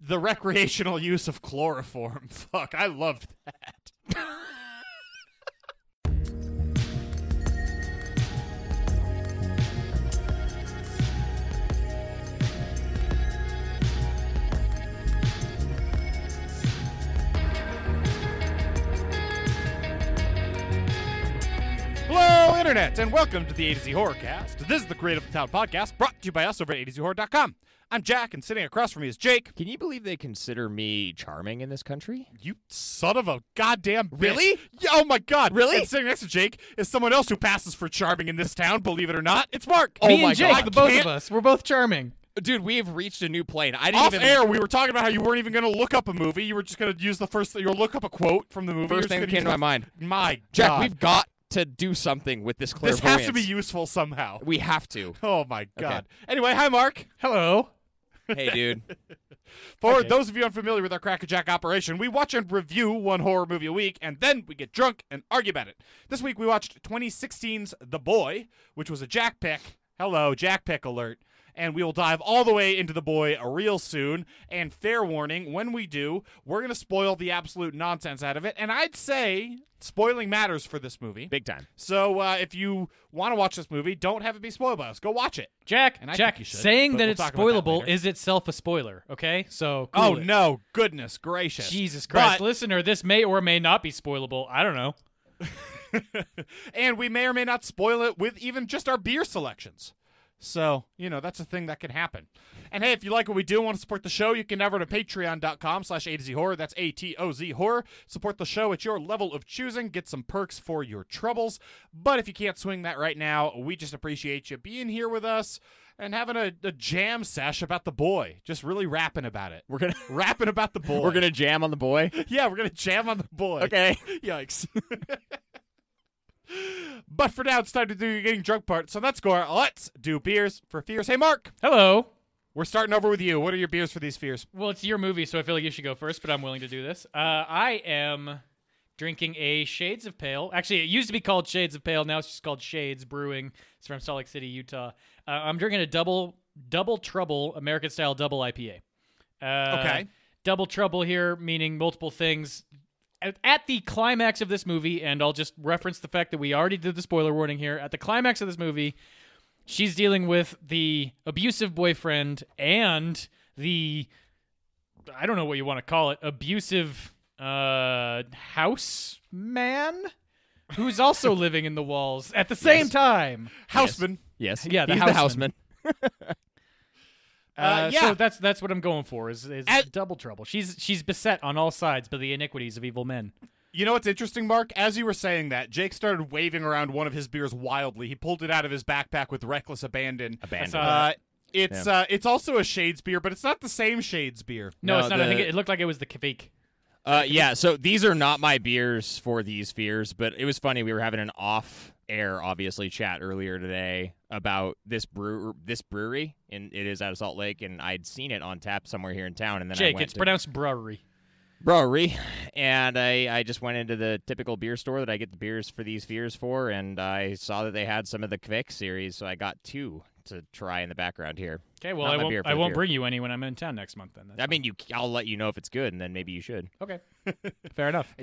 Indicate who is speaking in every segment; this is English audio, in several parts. Speaker 1: the recreational use of chloroform. Fuck, I loved that. Hello, Internet, and welcome to the A to Z Horrorcast. This is the Creative Town podcast brought to you by us over at AtoZHorror.com. I'm Jack, and sitting across from me is Jake.
Speaker 2: Can you believe they consider me charming in this country?
Speaker 1: You son of a goddamn bitch.
Speaker 2: Really?
Speaker 1: Yeah, oh my god.
Speaker 2: Really?
Speaker 1: And sitting next to Jake is someone else who passes for charming in this town, believe it or not. It's Mark.
Speaker 2: Oh
Speaker 3: Me
Speaker 2: my
Speaker 3: and Jake,
Speaker 2: God.
Speaker 3: the both
Speaker 1: Can't-
Speaker 3: of us, we're both charming.
Speaker 2: Dude, we have reached a new plane. I didn't
Speaker 1: Off
Speaker 2: even
Speaker 1: air, we were talking about how you weren't even going to look up a movie. You were just going to use the first, you were look up a quote from the movie.
Speaker 2: first thing
Speaker 1: You're
Speaker 2: that
Speaker 1: just
Speaker 2: came to my
Speaker 1: gonna
Speaker 2: mind.
Speaker 1: use- My
Speaker 2: Jack,
Speaker 1: god.
Speaker 2: we've got to do something with this
Speaker 1: this
Speaker 2: clairvoyance.
Speaker 1: has to be useful somehow.
Speaker 2: We have to.
Speaker 1: Oh my god. Anyway, hi Mark.
Speaker 3: Hello.
Speaker 2: Hey, dude.
Speaker 1: For
Speaker 3: Okay.
Speaker 1: those of you unfamiliar with our Crackerjack operation, we watch and review one horror movie a week, and then we get drunk and argue about it. This week we watched 2016's The Boy, which was a Jack pick. Hello, Jack pick alert. And we will dive all the way into The Boy real soon. And fair warning, when we do, we're going to spoil the absolute nonsense out of it. And I'd say spoiling matters for this movie.
Speaker 2: Big time.
Speaker 1: So uh, if you want to watch this movie, don't have it be spoiled by us. Go watch it.
Speaker 3: Jack,
Speaker 1: And I
Speaker 3: Jack,
Speaker 1: think you should,
Speaker 3: saying
Speaker 1: but
Speaker 3: that
Speaker 1: we'll
Speaker 3: it's
Speaker 1: talk about that
Speaker 3: spoilable
Speaker 1: later.
Speaker 3: is itself a spoiler, okay? So, cool
Speaker 1: Oh,
Speaker 3: it.
Speaker 1: no. Goodness gracious.
Speaker 3: Jesus Christ.
Speaker 1: But-
Speaker 3: Listener, this may or may not be spoilable. I don't know.
Speaker 1: and we may or may not spoil it with even just our beer selections. So, you know, that's a thing that can happen. And hey, if you like what we do and want to support the show, you can head over to patreon.com slash A to Z horror. That's A-T-O-Z horror. Support the show at your level of choosing. Get some perks for your troubles. But if you can't swing that right now, we just appreciate you being here with us and having a, a jam sesh about the boy. Just really rapping about it.
Speaker 2: We're gonna
Speaker 1: rapping about the boy.
Speaker 2: we're gonna jam on the boy.
Speaker 1: Yeah, we're gonna jam on the boy.
Speaker 2: Okay.
Speaker 1: Yikes. but for now, it's time to do your getting drunk part. So let's go. Let's do beers for fears. Hey, Mark,
Speaker 3: Hello.
Speaker 1: we're starting over with you. What are your beers for these fears?
Speaker 3: Well, it's your movie, so I feel like you should go first, but I'm willing to do this. Uh, I am drinking a Shades of Pale. Actually, it used to be called Shades of Pale. Now it's just called Shades Brewing. It's from Salt Lake City, Utah. Uh, I'm drinking a double double trouble American style double IPA. Uh,
Speaker 1: Okay.
Speaker 3: Double trouble here, meaning multiple things. At- At the climax of this movie, and I'll just reference the fact that we already did the spoiler warning here. At the climax of this movie, she's dealing with the abusive boyfriend and the I don't know what you want to call it, abusive uh house man who's also living in the walls at the same time.
Speaker 1: Houseman.
Speaker 2: Yes.
Speaker 3: Yeah, the
Speaker 2: He's
Speaker 3: houseman.
Speaker 1: Uh,
Speaker 3: Uh,
Speaker 1: yeah.
Speaker 3: so that's that's what I'm going for is, is
Speaker 1: At-
Speaker 3: double trouble. She's she's beset on all sides by the iniquities of evil men.
Speaker 1: You know what's interesting, Mark? As you were saying that, Jake started waving around one of his beers wildly. He pulled it out of his backpack with reckless abandon.
Speaker 2: Abandoned.
Speaker 3: saw
Speaker 1: Uh, it's uh, it's also a Shades beer, but it's not the same Shades beer.
Speaker 3: No,
Speaker 2: No,
Speaker 3: it's not. I think
Speaker 2: the-
Speaker 3: it, it looked like it was the fake.
Speaker 2: Uh, yeah, so these are not my beers for these fears, but it was funny. We were having an off air, obviously, chat earlier today about this brew this brewery, and it is out of Salt Lake, and I'd seen it on tap somewhere here in town, and then I
Speaker 3: Jake,
Speaker 2: went
Speaker 3: it's
Speaker 2: to
Speaker 3: pronounced brewery.
Speaker 2: brewery, and I I just went into the typical beer store that I get the beers for these fears for, and I saw that they had some of the Kvik series, so I got two to try in the background here.
Speaker 3: Okay, well
Speaker 2: Not
Speaker 3: I
Speaker 2: my beer
Speaker 3: won't
Speaker 2: for
Speaker 3: I
Speaker 2: the
Speaker 3: won't
Speaker 2: beer.
Speaker 3: bring you any when I'm in town next month then.
Speaker 2: I
Speaker 3: That's-
Speaker 2: mean, you I'll let you know if it's good, and then maybe you should.
Speaker 3: okay. Fair enough.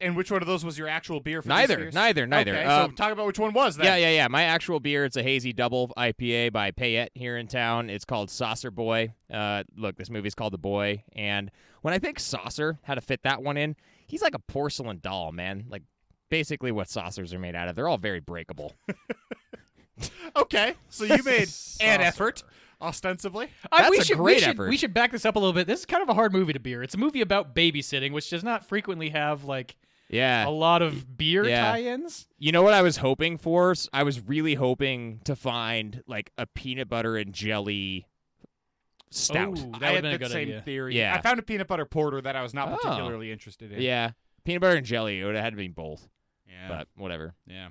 Speaker 1: And which one of those was your actual beer for these
Speaker 2: Neither,
Speaker 1: fears?
Speaker 2: neither, neither.
Speaker 1: Okay,
Speaker 2: Um,
Speaker 1: so talk about which one was that.
Speaker 2: Yeah, yeah, yeah. My actual beer, it's a hazy double IPA by Payette here in town. It's called Saucer Boy. Uh, look, this movie's called The Boy. And when I think saucer, how to fit that one in, he's like a porcelain doll, man. Like basically what saucers are made out of. They're all very breakable.
Speaker 1: Okay, so you made an
Speaker 3: Saucer.
Speaker 1: effort, ostensibly.
Speaker 3: I-
Speaker 2: That's
Speaker 3: we
Speaker 2: a
Speaker 3: should,
Speaker 2: great
Speaker 3: we should,
Speaker 2: effort.
Speaker 3: We should back this up a little bit. This is kind of a hard movie to beer. It's a movie about babysitting, which does not frequently have like a
Speaker 2: Yeah.
Speaker 3: lot of beer
Speaker 2: Yeah.
Speaker 3: tie-ins.
Speaker 2: You know what I was hoping for? I was really hoping to find like a peanut butter and jelly stout.
Speaker 3: Ooh,
Speaker 1: I
Speaker 3: that
Speaker 1: had
Speaker 3: would've been a
Speaker 1: that
Speaker 3: good
Speaker 1: same
Speaker 3: idea.
Speaker 1: theory.
Speaker 2: Yeah.
Speaker 1: I found a peanut butter porter that I was not
Speaker 2: Oh.
Speaker 1: particularly interested in.
Speaker 2: Yeah. Peanut butter and jelly. It would have had to be both,
Speaker 1: yeah,
Speaker 2: but whatever.
Speaker 1: yeah.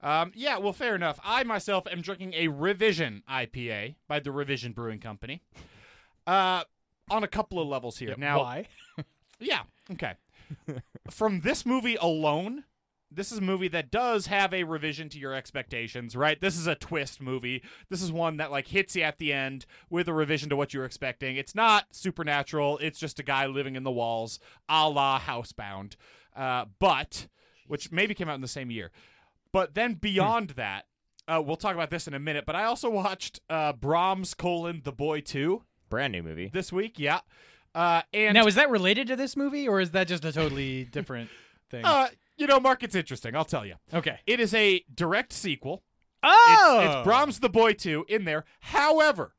Speaker 1: Um, yeah, well, fair enough. I myself am drinking a Revision IPA by the Revision Brewing Company. Uh, on a couple of levels here. now,
Speaker 3: why?
Speaker 1: yeah, okay. From this movie alone, this is a movie that does have a revision to your expectations, right? This is a twist movie. This is one that like hits you at the end with a revision to what you're expecting. It's not supernatural. It's just a guy living in the walls, a la Housebound, uh, but which maybe came out in the same year. But then beyond that, uh, we'll talk about this in a minute. But I also watched uh, Brahms: colon, The Boy Two
Speaker 2: Brand new movie.
Speaker 1: this week. Yeah, uh, and
Speaker 3: Now, is that related to this movie, or is that just a totally different thing?
Speaker 1: uh, you know, Mark, it's interesting. I'll tell you,
Speaker 3: okay.
Speaker 1: it is a direct sequel.
Speaker 3: Oh,
Speaker 1: It's, it's Brahms the Boy too in there. However,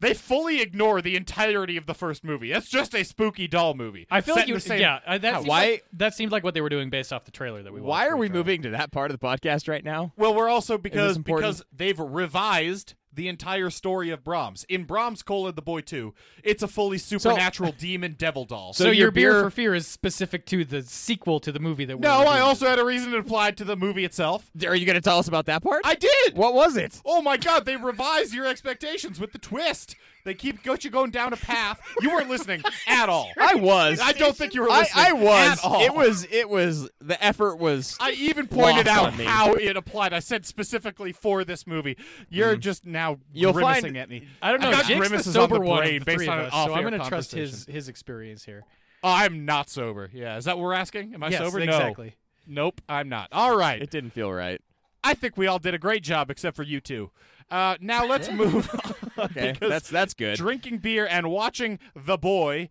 Speaker 1: they fully ignore the entirety of the first movie. It's just a spooky doll movie.
Speaker 3: I feel
Speaker 1: set
Speaker 3: like
Speaker 1: in
Speaker 3: you.
Speaker 1: the same-
Speaker 3: yeah, uh, that seemed
Speaker 2: Why-
Speaker 3: like, that seemed like what they were doing based off the trailer that we.
Speaker 2: Why
Speaker 3: watched
Speaker 2: are
Speaker 3: for
Speaker 2: we
Speaker 3: each other.
Speaker 2: moving to that part of the podcast right now?
Speaker 1: Well, we're also because
Speaker 2: important?
Speaker 1: because they've revised the entire story of Brahms. In Brahms: colon, the Boy Two, it's a fully supernatural demon devil doll.
Speaker 3: So,
Speaker 2: So
Speaker 3: your
Speaker 2: your
Speaker 3: beer,
Speaker 2: beer-
Speaker 3: for fear is specific to the sequel to the movie that.
Speaker 1: no,
Speaker 3: we're
Speaker 1: I
Speaker 3: reviewing.
Speaker 1: also had a reason to apply to the movie itself.
Speaker 2: Are you going to tell us about that part?
Speaker 1: I did.
Speaker 2: what was it?
Speaker 1: Oh my God! They revise your expectations with the twist. They keep got you going down a path. You weren't listening at all.
Speaker 2: I was.
Speaker 1: I don't think you were
Speaker 2: I,
Speaker 1: listening
Speaker 2: I was.
Speaker 1: at all.
Speaker 2: It was. It was. The effort was.
Speaker 1: I even pointed
Speaker 2: Lost
Speaker 1: out
Speaker 2: on me.
Speaker 1: how it applied. I said specifically for this movie. You're just now
Speaker 2: You'll
Speaker 1: grimacing
Speaker 2: find-
Speaker 1: at me.
Speaker 3: Mm-hmm. I don't know.
Speaker 1: I got
Speaker 3: Jake's the
Speaker 1: grimaces
Speaker 3: sober
Speaker 1: on the
Speaker 3: one of
Speaker 1: brain
Speaker 3: the
Speaker 1: based
Speaker 3: three
Speaker 1: on
Speaker 3: of
Speaker 1: an
Speaker 3: us, so I'm
Speaker 1: off-air
Speaker 3: gonna trust his
Speaker 1: conversation. Oh,
Speaker 3: his experience here.
Speaker 1: I'm not sober. Yeah, is that what we're asking? Am I
Speaker 3: yes,
Speaker 1: sober?
Speaker 3: exactly.
Speaker 1: No. Nope, I'm not. All right.
Speaker 2: it didn't feel right.
Speaker 1: I think we all did a great job except for you two. Uh, now let's move on.
Speaker 2: Okay,
Speaker 1: because
Speaker 2: that's that's good.
Speaker 1: drinking beer and watching The Boy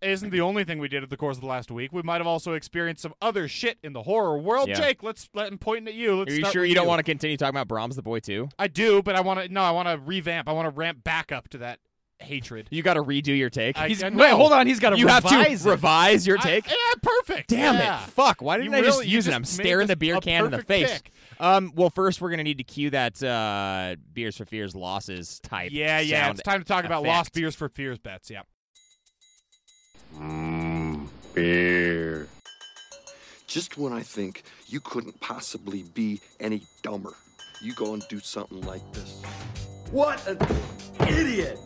Speaker 1: isn't the only thing we did at the course of the last week. We might have also experienced some other shit in the horror world.
Speaker 2: Yeah.
Speaker 1: Jake, let's let him point at you. Let's
Speaker 2: Are you
Speaker 1: start
Speaker 2: sure
Speaker 1: with
Speaker 2: you don't
Speaker 1: you.
Speaker 2: want to continue talking about Brahms the boy too?
Speaker 1: I do, but I want to. No, I want to revamp. I want to ramp back up to that hatred.
Speaker 2: You got to redo your take.
Speaker 1: I-
Speaker 3: He's,
Speaker 1: I
Speaker 3: wait,
Speaker 1: know.
Speaker 3: hold on. He's got to
Speaker 2: you have
Speaker 3: revise
Speaker 2: to
Speaker 3: it.
Speaker 2: revise your take.
Speaker 1: I, yeah, perfect.
Speaker 2: Damn
Speaker 1: Yeah.
Speaker 2: it! Fuck! Why didn't I just
Speaker 1: really- you
Speaker 2: use it?
Speaker 1: just
Speaker 2: I'm
Speaker 1: made
Speaker 2: staring the
Speaker 1: this
Speaker 2: beer
Speaker 1: a
Speaker 2: can in the
Speaker 1: perfect
Speaker 2: face.
Speaker 1: pick.
Speaker 2: Um. Well, first we're gonna need to cue that uh, beers for fears losses type.
Speaker 1: Yeah, yeah.
Speaker 2: sound.
Speaker 1: It's time to talk about
Speaker 2: effect.
Speaker 1: lost beers for fears bets. Yeah.
Speaker 4: Mmm, beer.
Speaker 5: Just when I think you couldn't possibly be any dumber, you go and do something like this.
Speaker 6: What an idiot!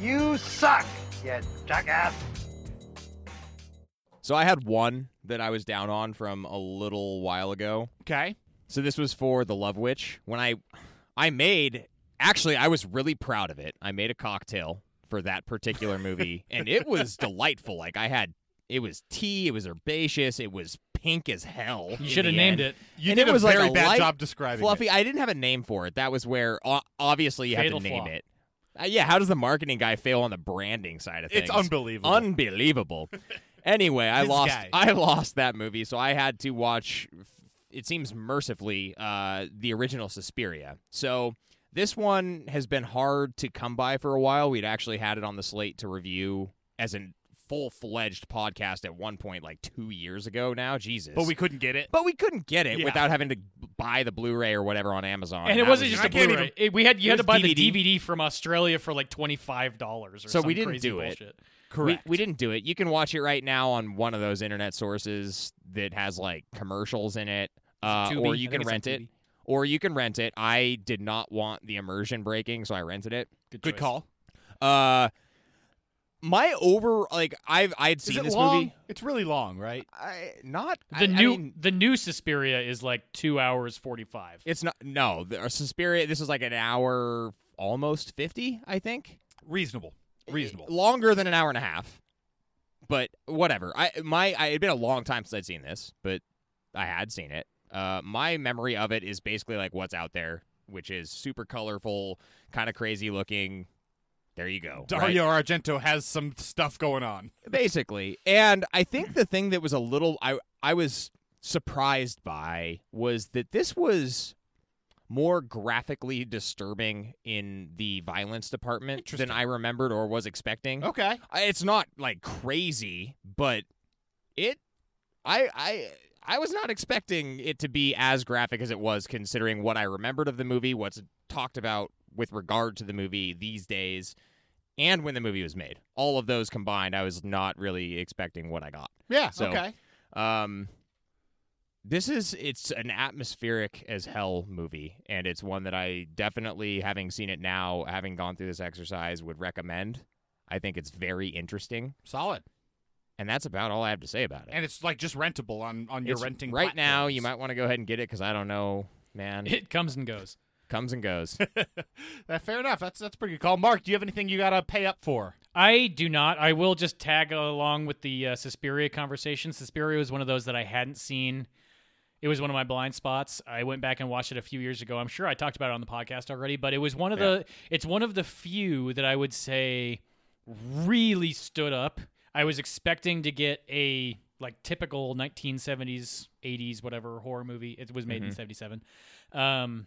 Speaker 6: You suck, you jackass!
Speaker 2: So I had one that I was down on from a little while ago.
Speaker 1: Okay.
Speaker 2: So this was for the Love Witch. When I I made actually I was really proud of it. I made a cocktail for that particular movie and it was delightful. Like I had it was tea, it was herbaceous, it was pink as hell.
Speaker 3: You should have named it.
Speaker 1: You
Speaker 2: And
Speaker 1: did
Speaker 2: it was
Speaker 1: a
Speaker 2: like
Speaker 1: very
Speaker 2: a
Speaker 1: bad
Speaker 2: light,
Speaker 1: job describing
Speaker 2: Fluffy,
Speaker 1: it.
Speaker 2: I didn't have a name for it. That was where o- obviously you
Speaker 3: Fatal
Speaker 2: had to name
Speaker 3: flaw.
Speaker 2: it. Uh, yeah, how does the marketing guy fail on the branding side of things?
Speaker 1: It's unbelievable.
Speaker 2: unbelievable. anyway, I
Speaker 1: This
Speaker 2: lost.
Speaker 1: guy.
Speaker 2: I lost that movie, so I had to watch. It seems mercifully uh, the original Suspiria. So this one has been hard to come by for a while. We'd actually had it on the slate to review as a full fledged podcast at one point, like two years ago now. Jesus,
Speaker 1: but we couldn't get it.
Speaker 2: but we couldn't get it
Speaker 1: Yeah.
Speaker 2: without having to buy the Blu-ray or whatever on Amazon.
Speaker 3: And it
Speaker 2: That
Speaker 3: wasn't
Speaker 2: was
Speaker 3: just
Speaker 1: I
Speaker 3: a
Speaker 1: can't
Speaker 3: Blu-ray. It- we had you had
Speaker 2: It
Speaker 3: to
Speaker 2: was
Speaker 3: buy
Speaker 2: DVD.
Speaker 3: the DVD from Australia for like twenty five dollars.
Speaker 2: So we didn't do it.
Speaker 3: bullshit.
Speaker 2: We, we didn't do it. You can watch it right now on one of those internet sources that has like commercials in it, uh,
Speaker 3: Tubi?
Speaker 2: or
Speaker 3: I
Speaker 2: you
Speaker 3: think
Speaker 2: can
Speaker 3: it's on
Speaker 2: rent it,
Speaker 3: Tubi.
Speaker 2: or you can rent it. I did not want the immersion breaking, so I rented it.
Speaker 1: Good
Speaker 3: choice.
Speaker 1: call.
Speaker 2: Uh, my over like I've I'd
Speaker 1: Is
Speaker 2: seen
Speaker 1: it
Speaker 2: this
Speaker 1: long?
Speaker 2: movie.
Speaker 1: It's really long, right?
Speaker 2: I not
Speaker 3: The
Speaker 2: I- I
Speaker 3: new
Speaker 2: mean,
Speaker 3: the new Suspiria is like two hours forty five.
Speaker 2: it's not no the uh, Suspiria. This is like an hour almost fifty, I think.
Speaker 1: Reasonable. Reasonable.
Speaker 2: longer than an hour and a half. But whatever. I my I, it'd been a long time since I'd seen this, but I had seen it. Uh, my memory of it is basically like what's out there, which is super colorful, kind of crazy looking. There you go. right?
Speaker 1: Dario Argento has some stuff going on.
Speaker 2: basically. And I think the thing that was a little I I was surprised by was that this was more graphically disturbing in the violence department than
Speaker 1: Interesting.
Speaker 2: I remembered or was expecting.
Speaker 1: Okay.
Speaker 2: I- it's not like crazy, but it I I I was not expecting it to be as graphic as it was considering what I remembered of the movie, what's talked about with regard to the movie these days and when the movie was made. All of those combined, I was not really expecting what I got.
Speaker 1: Yeah.
Speaker 2: So-
Speaker 1: okay.
Speaker 2: Um this is it's an atmospheric as hell movie and it's one that I definitely having seen it now, having gone through this exercise would recommend. I think it's very interesting.
Speaker 1: Solid.
Speaker 2: And that's about all I have to say about it.
Speaker 1: and it's like just rentable on on your
Speaker 2: It's-
Speaker 1: renting
Speaker 2: right now.
Speaker 1: platforms.
Speaker 2: You might want to go ahead and get it because I don't know, man.
Speaker 3: It comes and goes.
Speaker 2: comes and goes.
Speaker 1: That, fair enough. That's that's a pretty good call. Mark, do you have anything you gotta pay up for?
Speaker 3: I do not. I will just tag along with the uh, Suspiria conversation. Suspiria was one of those that I hadn't seen. It was one of my blind spots. I went back and watched it a few years ago. I'm sure I talked about it on the podcast already, but it was one of the it's one of the few that I would say really stood up. I was expecting to get a like typical 1970s, 80s, whatever horror movie. It was made in 77. Um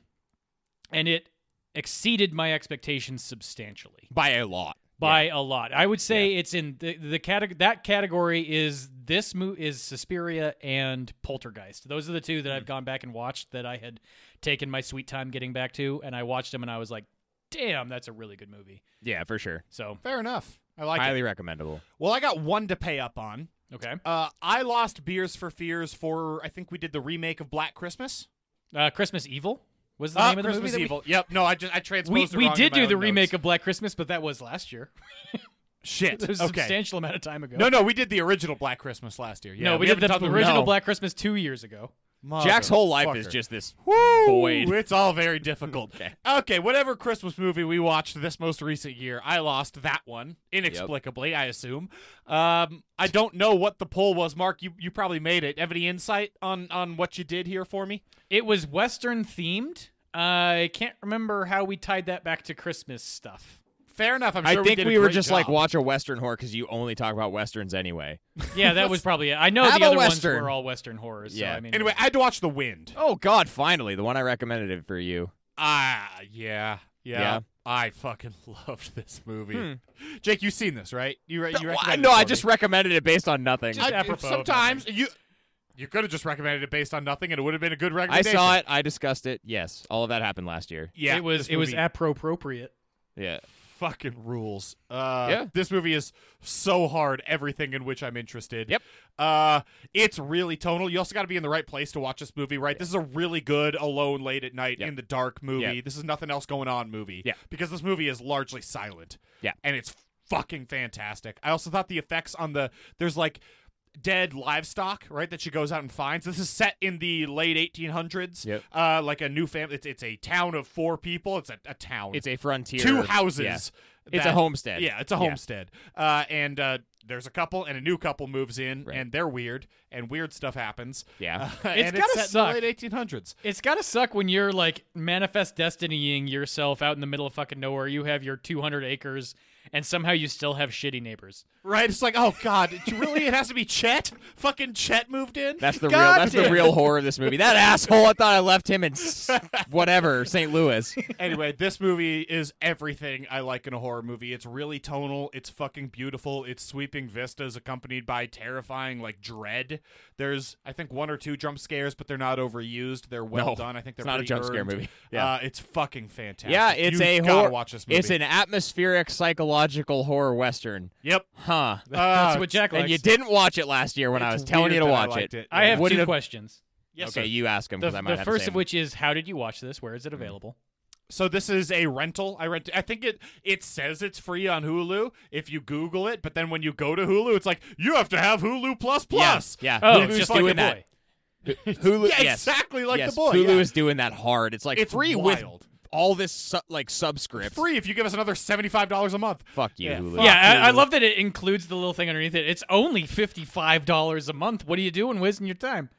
Speaker 3: and it exceeded my expectations substantially
Speaker 2: By a lot.
Speaker 3: by a lot. I would say it's in the the category. That category is this mo- is Suspiria and Poltergeist. Those are the two that
Speaker 1: Hmm.
Speaker 3: I've gone back and watched that I had taken my sweet time getting back to, and I watched them and I was like, "Damn, that's a really good movie."
Speaker 2: Yeah, for sure.
Speaker 3: So
Speaker 1: Fair enough. I like it.
Speaker 2: Highly recommendable.
Speaker 1: Well, I got one to pay up on.
Speaker 3: okay,
Speaker 1: Uh, I lost beers for fears for I think we did the remake of Black Christmas.
Speaker 3: uh, Christmas Evil was the
Speaker 1: Ah,
Speaker 3: name of the
Speaker 1: Christmas
Speaker 3: movie. that
Speaker 1: Evil. Yep. No, I just I transposed.
Speaker 3: We,
Speaker 1: it
Speaker 3: we, we
Speaker 1: wrong
Speaker 3: did
Speaker 1: in my
Speaker 3: do the
Speaker 1: own
Speaker 3: remake
Speaker 1: notes.
Speaker 3: of Black Christmas, but that was last year.
Speaker 1: shit.
Speaker 3: It was a
Speaker 1: Okay.
Speaker 3: substantial amount of time ago.
Speaker 1: No, no, we did the original Black Christmas last year. Yeah,
Speaker 3: no, we, did
Speaker 1: haven't
Speaker 3: the
Speaker 1: done
Speaker 3: original
Speaker 1: No.
Speaker 3: Black Christmas two years ago.
Speaker 2: Jack's whole life is
Speaker 1: Motherfucker.
Speaker 2: just this
Speaker 1: Woo!
Speaker 2: void.
Speaker 1: It's all very difficult. okay.
Speaker 2: Okay.
Speaker 1: whatever Christmas movie we watched this most recent year, I lost that one inexplicably, I assume. Um, I don't know what the poll was, Mark. You you probably made it. Have any insight on on what you did here for me?
Speaker 3: It was Western themed. Uh, I can't remember how we tied that back to Christmas stuff.
Speaker 1: Fair enough. I'm
Speaker 2: I
Speaker 1: sure
Speaker 2: think
Speaker 1: we, did
Speaker 2: we,
Speaker 1: a
Speaker 2: were
Speaker 1: great
Speaker 2: just
Speaker 1: job.
Speaker 2: like watch a western horror because you only talk about westerns anyway.
Speaker 3: Yeah, that was probably it. I know
Speaker 2: Have
Speaker 3: the
Speaker 2: a
Speaker 3: other ones
Speaker 2: Western.
Speaker 3: were all Western horrors. So,
Speaker 2: Yeah.
Speaker 3: I mean,
Speaker 1: Anyway, I had to watch The Wind.
Speaker 2: Oh God! Finally, the one I recommended it for you.
Speaker 1: Ah, yeah, yeah, Hmm.
Speaker 2: Yeah.
Speaker 1: I fucking loved this movie. Jake, you've seen this, right? You re- you
Speaker 2: I,
Speaker 1: recommended
Speaker 2: no,
Speaker 1: it
Speaker 2: I
Speaker 1: for
Speaker 2: just
Speaker 1: me.
Speaker 2: recommended it based on nothing.
Speaker 1: I-
Speaker 2: I,
Speaker 3: apropos of nothing.
Speaker 1: sometimes you you could have just recommended it based on nothing, and it would have been a good recommendation.
Speaker 2: saw it. I discussed it. Yes, all of that happened last year.
Speaker 1: Yeah,
Speaker 3: it was
Speaker 1: this
Speaker 3: it was
Speaker 1: movie
Speaker 3: appropriate.
Speaker 2: Yeah.
Speaker 1: fucking rules. Uh,
Speaker 2: Yeah.
Speaker 1: this movie is so hard. Everything in which I'm interested.
Speaker 2: Yep.
Speaker 1: Uh, it's really tonal. You also got to be in the right place to watch this movie. Right. This is a really good alone late at night
Speaker 2: Yep.
Speaker 1: in the dark movie.
Speaker 2: Yep.
Speaker 1: This is nothing else going on movie.
Speaker 2: Yeah.
Speaker 1: Because this movie is largely silent.
Speaker 2: Yeah.
Speaker 1: And it's fucking fantastic. I also thought the effects on the there's like dead livestock, right, that she goes out and finds. This is set in the late 1800s.
Speaker 2: Yep.
Speaker 1: Uh, like a new family. It's, it's a town of four people. It's a, a town.
Speaker 2: It's a frontier.
Speaker 1: two
Speaker 2: Yeah.
Speaker 1: houses.
Speaker 2: It's
Speaker 1: that-
Speaker 2: a homestead.
Speaker 1: Yeah, it's a
Speaker 2: Yeah.
Speaker 1: homestead. Uh, and uh, there's a couple, and a new couple moves in,
Speaker 2: Right.
Speaker 1: and they're weird, and weird stuff happens.
Speaker 2: Yeah.
Speaker 1: Uh,
Speaker 3: It's
Speaker 1: and
Speaker 3: gotta
Speaker 1: it's set
Speaker 3: suck.
Speaker 1: in the late 1800s.
Speaker 3: It's gotta suck when you're like manifest destinying yourself out in the middle of fucking nowhere. You have your 200 acres, and somehow you still have shitty neighbors.
Speaker 1: Right? It's like, oh god, it- really? It has to be Chet. Fucking Chet moved in.
Speaker 2: That's the
Speaker 1: God
Speaker 2: real. That's
Speaker 1: damn.
Speaker 2: the real horror of this movie. That asshole. I thought I left him in s- whatever St. Louis.
Speaker 1: anyway, this movie is everything I like in a horror movie. It's really tonal. It's fucking beautiful. It's sweeping vistas accompanied by terrifying like dread. There's I think one or two jump scares, but they're not overused. They're well
Speaker 2: No,
Speaker 1: done. I think they're
Speaker 2: it's not a
Speaker 1: pretty
Speaker 2: jump scare
Speaker 1: earned.
Speaker 2: movie. Yeah.
Speaker 1: uh, it's fucking fantastic.
Speaker 2: Yeah, it's
Speaker 1: you
Speaker 2: a
Speaker 1: gotta
Speaker 2: horror.
Speaker 1: watch this movie.
Speaker 2: It's an atmospheric psychological horror western.
Speaker 1: yep.
Speaker 2: Huh.
Speaker 3: That's what Jack likes.
Speaker 2: and you didn't watch it last year when I
Speaker 1: It's
Speaker 2: was telling you
Speaker 1: weird
Speaker 2: to
Speaker 1: that I
Speaker 2: watch
Speaker 1: liked it.
Speaker 3: I have
Speaker 2: What
Speaker 3: two
Speaker 2: did-
Speaker 3: questions.
Speaker 1: Yes,
Speaker 2: okay,
Speaker 1: sir.
Speaker 2: you ask him
Speaker 3: The,
Speaker 2: because I might
Speaker 3: the
Speaker 2: have
Speaker 3: first
Speaker 2: the same.
Speaker 3: of which is how did you watch this? Where is it available?
Speaker 1: So this is a rental. I rent. I think it it says it's free on Hulu if you Google it, but then when you go to Hulu, it's like you have to have Hulu Plus
Speaker 2: yeah,
Speaker 1: Plus.
Speaker 2: yeah.
Speaker 3: Oh,
Speaker 2: Hulu's
Speaker 3: it's just like
Speaker 2: doing
Speaker 3: a
Speaker 2: that.
Speaker 3: boy.
Speaker 2: Hulu,
Speaker 1: Yeah,
Speaker 2: yes,
Speaker 1: exactly like
Speaker 2: yes.
Speaker 1: the boy.
Speaker 2: Hulu
Speaker 1: yeah.
Speaker 2: is doing that hard. It's like
Speaker 1: It's
Speaker 2: free
Speaker 1: wild.
Speaker 2: with all this su- like subscripts.
Speaker 1: free if you give us another seventy-five dollars a month.
Speaker 2: Fuck you,
Speaker 1: Yeah,
Speaker 2: Hulu.
Speaker 1: fuck
Speaker 3: Yeah, I, I
Speaker 1: Hulu.
Speaker 3: love that it includes the little thing underneath it. It's only fifty-five dollars a month. What are you doing, wasting your time?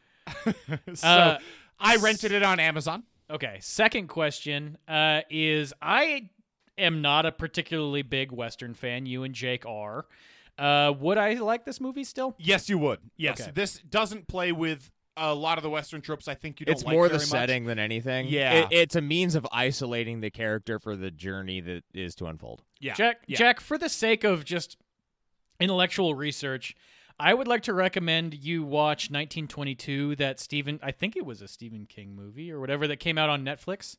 Speaker 1: So
Speaker 3: Uh,
Speaker 1: I rented it on Amazon.
Speaker 3: Okay. Second question uh, is I am not a particularly big Western fan. You and Jake are. Uh, would I like this movie still?
Speaker 1: Yes, you would. Yes,
Speaker 3: Okay.
Speaker 1: this doesn't play with a lot of the Western tropes. I think you don't.
Speaker 2: It's
Speaker 1: like
Speaker 2: more
Speaker 1: very
Speaker 2: the
Speaker 1: much.
Speaker 2: setting than anything.
Speaker 1: Yeah.
Speaker 2: It- it's a means of isolating the character for the journey that is to unfold.
Speaker 1: Yeah,
Speaker 3: Jack,
Speaker 1: yeah.
Speaker 3: Jack, for the sake of just intellectual research, I would like to recommend you watch 1922, that Stephen, I think it was a Stephen King movie or whatever that came out on Netflix.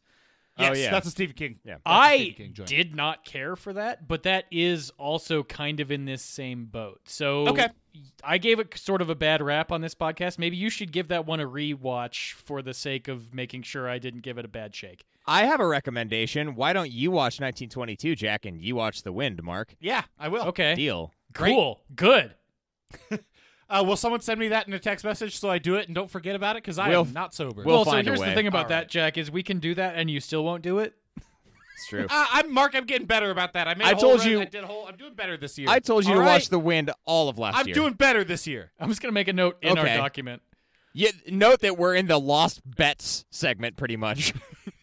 Speaker 1: Yes,
Speaker 2: Oh, yeah.
Speaker 1: that's a Stephen King.
Speaker 2: Yeah.
Speaker 1: That's a
Speaker 3: I
Speaker 1: Stephen King joint.
Speaker 3: did not care for that, but that is also kind of in this same boat. So
Speaker 1: Okay.
Speaker 3: I gave it sort of a bad rap on this podcast. Maybe you should give that one a rewatch for the sake of making sure I didn't give it a bad shake.
Speaker 2: I have a recommendation. Why don't you watch 1922, Jack, and you watch The Wind, Mark?
Speaker 1: Oh, Yeah, I will.
Speaker 3: Okay.
Speaker 2: Deal.
Speaker 3: Cool. Good.
Speaker 1: Uh, will someone send me that in a text message so I do it and don't forget about it? Because I
Speaker 2: We'll-
Speaker 1: am not sober.
Speaker 2: we'll
Speaker 3: well, so
Speaker 2: find a
Speaker 3: here's the
Speaker 2: way.
Speaker 3: thing about
Speaker 1: All
Speaker 3: that,
Speaker 1: right.
Speaker 3: Jack, is we can do that and you still won't do it.
Speaker 2: It's true.
Speaker 1: Uh, I'm Mark. I'm getting better about that. I made. a
Speaker 2: I
Speaker 1: whole
Speaker 2: told
Speaker 1: run-
Speaker 2: you-
Speaker 1: I did a whole. I'm doing better this year.
Speaker 2: I told you
Speaker 1: All
Speaker 2: to
Speaker 1: right?
Speaker 2: watch The Wind all of last
Speaker 1: I'm
Speaker 2: year.
Speaker 1: doing better this year.
Speaker 3: I'm just gonna make a note in
Speaker 2: Okay.
Speaker 3: our document.
Speaker 2: Yeah, note that we're in the lost bets segment, pretty much.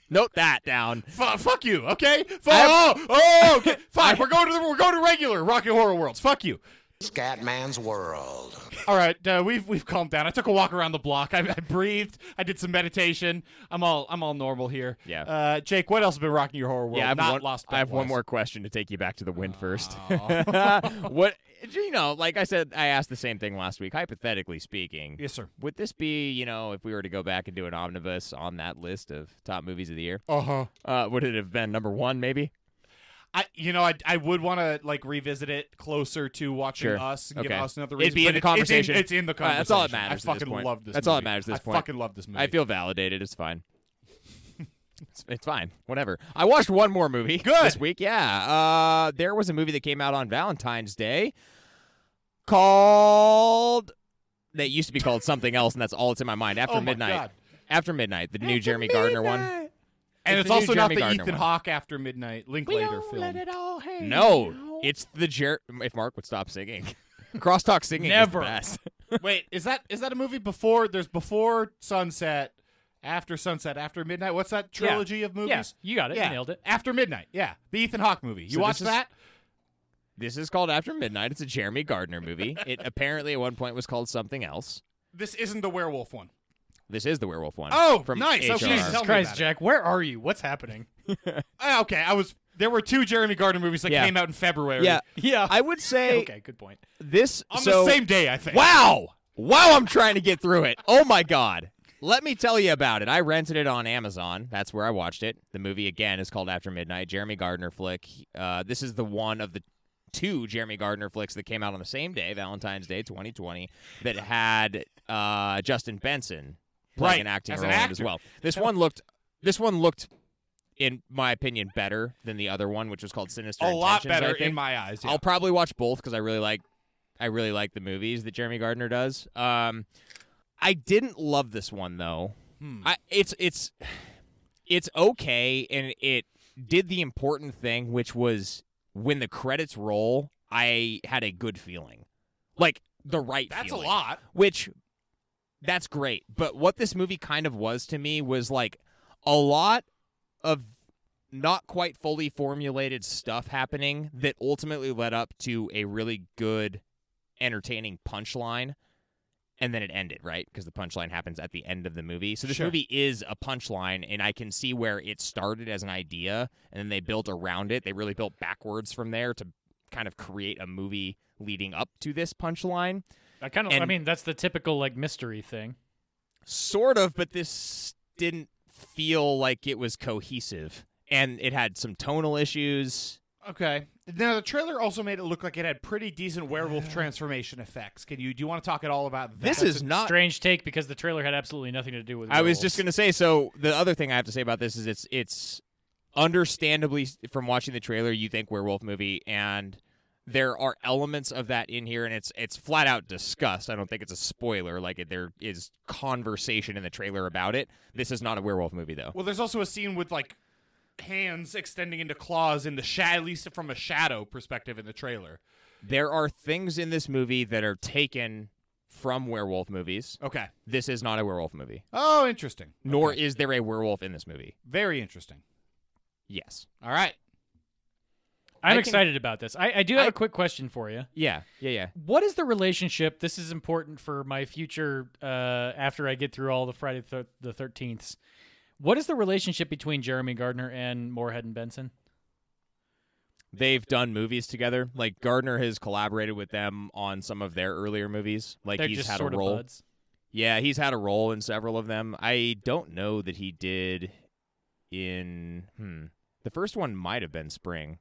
Speaker 2: note that down.
Speaker 1: F- fuck you. Okay. F-
Speaker 2: I-
Speaker 1: oh, oh. Okay. Fine. we're going to the, we're going to regular Rocky Horror Worlds. Fuck you.
Speaker 7: Scatman's World.
Speaker 1: All right. Uh, we've we've calmed down. I took a walk around the block. I, I breathed. I did some meditation. I'm all I'm all normal here.
Speaker 2: Yeah.
Speaker 1: Uh, Jake, what else has been rocking your horror world?
Speaker 2: Yeah, I have,
Speaker 1: not
Speaker 2: one,
Speaker 1: lost.
Speaker 2: I have one
Speaker 1: bet-wise.
Speaker 2: more question to take you back to the wind first. what you know, like I said, I asked the same thing last week. Hypothetically speaking,
Speaker 1: Yes, sir.
Speaker 2: would this be you know if we were to go back and do an omnibus on that list of top movies of the year?
Speaker 1: Uh huh.
Speaker 2: Uh, would it have been number one? Maybe.
Speaker 1: I you know I, I would want to like revisit it closer to watching
Speaker 2: Sure.
Speaker 1: us and
Speaker 2: Okay.
Speaker 1: give us another reason.
Speaker 2: It'd be
Speaker 1: but
Speaker 2: in
Speaker 1: it's-
Speaker 2: the
Speaker 1: it's in-
Speaker 2: conversation.
Speaker 1: It's in, the
Speaker 2: All right,
Speaker 1: conversation.
Speaker 2: that's all that matters
Speaker 1: I
Speaker 2: at this
Speaker 1: fucking
Speaker 2: point.
Speaker 1: love this.
Speaker 2: That's all that
Speaker 1: movie.
Speaker 2: matters at this
Speaker 1: I
Speaker 2: point.
Speaker 1: fucking love this movie.
Speaker 2: I feel validated. It's fine. It's, it's fine. Whatever. I watched one more movie
Speaker 1: Good.
Speaker 2: this week. Yeah. Uh, there was a movie that came out on Valentine's Day called. That used to be called something else, and that's all that's in my mind. After
Speaker 1: Oh my
Speaker 2: midnight.
Speaker 1: God.
Speaker 2: After midnight, the new Jeremy Gardner one.
Speaker 1: and
Speaker 2: It's
Speaker 1: it's
Speaker 2: the new
Speaker 1: also not
Speaker 2: Jeremy
Speaker 1: the
Speaker 2: Gardner
Speaker 1: Ethan
Speaker 2: one.
Speaker 1: Hawke after midnight Linklater film.
Speaker 2: No, it's the Jer. If Mark would stop singing, crosstalk singing
Speaker 3: Never.
Speaker 2: is the best.
Speaker 1: Wait, is that is that a movie before? There's before sunset, after sunset, after midnight. What's that trilogy of movies?
Speaker 3: Yeah, you got it. You nailed it.
Speaker 1: After midnight. Yeah, the Ethan Hawke movie. You
Speaker 2: So
Speaker 1: watch
Speaker 2: this is-
Speaker 1: that?
Speaker 2: This is called After Midnight. It's a Jeremy Gardner movie. It apparently at one point was called something else.
Speaker 1: This isn't the werewolf one.
Speaker 2: This is the werewolf one.
Speaker 1: Oh,
Speaker 2: from
Speaker 1: nice.
Speaker 2: HR.
Speaker 1: Okay,
Speaker 3: Jesus
Speaker 1: tell me
Speaker 3: Christ,
Speaker 1: about it.
Speaker 3: Jack, where are you? What's happening?
Speaker 1: Ah, Okay, I was. There were two Jeremy Gardner movies that
Speaker 2: Yeah.
Speaker 1: came out in February.
Speaker 2: Yeah,
Speaker 3: Yeah.
Speaker 2: I would say
Speaker 3: okay, good point.
Speaker 2: this
Speaker 1: on
Speaker 2: so,
Speaker 1: the same day. I think.
Speaker 2: Wow, wow! I'm trying to get through it. Oh my god! Let me tell you about it. I rented it on Amazon. That's where I watched it. The movie again is called After Midnight. Jeremy Gardner flick. Uh, this is the one of the two Jeremy Gardner flicks that came out on the same day, Valentine's Day, 2020, that had uh, Justin Benson playing
Speaker 1: Right,
Speaker 2: an acting
Speaker 1: as
Speaker 2: role
Speaker 1: an
Speaker 2: in it as
Speaker 1: actor.
Speaker 2: well. This one looked. This one looked. In my opinion, better than the other one, which was called Sinister.
Speaker 1: a lot
Speaker 2: Intentions, I
Speaker 1: better
Speaker 2: think.
Speaker 1: in my eyes. yeah.
Speaker 2: I'll probably watch both because I really like I really like the movies that Jeremy Gardner does. Um, I didn't love this one though.
Speaker 1: Hmm.
Speaker 2: I it's it's it's okay and it did the important thing, which was when the credits roll, I had a good feeling, like the right.
Speaker 1: That's
Speaker 2: feeling
Speaker 1: a lot.
Speaker 2: which that's great. But what this movie kind of was to me was like a lot of not quite fully formulated stuff happening that ultimately led up to a really good, entertaining punchline. And then it ended, right? Because the punchline happens at the end of the movie. So this
Speaker 1: Sure.
Speaker 2: movie is a punchline, and I can see where it started as an idea, and then they built around it. They really built backwards from there to kind of create a movie leading up to this punchline
Speaker 3: I kind of. I
Speaker 2: And-
Speaker 3: mean, that's the typical like mystery thing.
Speaker 2: sort of but this didn't feel like it was cohesive and it had some tonal issues
Speaker 1: Okay. Now the trailer also made it look like it had pretty decent werewolf transformation effects. Can you do you want to talk at all about that?
Speaker 2: this is not
Speaker 3: Strange take because the trailer had absolutely nothing to do with.
Speaker 2: Uh, i was
Speaker 3: werewolves.
Speaker 2: just going to say so the other thing i have to say about this is it's it's understandably from watching the trailer you think werewolf movie and there are elements of that in here and it's it's flat out discussed i don't think it's a spoiler like it, there is conversation in the trailer about it this is not a werewolf movie though
Speaker 1: Well, there's also a scene with like hands extending into claws in the shadow, at least from a shadow perspective in the trailer.
Speaker 2: there are things in this movie that are taken from werewolf movies
Speaker 1: Okay.
Speaker 2: this is not a werewolf movie.
Speaker 1: Oh, interesting.
Speaker 2: Nor is there a werewolf in this movie.
Speaker 1: Very interesting.
Speaker 2: Yes.
Speaker 1: All right.
Speaker 3: I'm
Speaker 2: I can-
Speaker 3: excited about this. I, I do have a
Speaker 2: I-
Speaker 3: quick question for you.
Speaker 2: Yeah. Yeah. Yeah.
Speaker 3: What is the relationship? This is important for my future. Uh, after I get through all the Friday th- the Thirteenth, what is the relationship between Jeremy Gardner and Moorhead and Benson?
Speaker 2: They've done movies together. Like Gardner has collaborated with them on some of their earlier movies. Like
Speaker 3: They're
Speaker 2: he's
Speaker 3: just
Speaker 2: had
Speaker 3: sort
Speaker 2: a
Speaker 3: of
Speaker 2: role.
Speaker 3: buds.
Speaker 2: Yeah, he's had a role in several of them. I don't know that he did in hmm. The first one might have been Spring.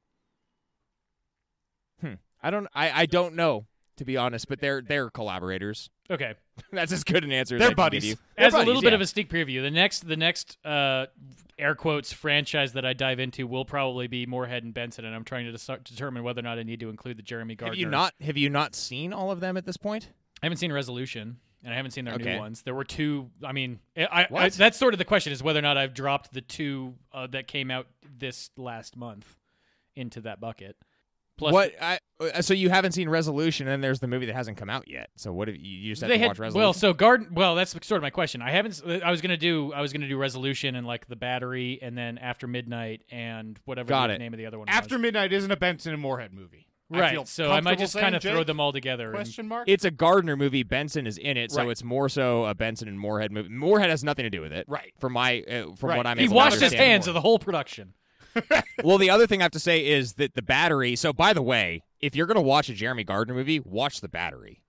Speaker 2: Hmm. I don't I, I don't know. to be honest, but they're they're collaborators.
Speaker 3: Okay.
Speaker 2: That's as good an answer. as I
Speaker 1: They're
Speaker 2: can
Speaker 1: buddies.
Speaker 2: give
Speaker 1: They're
Speaker 3: As a
Speaker 1: buddies,
Speaker 3: little bit
Speaker 1: yeah.
Speaker 3: of a sneak preview, the next the next uh, air quotes franchise that I dive into will probably be Moorhead and Benson, and I'm trying to deci- determine whether or not I need to include the Jeremy
Speaker 2: you.
Speaker 3: Gardner.
Speaker 2: Have you not have you not seen all of them at this point?
Speaker 3: I haven't seen Resolution, and I haven't seen their
Speaker 2: Okay.
Speaker 3: new ones. There were two. I mean, I, I, I
Speaker 2: What?
Speaker 3: that's sort of the question is whether or not I've dropped the two uh, that came out this last month into that bucket. Plus,
Speaker 2: what I uh, so you haven't seen Resolution, and there's the movie that hasn't come out yet. So what have you, you just have
Speaker 3: they
Speaker 2: to
Speaker 3: had
Speaker 2: watch Resolution?
Speaker 3: well, so Garden. Well, that's sort of my question. I haven't. s- uh, I was gonna do. I was gonna do Resolution and like the Battery, and then After Midnight, and whatever
Speaker 2: Got
Speaker 3: the
Speaker 2: it.
Speaker 3: name of the other one.
Speaker 1: After
Speaker 3: was.
Speaker 1: Midnight isn't a Benson and Moorhead movie. I
Speaker 3: right.
Speaker 1: feel
Speaker 3: so I might
Speaker 1: comfortable
Speaker 3: just kind of
Speaker 1: saying,
Speaker 3: throw
Speaker 1: Jake?
Speaker 3: them all together. and-
Speaker 1: Question mark.
Speaker 2: it's a Gardner movie. Benson is in it, so
Speaker 1: Right.
Speaker 2: it's more so a Benson and Moorhead movie. Moorhead has nothing to do with it,
Speaker 1: Right.
Speaker 2: From my uh, from
Speaker 1: Right.
Speaker 2: what I'm
Speaker 3: he
Speaker 2: able
Speaker 3: washed
Speaker 2: to
Speaker 3: his
Speaker 2: understand.
Speaker 3: hands of the whole production.
Speaker 2: Well, the other thing I have to say is that the battery. So, by the way, if you're gonna watch a Jeremy Gardner movie, watch the battery,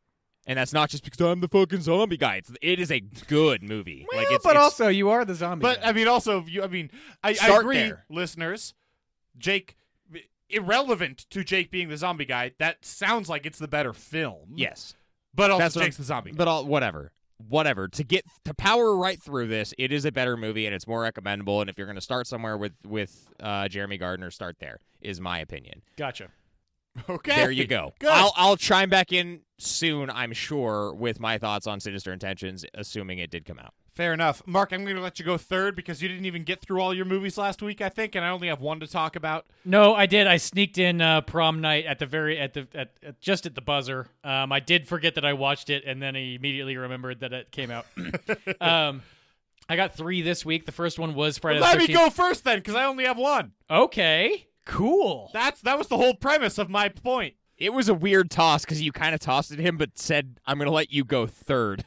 Speaker 2: and that's not just because I'm the fucking zombie guy. It's, it is a good movie. like, it's,
Speaker 8: but
Speaker 2: it's-
Speaker 8: also you are the zombie.
Speaker 1: But
Speaker 8: guy.
Speaker 1: I mean, also, you, I mean, I, I
Speaker 2: Start
Speaker 1: agree,
Speaker 2: there.
Speaker 1: listeners. Jake, irrelevant to Jake being the zombie guy, that sounds like it's the better film.
Speaker 2: yes,
Speaker 1: but also
Speaker 2: that's what
Speaker 1: Jake's
Speaker 2: I'm-
Speaker 1: the zombie. guy.
Speaker 2: But all whatever, whatever. To get to power right through this, it is a better movie and it's more recommendable. And if you're gonna start somewhere with with uh, Jeremy Gardner, start there. Is my opinion.
Speaker 3: Gotcha.
Speaker 1: okay,
Speaker 2: There you go.
Speaker 1: Good.
Speaker 2: I'll I'll chime back in soon, I'm sure, with my thoughts on Sinister Intentions, assuming it did come out.
Speaker 1: Fair enough, Mark. I'm going to let you go third because you didn't even get through all your movies last week, I think, and I only have one to talk about.
Speaker 3: No, I did. I sneaked in uh, prom night at the very at the at, at just at the buzzer. Um, I did forget that I watched it, and then I immediately remembered that it came out. um, I got three this week. The first one was Friday.
Speaker 1: let
Speaker 3: the 13th.
Speaker 1: me go first then, because I only have one.
Speaker 3: Okay, cool.
Speaker 1: That's that was the whole premise of my point.
Speaker 2: It was a weird toss because you kind of tossed at him, but said, "I'm gonna let you go third.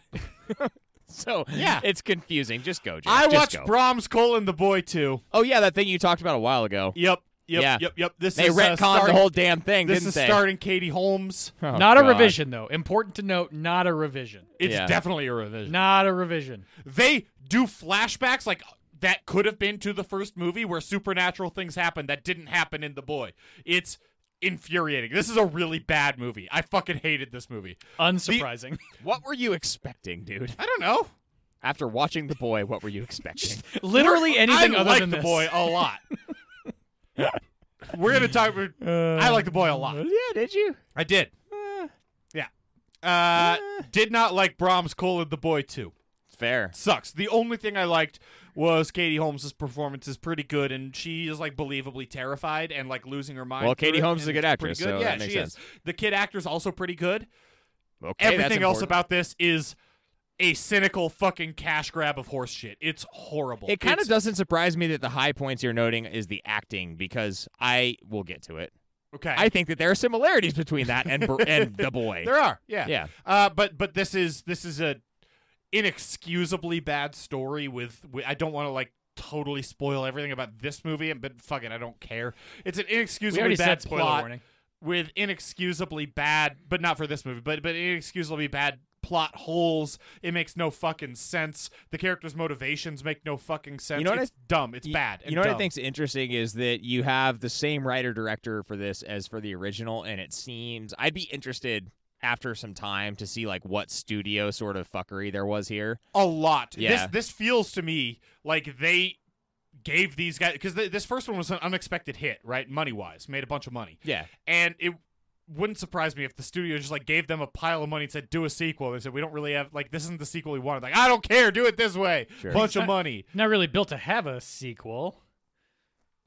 Speaker 2: so
Speaker 1: Yeah.
Speaker 2: it's confusing. Just go, Jake.
Speaker 1: I
Speaker 2: Just
Speaker 1: watched
Speaker 2: go.
Speaker 1: Brahms, Cole, and the Boy too.
Speaker 2: oh yeah, that thing you talked about a while ago.
Speaker 1: Yep, yep,
Speaker 2: Yeah.
Speaker 1: yep, yep. This
Speaker 2: They
Speaker 1: is uh,
Speaker 2: retconned the
Speaker 1: starring-
Speaker 2: whole damn thing,
Speaker 1: This
Speaker 2: didn't
Speaker 1: is
Speaker 2: they?
Speaker 1: starting Katie Holmes.
Speaker 2: Oh,
Speaker 3: not a
Speaker 2: God.
Speaker 3: revision though. Important to note, not a revision.
Speaker 1: It's
Speaker 2: Yeah.
Speaker 1: definitely a revision.
Speaker 3: Not a revision.
Speaker 1: They do flashbacks like that could have been to the first movie where supernatural things happen that didn't happen in The Boy. It's infuriating. This is a really bad movie. I fucking hated this movie.
Speaker 3: Unsurprising.
Speaker 2: What were you expecting, dude?
Speaker 1: I don't know.
Speaker 2: After watching The Boy, what were you expecting?
Speaker 3: Literally anything
Speaker 1: I
Speaker 3: other
Speaker 1: like
Speaker 3: than
Speaker 1: The
Speaker 3: this.
Speaker 1: Boy a lot. We're gonna talk. we're-
Speaker 2: Uh,
Speaker 1: I like The Boy a lot.
Speaker 2: yeah, did you?
Speaker 1: I did. Yeah. Uh, did not like Brahms, Cole, and The Boy too.
Speaker 2: Fair.
Speaker 1: sucks. The only thing I liked was Katie Holmes' performance is pretty good, and she is like believably terrified and like losing her mind.
Speaker 2: Well,
Speaker 1: through
Speaker 2: Katie
Speaker 1: it,
Speaker 2: Holmes is
Speaker 1: and
Speaker 2: a good
Speaker 1: it's pretty
Speaker 2: actress,
Speaker 1: good.
Speaker 2: so
Speaker 1: yeah,
Speaker 2: that makes
Speaker 1: she is.
Speaker 2: sense.
Speaker 1: The kid actor's also pretty good.
Speaker 2: Okay, that's
Speaker 1: Everything else
Speaker 2: important.
Speaker 1: about this is a cynical fucking cash grab of horse shit. It's horrible.
Speaker 2: It kind
Speaker 1: It's-
Speaker 2: of doesn't surprise me that the high points you're noting is the acting because I will get to it.
Speaker 1: Okay,
Speaker 2: I think that there are similarities between that and Br- and the boy.
Speaker 1: there are. Yeah,
Speaker 2: Yeah.
Speaker 1: Uh, but but this is this is a inexcusably bad story. With, with I don't want to like. Totally spoil everything about this movie, but fuck it, I don't care. It's an
Speaker 3: We
Speaker 1: inexcusably
Speaker 3: already
Speaker 1: bad
Speaker 3: said spoiler
Speaker 1: plot.
Speaker 3: warning.
Speaker 1: with inexcusably bad, but not for this movie, but but inexcusably bad plot holes. It makes no fucking sense. The characters' motivations make no fucking sense.
Speaker 2: You know what I-
Speaker 1: it's dumb. It's
Speaker 2: You-
Speaker 1: bad. and
Speaker 2: You know what I
Speaker 1: dumb.
Speaker 2: think's interesting is that you have the same writer director for this as for the original, and it seems I'd be interested after some time to see like what studio sort of fuckery there was here.
Speaker 1: A lot.
Speaker 2: Yeah.
Speaker 1: This this feels to me like they gave these guys because th- this first one was an unexpected hit, right? Money wise, made a bunch of money.
Speaker 2: Yeah.
Speaker 1: and it wouldn't surprise me if the studio just like gave them a pile of money and said do a sequel. They said we don't really have like this isn't the sequel we wanted. Like I don't care, do it this way.
Speaker 2: Sure.
Speaker 1: Bunch of money.
Speaker 3: Not really built to have a sequel.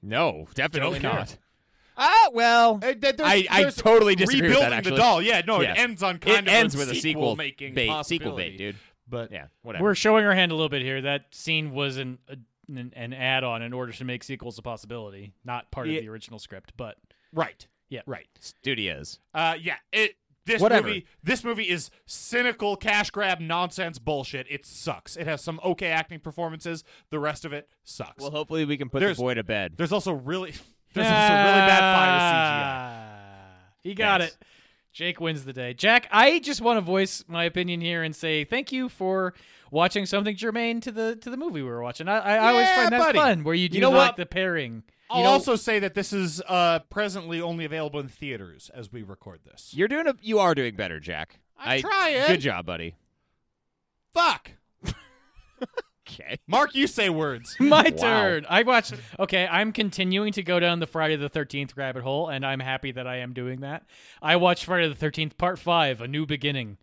Speaker 2: No, definitely
Speaker 1: care.
Speaker 2: not. Ah, well,
Speaker 1: Uh, th- there's-
Speaker 2: I, I
Speaker 1: there's
Speaker 2: totally disagree with
Speaker 1: rebuilding
Speaker 2: that. Actually,
Speaker 1: the doll. Yeah, no,
Speaker 2: Yeah.
Speaker 1: it ends on
Speaker 2: it
Speaker 1: kind of
Speaker 2: ends
Speaker 1: a
Speaker 2: with a
Speaker 1: sequel
Speaker 2: sequel
Speaker 1: making
Speaker 2: bait,
Speaker 1: possibility.
Speaker 2: sequel bait, dude.
Speaker 1: But
Speaker 2: Yeah, whatever.
Speaker 3: We're showing our hand a little bit here. That scene was an an, an add-on in order to make sequels a possibility, not part
Speaker 2: Yeah.
Speaker 3: of the original script. But
Speaker 1: right,
Speaker 3: Yeah.
Speaker 1: right.
Speaker 2: studios.
Speaker 1: Uh, yeah, it. This
Speaker 2: Whatever.
Speaker 1: movie, this movie is cynical cash grab nonsense bullshit. It sucks. It has some okay acting performances. The rest of it sucks.
Speaker 2: Well, hopefully we can put
Speaker 1: There's-
Speaker 2: the boy to bed. Ah.
Speaker 1: there's also really, there's also really bad fire CGI.
Speaker 3: CGI. He got
Speaker 2: Thanks.
Speaker 3: it. Jake wins the day. Jack, I just want to voice my opinion here and say thank you for watching something germane to the to the movie we were watching. I, I always
Speaker 1: Yeah,
Speaker 3: find that
Speaker 1: buddy.
Speaker 3: fun where you do
Speaker 1: know
Speaker 3: like
Speaker 1: what?
Speaker 3: the pairing.
Speaker 1: I'll also say that this is uh, presently only available in theaters as we record this.
Speaker 2: You're doing a, you are doing better, Jack.
Speaker 1: I'm
Speaker 2: I-
Speaker 1: trying.
Speaker 2: Good job, buddy.
Speaker 1: Fuck.
Speaker 2: Okay.
Speaker 1: Mark, you say words.
Speaker 3: My turn. I watched. Okay, I'm continuing to go down the Friday the 13th rabbit hole, and I'm happy that I am doing that. I watched Friday the 13th Part 5, A New Beginning.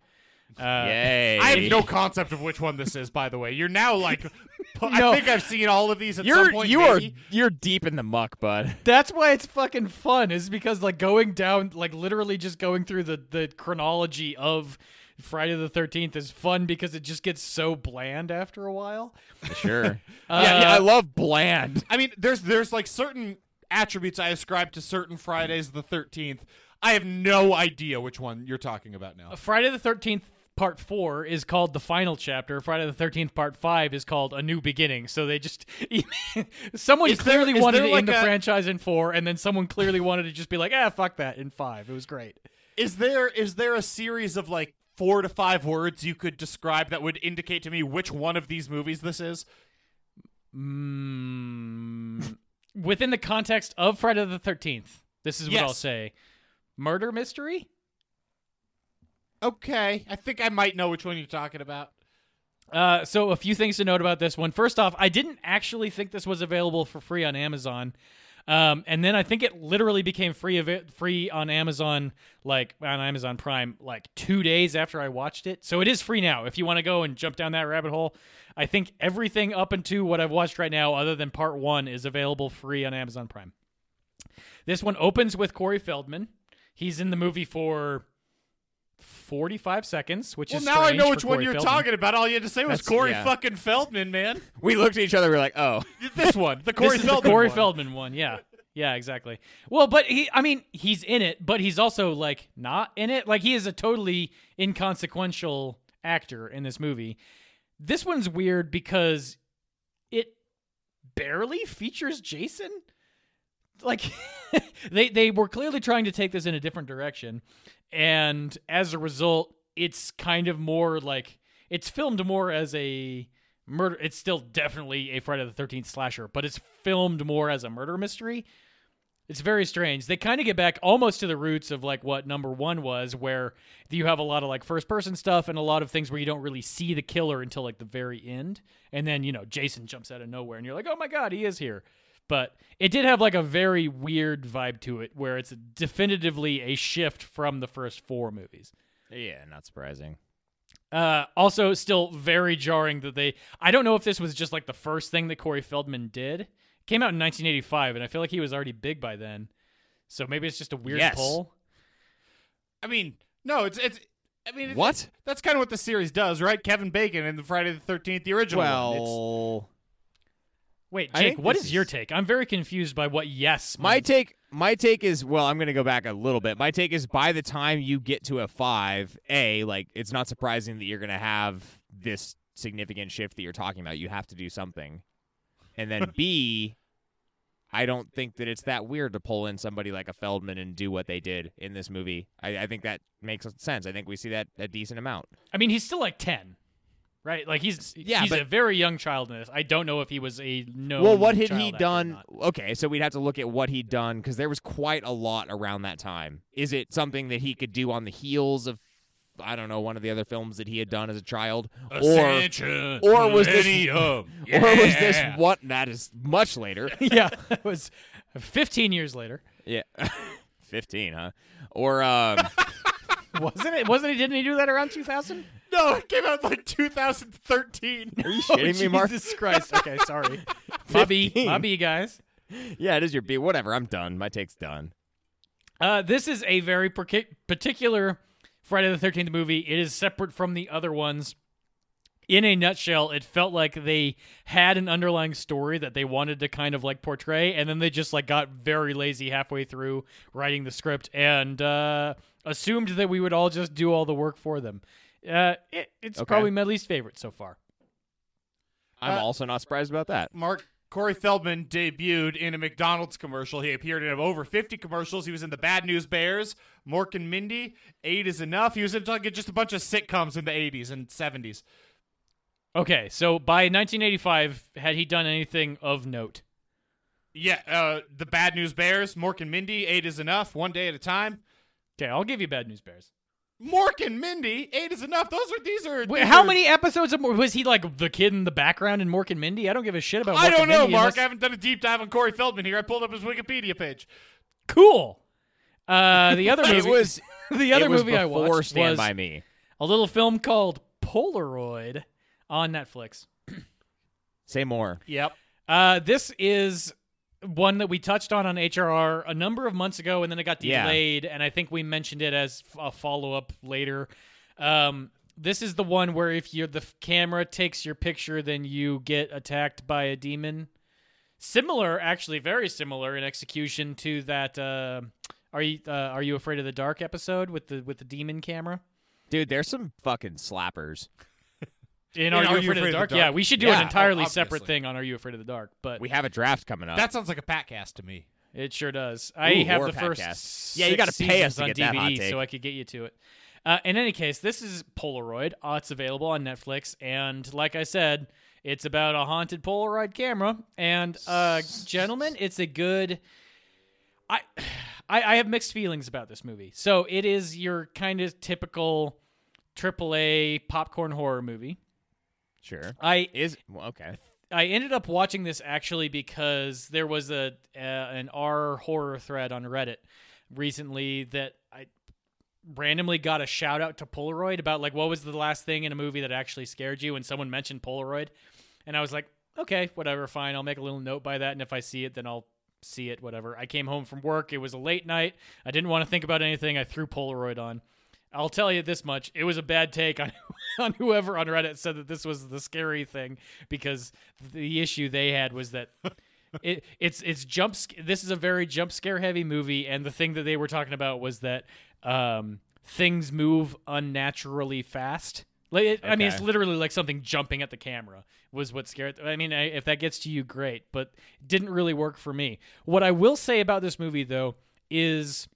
Speaker 3: Uh,
Speaker 2: Yay.
Speaker 1: I have no concept of which one this is, by the way. You're now like, pu-
Speaker 3: No.
Speaker 1: I think I've seen all of these at
Speaker 2: You're
Speaker 1: some point.
Speaker 2: you
Speaker 1: maybe.
Speaker 2: are you're deep in the muck, bud.
Speaker 3: That's why it's fucking fun, is because, like, going down, like, literally just going through the, the chronology of Friday the 13th is fun because it just gets so bland after a while.
Speaker 2: Sure.
Speaker 3: Uh,
Speaker 2: yeah, yeah, I love bland.
Speaker 1: I mean, there's there's like certain attributes I ascribe to certain Fridays the Thirteenth. I have no idea which one you're talking about now.
Speaker 3: Friday the 13th part 4 is called the final chapter friday the 13th part 5 is called a new beginning so they just someone
Speaker 1: Is there-
Speaker 3: clearly
Speaker 1: is
Speaker 3: wanted
Speaker 1: there
Speaker 3: it in
Speaker 1: like
Speaker 3: the
Speaker 1: a-
Speaker 3: franchise in 4 and then someone clearly wanted to just be like ah fuck that in 5 it was great
Speaker 1: Is there is there a series of like four to five words you could describe that would indicate to me which one of these movies this is?
Speaker 3: mm, within the context of friday the 13th this is what i'll
Speaker 1: Yes.
Speaker 3: say murder mystery
Speaker 1: Okay, I think I might know which one you're talking about.
Speaker 3: Uh, so a few things to note about this one. First off, I didn't actually think this was available for free on Amazon. Um, and then I think it literally became free of it, free on Amazon, like on Amazon Prime, like two days after I watched it. So it is free now. If you want to go and jump down that rabbit hole, I think everything up into what I've watched right now, other than part one, is available free on Amazon Prime. This one opens with Corey Feldman. He's in the movie for forty-five seconds, which
Speaker 1: Well,
Speaker 3: is
Speaker 1: now I
Speaker 3: strange
Speaker 1: know
Speaker 3: for
Speaker 1: which one
Speaker 3: Corey
Speaker 1: you're
Speaker 3: Feldman.
Speaker 1: talking about. All you had to say was
Speaker 2: That's-
Speaker 1: Corey
Speaker 2: yeah.
Speaker 1: fucking Feldman, man.
Speaker 2: We looked at each other. We're like, oh,
Speaker 1: This one, the Corey
Speaker 3: this is the
Speaker 1: Feldman.
Speaker 3: Corey
Speaker 1: one.
Speaker 3: Feldman one. Yeah. Yeah, exactly. Well, but he I mean, he's in it, but he's also like not in it. Like he is a totally inconsequential actor in this movie. This one's weird because it barely features Jason. Like they they were clearly trying to take this in a different direction, and as a result, it's kind of more like it's filmed more as a murder. It's still definitely a Friday the Thirteenth slasher, but it's filmed more as a murder mystery. It's very strange. They kind of get back almost to the roots of like what number one was, where you have a lot of like first person stuff and a lot of things where you don't really see the killer until like the very end. And then, you know, Jason jumps out of nowhere and you're like, oh my God, he is here. But it did have like a very weird vibe to it where it's definitively a shift from the first four movies.
Speaker 2: yeah, not surprising.
Speaker 3: Uh, also, still very jarring that they. I don't know if this was just like the first thing that Corey Feldman did. Came out in 1985, and I feel like he was already big by then. So maybe it's just a weird
Speaker 2: Yes.
Speaker 3: pull.
Speaker 1: I mean, no, it's it's. I mean, it's-
Speaker 2: What?
Speaker 1: That's kind of what the series does, right? Kevin Bacon and the Friday the Thirteenth, the original. one. It's-
Speaker 2: Well,
Speaker 3: Wait,
Speaker 2: I
Speaker 3: Jake,
Speaker 2: think
Speaker 3: what
Speaker 2: this
Speaker 3: is your
Speaker 2: is-
Speaker 3: take? I'm very confused by what yes.
Speaker 2: my
Speaker 3: means.
Speaker 2: take, my take is well, I'm gonna go back a little bit. My take is by the time you get to a five, a like it's not surprising that you're gonna have this significant shift that you're talking about. You have to do something, and then b. I don't think that it's that weird to pull in somebody like a Feldman and do what they did in this movie. I, I think that makes sense. I think we see that a decent amount.
Speaker 3: I mean, he's still like 10, right? Like he's
Speaker 2: Yeah,
Speaker 3: he's
Speaker 2: but-
Speaker 3: a very young child in this. I don't know if he was a no.
Speaker 2: well, what had he done? Okay, so we'd have to look at what he'd done because there was quite a lot around that time. Is it something that he could do on the heels of, I don't know, one of the other films that he had done as a child, or or was this- or was this what? That is much later.
Speaker 3: yeah, it was 15 years later,
Speaker 2: yeah, fifteen, huh? Or um,
Speaker 3: wasn't it? Wasn't he? Didn't he do that around 2000?
Speaker 1: No, it came out in, like 2013.
Speaker 2: are you shitting me, Mark?
Speaker 3: Oh, Jesus Christ. Okay, sorry. Bobby,
Speaker 2: 15.
Speaker 3: Bobby, guys.
Speaker 2: Yeah, it is your B. Whatever, I'm done. My take's done.
Speaker 3: Uh, this is a very partic- particular Friday the 13th movie. It is separate from the other ones. In a nutshell, it felt like they had an underlying story that they wanted to kind of like portray, and then they just like got very lazy halfway through writing the script and uh, assumed that we would all just do all the work for them. Uh, it, it's
Speaker 2: Okay.
Speaker 3: probably my least favorite so far.
Speaker 2: I'm
Speaker 1: Uh,
Speaker 2: also not surprised about that.
Speaker 1: Mark, Corey Feldman debuted in a McDonald's commercial. He appeared in over 50 commercials. He was in the Bad News Bears, Mork and Mindy, Eight is Enough. He was in like, just a bunch of sitcoms in the 80s and 70s.
Speaker 3: Okay, so by 1985, had he done anything of note?
Speaker 1: Yeah, uh, the Bad News Bears, Mork and Mindy, Eight is Enough, One Day at a Time.
Speaker 3: Okay, I'll give you Bad News Bears.
Speaker 1: Mork and Mindy, Eight is Enough. Those are these are.
Speaker 3: Wait,
Speaker 1: these
Speaker 3: how
Speaker 1: are-
Speaker 3: many episodes of Mor- was he like the kid in the background in Mork and Mindy? I don't give a shit about. Mork
Speaker 1: I don't
Speaker 3: and
Speaker 1: know,
Speaker 3: Mindy
Speaker 1: Mark.
Speaker 3: unless-
Speaker 1: I haven't done a deep dive on Corey Feldman here. I pulled up his Wikipedia page.
Speaker 3: Cool. Uh, the other
Speaker 2: It
Speaker 3: movie
Speaker 2: was
Speaker 3: the other
Speaker 2: it was
Speaker 3: movie I
Speaker 2: before
Speaker 3: watched
Speaker 2: Stand
Speaker 3: was
Speaker 2: by Me.
Speaker 3: a little film called Polaroid on Netflix.
Speaker 2: Say more.
Speaker 1: Yep.
Speaker 3: Uh, this is one that we touched on on HRR a number of months ago, and then it got
Speaker 2: Yeah.
Speaker 3: delayed, and I think we mentioned it as f- a follow up later. Um, this is the one where if you the f- camera takes your picture, then you get attacked by a demon. Similar, actually, very similar in execution to that. Uh, are you uh, Are you afraid of the dark episode with the with the demon camera?
Speaker 2: Dude, there's some fucking slappers.
Speaker 3: In
Speaker 1: Yeah,
Speaker 3: Are You Afraid, of the Dark? Yeah, we should do
Speaker 2: Yeah,
Speaker 3: an
Speaker 2: oh,
Speaker 3: entirely separate
Speaker 1: obviously.
Speaker 3: thing on Are You Afraid of the Dark, but
Speaker 2: We have a draft coming up.
Speaker 1: That sounds like a pat cast to me.
Speaker 3: It sure does. I
Speaker 2: Ooh,
Speaker 3: have
Speaker 2: or
Speaker 3: the first.
Speaker 2: podcast. Yeah, you
Speaker 3: six
Speaker 2: gotta pay us
Speaker 3: seasons
Speaker 2: to
Speaker 3: on
Speaker 2: get
Speaker 3: DVD
Speaker 2: that hot take.
Speaker 3: so I could get you to it. Uh, in any case, this is Polaroid. Uh, it's available on Netflix, and like I said, it's about a haunted Polaroid camera. And uh, gentlemen, it's a good. I, I I have mixed feelings about this movie. So it is your kind of typical AAA popcorn horror movie.
Speaker 2: sure.
Speaker 3: I
Speaker 2: Is well, okay.
Speaker 3: I ended up watching this actually because there was a uh, an R horror thread on Reddit recently that I randomly got a shout out to Polaroid about like what was the last thing in a movie that actually scared you and someone mentioned Polaroid and I was like okay whatever fine I'll make a little note by that and if I see it then I'll see it whatever I came home from work it was a late night I didn't want to think about anything I threw Polaroid on I'll tell you this much: it was a bad take on on whoever on Reddit said that this was the scary thing because the issue they had was that it it's it's jump. sc- This is a very jump scare heavy movie, and the thing that they were talking about was that um, things move unnaturally fast. Like, it, I mean, it's
Speaker 2: Okay.
Speaker 3: literally like something jumping at the camera was what scared. I mean, I, if that gets to you, great, but it didn't really work for me. What I will say about this movie, though, is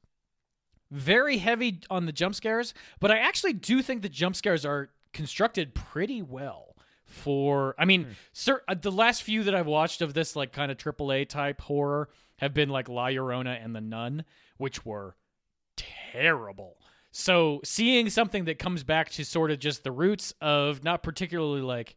Speaker 3: very heavy on the jump scares, but I actually do think the jump scares are constructed pretty well. For I mean, sir, uh, the last few that I've watched of this like kind of AAA type horror have been like La Llorona and The Nun, which were terrible. So seeing something that comes back to sort of just the roots of not particularly like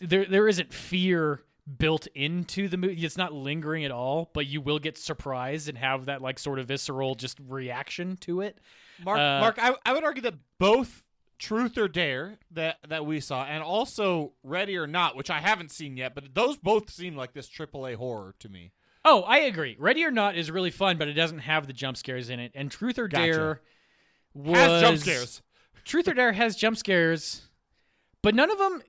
Speaker 3: there there isn't fear built into the movie. It's not lingering at all, but you will get surprised and have that like sort of visceral just reaction to it.
Speaker 1: Mark,
Speaker 3: Uh,
Speaker 1: Mark, I, I would argue that both Truth or Dare that that we saw, and also Ready or Not, which I haven't seen yet, but those both seem like this AAA horror to me.
Speaker 3: Oh, I agree. Ready or Not is really fun, but it doesn't have the jump scares in it. And Truth or
Speaker 1: Gotcha.
Speaker 3: Dare was
Speaker 1: Has jump scares.
Speaker 3: Truth or Dare has jump scares, but none of them.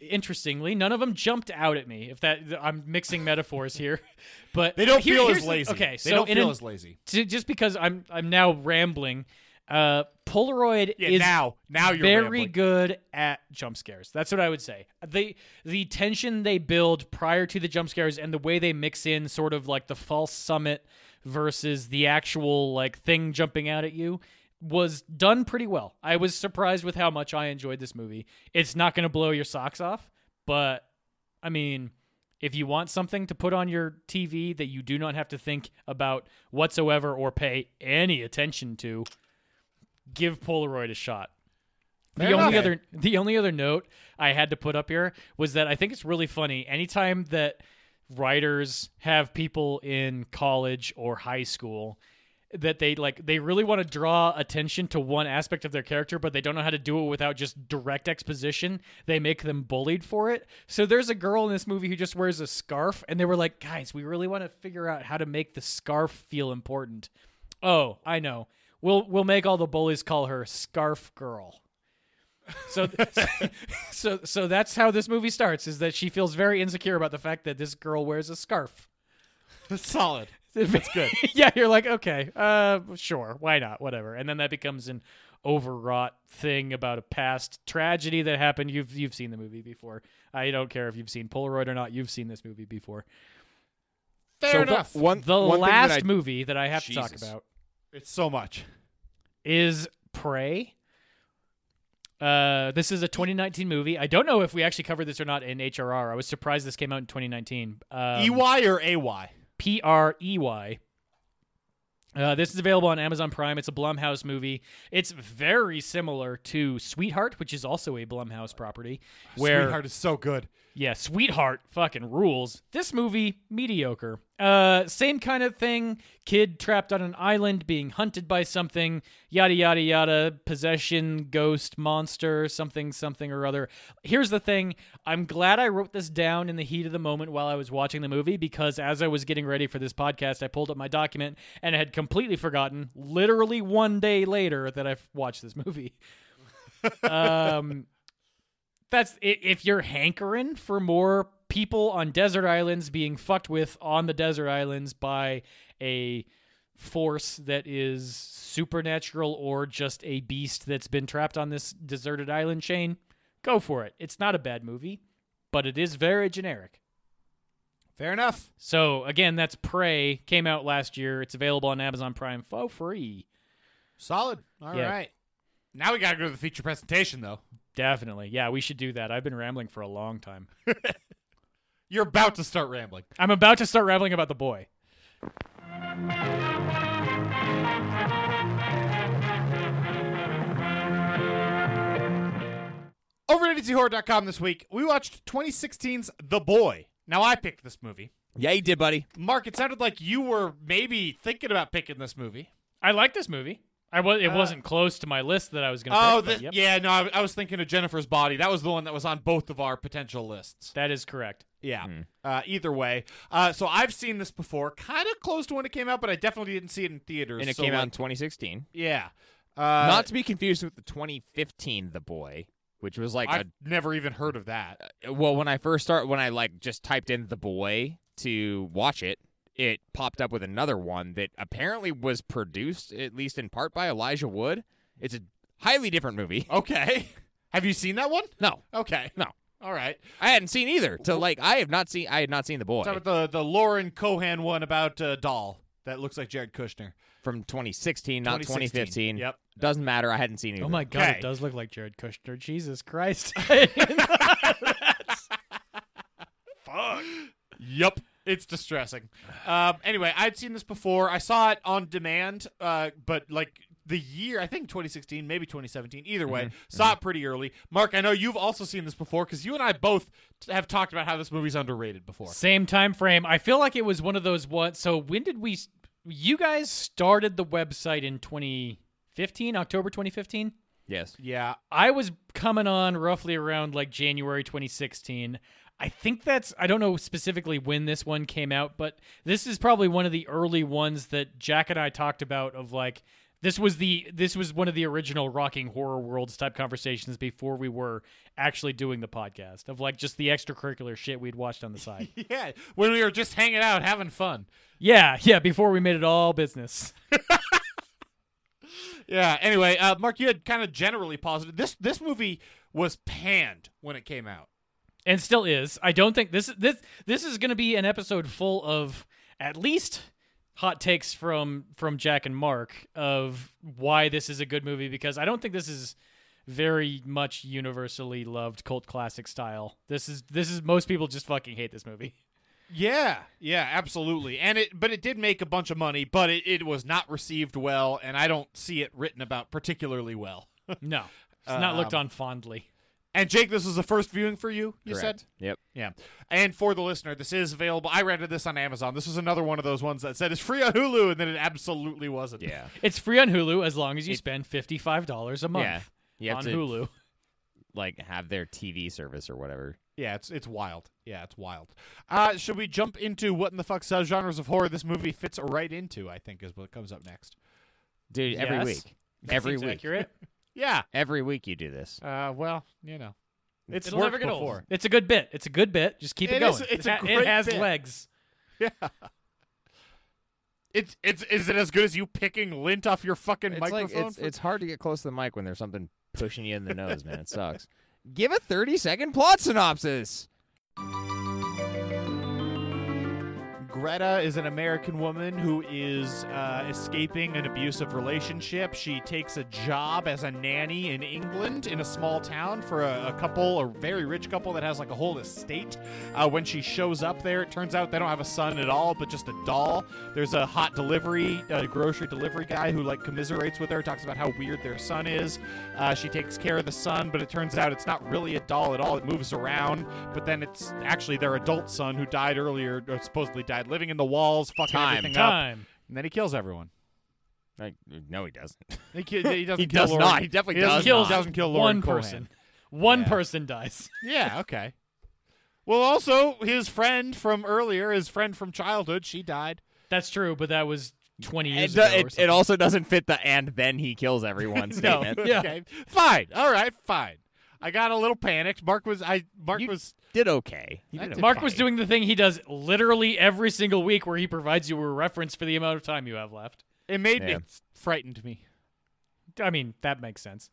Speaker 3: Interestingly, none of them jumped out at me. If that I'm mixing metaphors here, but
Speaker 1: They don't
Speaker 3: here-
Speaker 1: feel
Speaker 3: here's
Speaker 1: as
Speaker 3: the-
Speaker 1: lazy.
Speaker 3: Okay, so
Speaker 1: they don't
Speaker 3: in
Speaker 1: feel
Speaker 3: an-
Speaker 1: as lazy.
Speaker 3: to, just because I'm I'm now rambling. Uh, Polaroid
Speaker 1: Yeah,
Speaker 3: is
Speaker 1: now, now you're
Speaker 3: very
Speaker 1: rambling.
Speaker 3: good at jump scares. That's what I would say. The the tension they build prior to the jump scares and the way they mix in sort of like the false summit versus the actual like thing jumping out at you was done pretty well. I was surprised with how much I enjoyed this movie. It's not going to blow your socks off, but I mean, if you want something to put on your TV that you do not have to think about whatsoever or pay any attention to, give Polaroid a shot.
Speaker 1: Fair
Speaker 3: the only
Speaker 1: enough.
Speaker 3: other the only other note I had to put up here was that I think it's really funny anytime that writers have people in college or high school that they like they really want to draw attention to one aspect of their character but they don't know how to do it without just direct exposition they make them bullied for it so there's a girl in this movie who just wears a scarf and they were like guys we really want to figure out how to make the scarf feel important oh i know we'll we'll make all the bullies call her scarf girl so so so that's how this movie starts is that she feels very insecure about the fact that this girl wears a scarf
Speaker 1: Solid.
Speaker 3: that's good. yeah, you're like, okay, uh, sure, why not, whatever. And then that becomes an overwrought thing about a past tragedy that happened. You've you've seen the movie before. I don't care if you've seen Polaroid or not. You've seen this movie before.
Speaker 1: Fair
Speaker 3: So the-
Speaker 1: enough.
Speaker 3: The
Speaker 2: one thing that
Speaker 3: last
Speaker 2: I-
Speaker 3: movie that I have to talk
Speaker 2: Jesus.
Speaker 3: about
Speaker 1: it's so much.
Speaker 3: is Prey. Uh, this is a 2019 movie. I don't know if we actually covered this or not in HRR. I was surprised this came out in 2019. Um,
Speaker 1: EY E or AY?
Speaker 3: P R E Y. Uh, this is available on Amazon Prime. It's a Blumhouse movie. It's very similar to Sweetheart, which is also a Blumhouse property. Where
Speaker 1: Sweetheart is so good.
Speaker 3: yeah, Sweetheart fucking rules. This movie mediocre. Uh, same kind of thing. Kid trapped on an island, being hunted by something. Yada yada yada. Possession, ghost, monster, something something or other. Here's the thing. I'm glad I wrote this down in the heat of the moment while I was watching the movie because as I was getting ready for this podcast, I pulled up my document and I had completely forgotten, literally one day later, that I've watched this movie. um that's i- if you're hankering for more people on desert islands being fucked with on the desert islands by a force that is supernatural or just a beast that's been trapped on this deserted island chain go for it it's not a bad movie but it is very generic
Speaker 1: Fair enough.
Speaker 3: so again that's prey came out last year it's available on amazon prime for free
Speaker 1: Solid. All right.
Speaker 3: Yeah.
Speaker 1: Now we gotta go to the feature presentation though.
Speaker 3: definitely yeah we should do that i've been rambling for a long time
Speaker 1: You're about to start rambling.
Speaker 3: i'm about to start rambling about the boy
Speaker 1: Over at ADCHorror.com this week, we watched 2016's The Boy. Now I picked this movie.
Speaker 2: Yeah, you did, buddy.
Speaker 1: Mark, it sounded like you were maybe thinking about picking this movie.
Speaker 3: I like this movie. I was it wasn't close to my list that I was gonna.
Speaker 1: Uh, Oh,
Speaker 3: pick, but
Speaker 1: the,
Speaker 3: yep.
Speaker 1: yeah, no, I, I was thinking of Jennifer's Body. That was the one that was on both of our potential lists.
Speaker 3: that is correct.
Speaker 1: Yeah.
Speaker 2: Hmm.
Speaker 1: Uh, either way, uh, so I've seen this before, kind of close to when it came out, but I definitely didn't see it in theaters.
Speaker 2: And it
Speaker 1: so,
Speaker 2: came out in
Speaker 1: like,
Speaker 2: 2016.
Speaker 1: yeah. Uh,
Speaker 2: Not to be confused with the 2015 The Boy, which was like Uh,
Speaker 1: I've never even heard of that.
Speaker 2: a well when I first start when I like just typed in The Boy to watch it, it popped up with another one that apparently was produced at least in part by Elijah Wood. It's a highly different movie.
Speaker 1: Oh. Okay. Have you seen that one?
Speaker 2: No,
Speaker 1: Okay.
Speaker 2: No.
Speaker 1: All right.
Speaker 2: I hadn't seen either. To like I have not seen I had not seen The Boy
Speaker 1: Talk about the the Lauren Cohan one about uh, doll that looks like Jared Kushner.
Speaker 2: from 2016, not
Speaker 1: 2016.
Speaker 2: 2015.
Speaker 1: Yep.
Speaker 2: Doesn't matter. I hadn't seen either.
Speaker 3: Oh my god,
Speaker 1: Okay.
Speaker 3: it does look like Jared Kushner. Jesus Christ!
Speaker 1: Fuck. Yep. It's distressing. Um, anyway, I'd seen this before. I saw it on demand, uh, but like the year, I think 2016, maybe 2017, either way, saw it pretty early. Mark, I know you've also seen this before because you and I both t- have talked about how this movie's underrated before.
Speaker 3: Same time frame. I feel like it was one of those what? So when did we? s- You guys started the website in 2015, October 2015.
Speaker 2: Yes.
Speaker 1: Yeah.
Speaker 3: I was coming on roughly around like January 2016. I think that's I don't know specifically when this one came out, but this is probably one of the early ones that Jack and I talked about of like this was the this was one of the original rocking horror worlds type conversations before we were actually doing the podcast of like just the extracurricular shit we'd watched on the side.
Speaker 1: Yeah. When we were just hanging out, having fun.
Speaker 3: yeah, yeah, before we made it all business.
Speaker 1: Yeah. Anyway, uh, Mark, you had kind of generally positive. This this movie was panned when it came out.
Speaker 3: and still is. I don't think this this this is going to be an episode full of at least hot takes from from Jack and Mark of why this is a good movie because I don't think this is very much universally loved cult classic style. This is this is most people just fucking hate this movie.
Speaker 1: Yeah, yeah, absolutely. And it but it did make a bunch of money, but it, it was not received well, and I don't see it written about particularly well.
Speaker 3: No. It's not looked on fondly.
Speaker 1: and Jake, this was the first viewing for you, you
Speaker 2: Correct.
Speaker 1: said?
Speaker 2: Yep.
Speaker 1: Yeah. And for the listener, this is available. I rented this on Amazon. This was another one of those ones that said it's free on Hulu, and then it absolutely wasn't.
Speaker 2: Yeah.
Speaker 3: It's free on Hulu as long as you spend $55 a month
Speaker 2: Yeah. You have
Speaker 3: on
Speaker 2: to
Speaker 3: Hulu.
Speaker 2: like have their TV service or whatever.
Speaker 1: Yeah, it's it's wild. Yeah, it's wild. Uh, should we jump into what in the fuck subgenres of horror this movie fits right into, I think is what comes up next.
Speaker 2: Dude, every
Speaker 3: Yes.
Speaker 2: week. Every
Speaker 3: Seems
Speaker 2: week.
Speaker 3: accurate.
Speaker 1: Yeah.
Speaker 2: Every week you do this.
Speaker 1: Uh, well, you know. It's
Speaker 3: It'll
Speaker 1: worked
Speaker 3: never get old.
Speaker 1: before.
Speaker 3: It's a good bit. It's a good bit. Just keep it,
Speaker 1: It
Speaker 3: going.
Speaker 1: is- it's
Speaker 3: it,
Speaker 1: a
Speaker 3: ha- it
Speaker 1: great
Speaker 3: has
Speaker 1: bit.
Speaker 3: legs.
Speaker 1: Yeah. It's it's is it as good as you picking lint off your fucking
Speaker 2: It's like
Speaker 1: microphone?
Speaker 2: it's,
Speaker 1: for-
Speaker 2: it's hard to get close to the mic when there's something pushing you in the nose, man. It sucks. Give a 30 second plot synopsis.
Speaker 1: Greta is an American woman who is uh, escaping an abusive relationship. She takes a job as a nanny in England in a small town for a, a couple, a very rich couple that has like a whole estate. Uh, when she shows up there, it turns out they don't have a son at all, but just a doll. There's a hot delivery, uh, grocery delivery guy who like commiserates with her, talks about how weird their son is. Uh, she takes care of the son, but it turns out it's not really a doll at all. It moves around, but then it's actually their adult son who died earlier, or supposedly died living in the walls, fucking
Speaker 2: Time.
Speaker 1: everything up,
Speaker 3: Time.
Speaker 1: and then he kills everyone.
Speaker 2: Like, no, he doesn't.
Speaker 1: He, ki- he doesn't
Speaker 2: He
Speaker 1: kill
Speaker 2: does
Speaker 1: Lauren.
Speaker 2: not. He definitely
Speaker 1: doesn't-
Speaker 2: does
Speaker 1: He
Speaker 2: not.
Speaker 1: doesn't kill Lauren
Speaker 3: One
Speaker 1: Cohan.
Speaker 3: person. One
Speaker 2: Yeah.
Speaker 3: person dies.
Speaker 1: Yeah. Okay. Well, also his friend from earlier, his friend from childhood, she died.
Speaker 3: That's true, but that was 20
Speaker 2: It,
Speaker 3: years
Speaker 2: do-
Speaker 3: ago. or
Speaker 2: it, it
Speaker 3: something.
Speaker 2: also doesn't fit the and then he kills everyone
Speaker 1: No.
Speaker 2: statement.
Speaker 3: Yeah.
Speaker 1: Okay. Fine. All right. Fine. I got a little panicked. Mark was. I. Mark
Speaker 2: You-
Speaker 1: was.
Speaker 2: Did okay. You
Speaker 1: I
Speaker 2: did
Speaker 1: did
Speaker 3: Mark
Speaker 2: okay.
Speaker 3: was doing the thing he does literally every single week where he provides you a reference for the amount of time you have left.
Speaker 1: It made
Speaker 2: Yeah.
Speaker 1: me. It frightened me.
Speaker 3: I mean, that makes sense.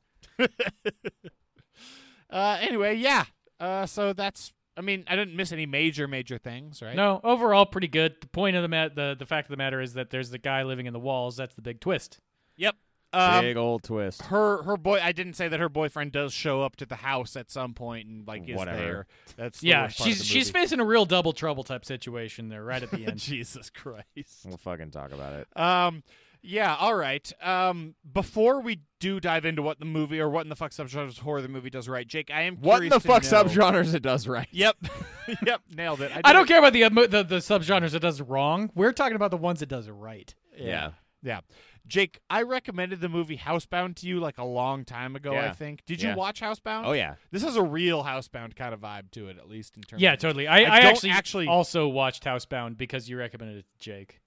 Speaker 1: Uh. Anyway. Yeah. Uh. So that's. I mean, I didn't miss any major, major things, right?
Speaker 3: No, overall pretty good. The point of the mat the, the fact of the matter is that there's the guy living in the walls, that's the big twist.
Speaker 1: Yep. Um,
Speaker 2: Big old twist.
Speaker 1: her her boy. I didn't say that her boyfriend does show up to the house at some point and like is
Speaker 2: Whatever.
Speaker 1: there. That's the
Speaker 3: yeah,
Speaker 1: worst part of
Speaker 3: she's
Speaker 1: the
Speaker 3: she's
Speaker 1: movie.
Speaker 3: facing a real double trouble type situation there right at the end.
Speaker 1: Jesus Christ.
Speaker 2: We'll fucking talk about it.
Speaker 1: Um, yeah, all right. Um, before we do dive into what the movie or what in the fuck subgenres of horror the movie does right, Jake, I am
Speaker 2: What in
Speaker 1: curious
Speaker 2: the
Speaker 1: to
Speaker 2: fuck
Speaker 1: know-
Speaker 2: subgenres it does right?
Speaker 1: Yep, yep, nailed it. I,
Speaker 3: I
Speaker 1: did
Speaker 3: don't
Speaker 1: it.
Speaker 3: care about the, uh, mo- the the subgenres it does wrong. We're talking about the ones it does right.
Speaker 2: Yeah.
Speaker 1: Yeah, Jake, I recommended the movie Housebound to you like a long time ago. I
Speaker 2: Yeah.
Speaker 1: think. Did you
Speaker 2: Yeah.
Speaker 1: watch Housebound?
Speaker 2: Oh yeah.
Speaker 1: This has a real Housebound kind of vibe to it, at least in terms.
Speaker 3: Yeah,
Speaker 1: of-
Speaker 3: totally. I, I,
Speaker 1: don't
Speaker 3: actually,
Speaker 1: actually-
Speaker 3: also watched Housebound because you recommended it to Jake.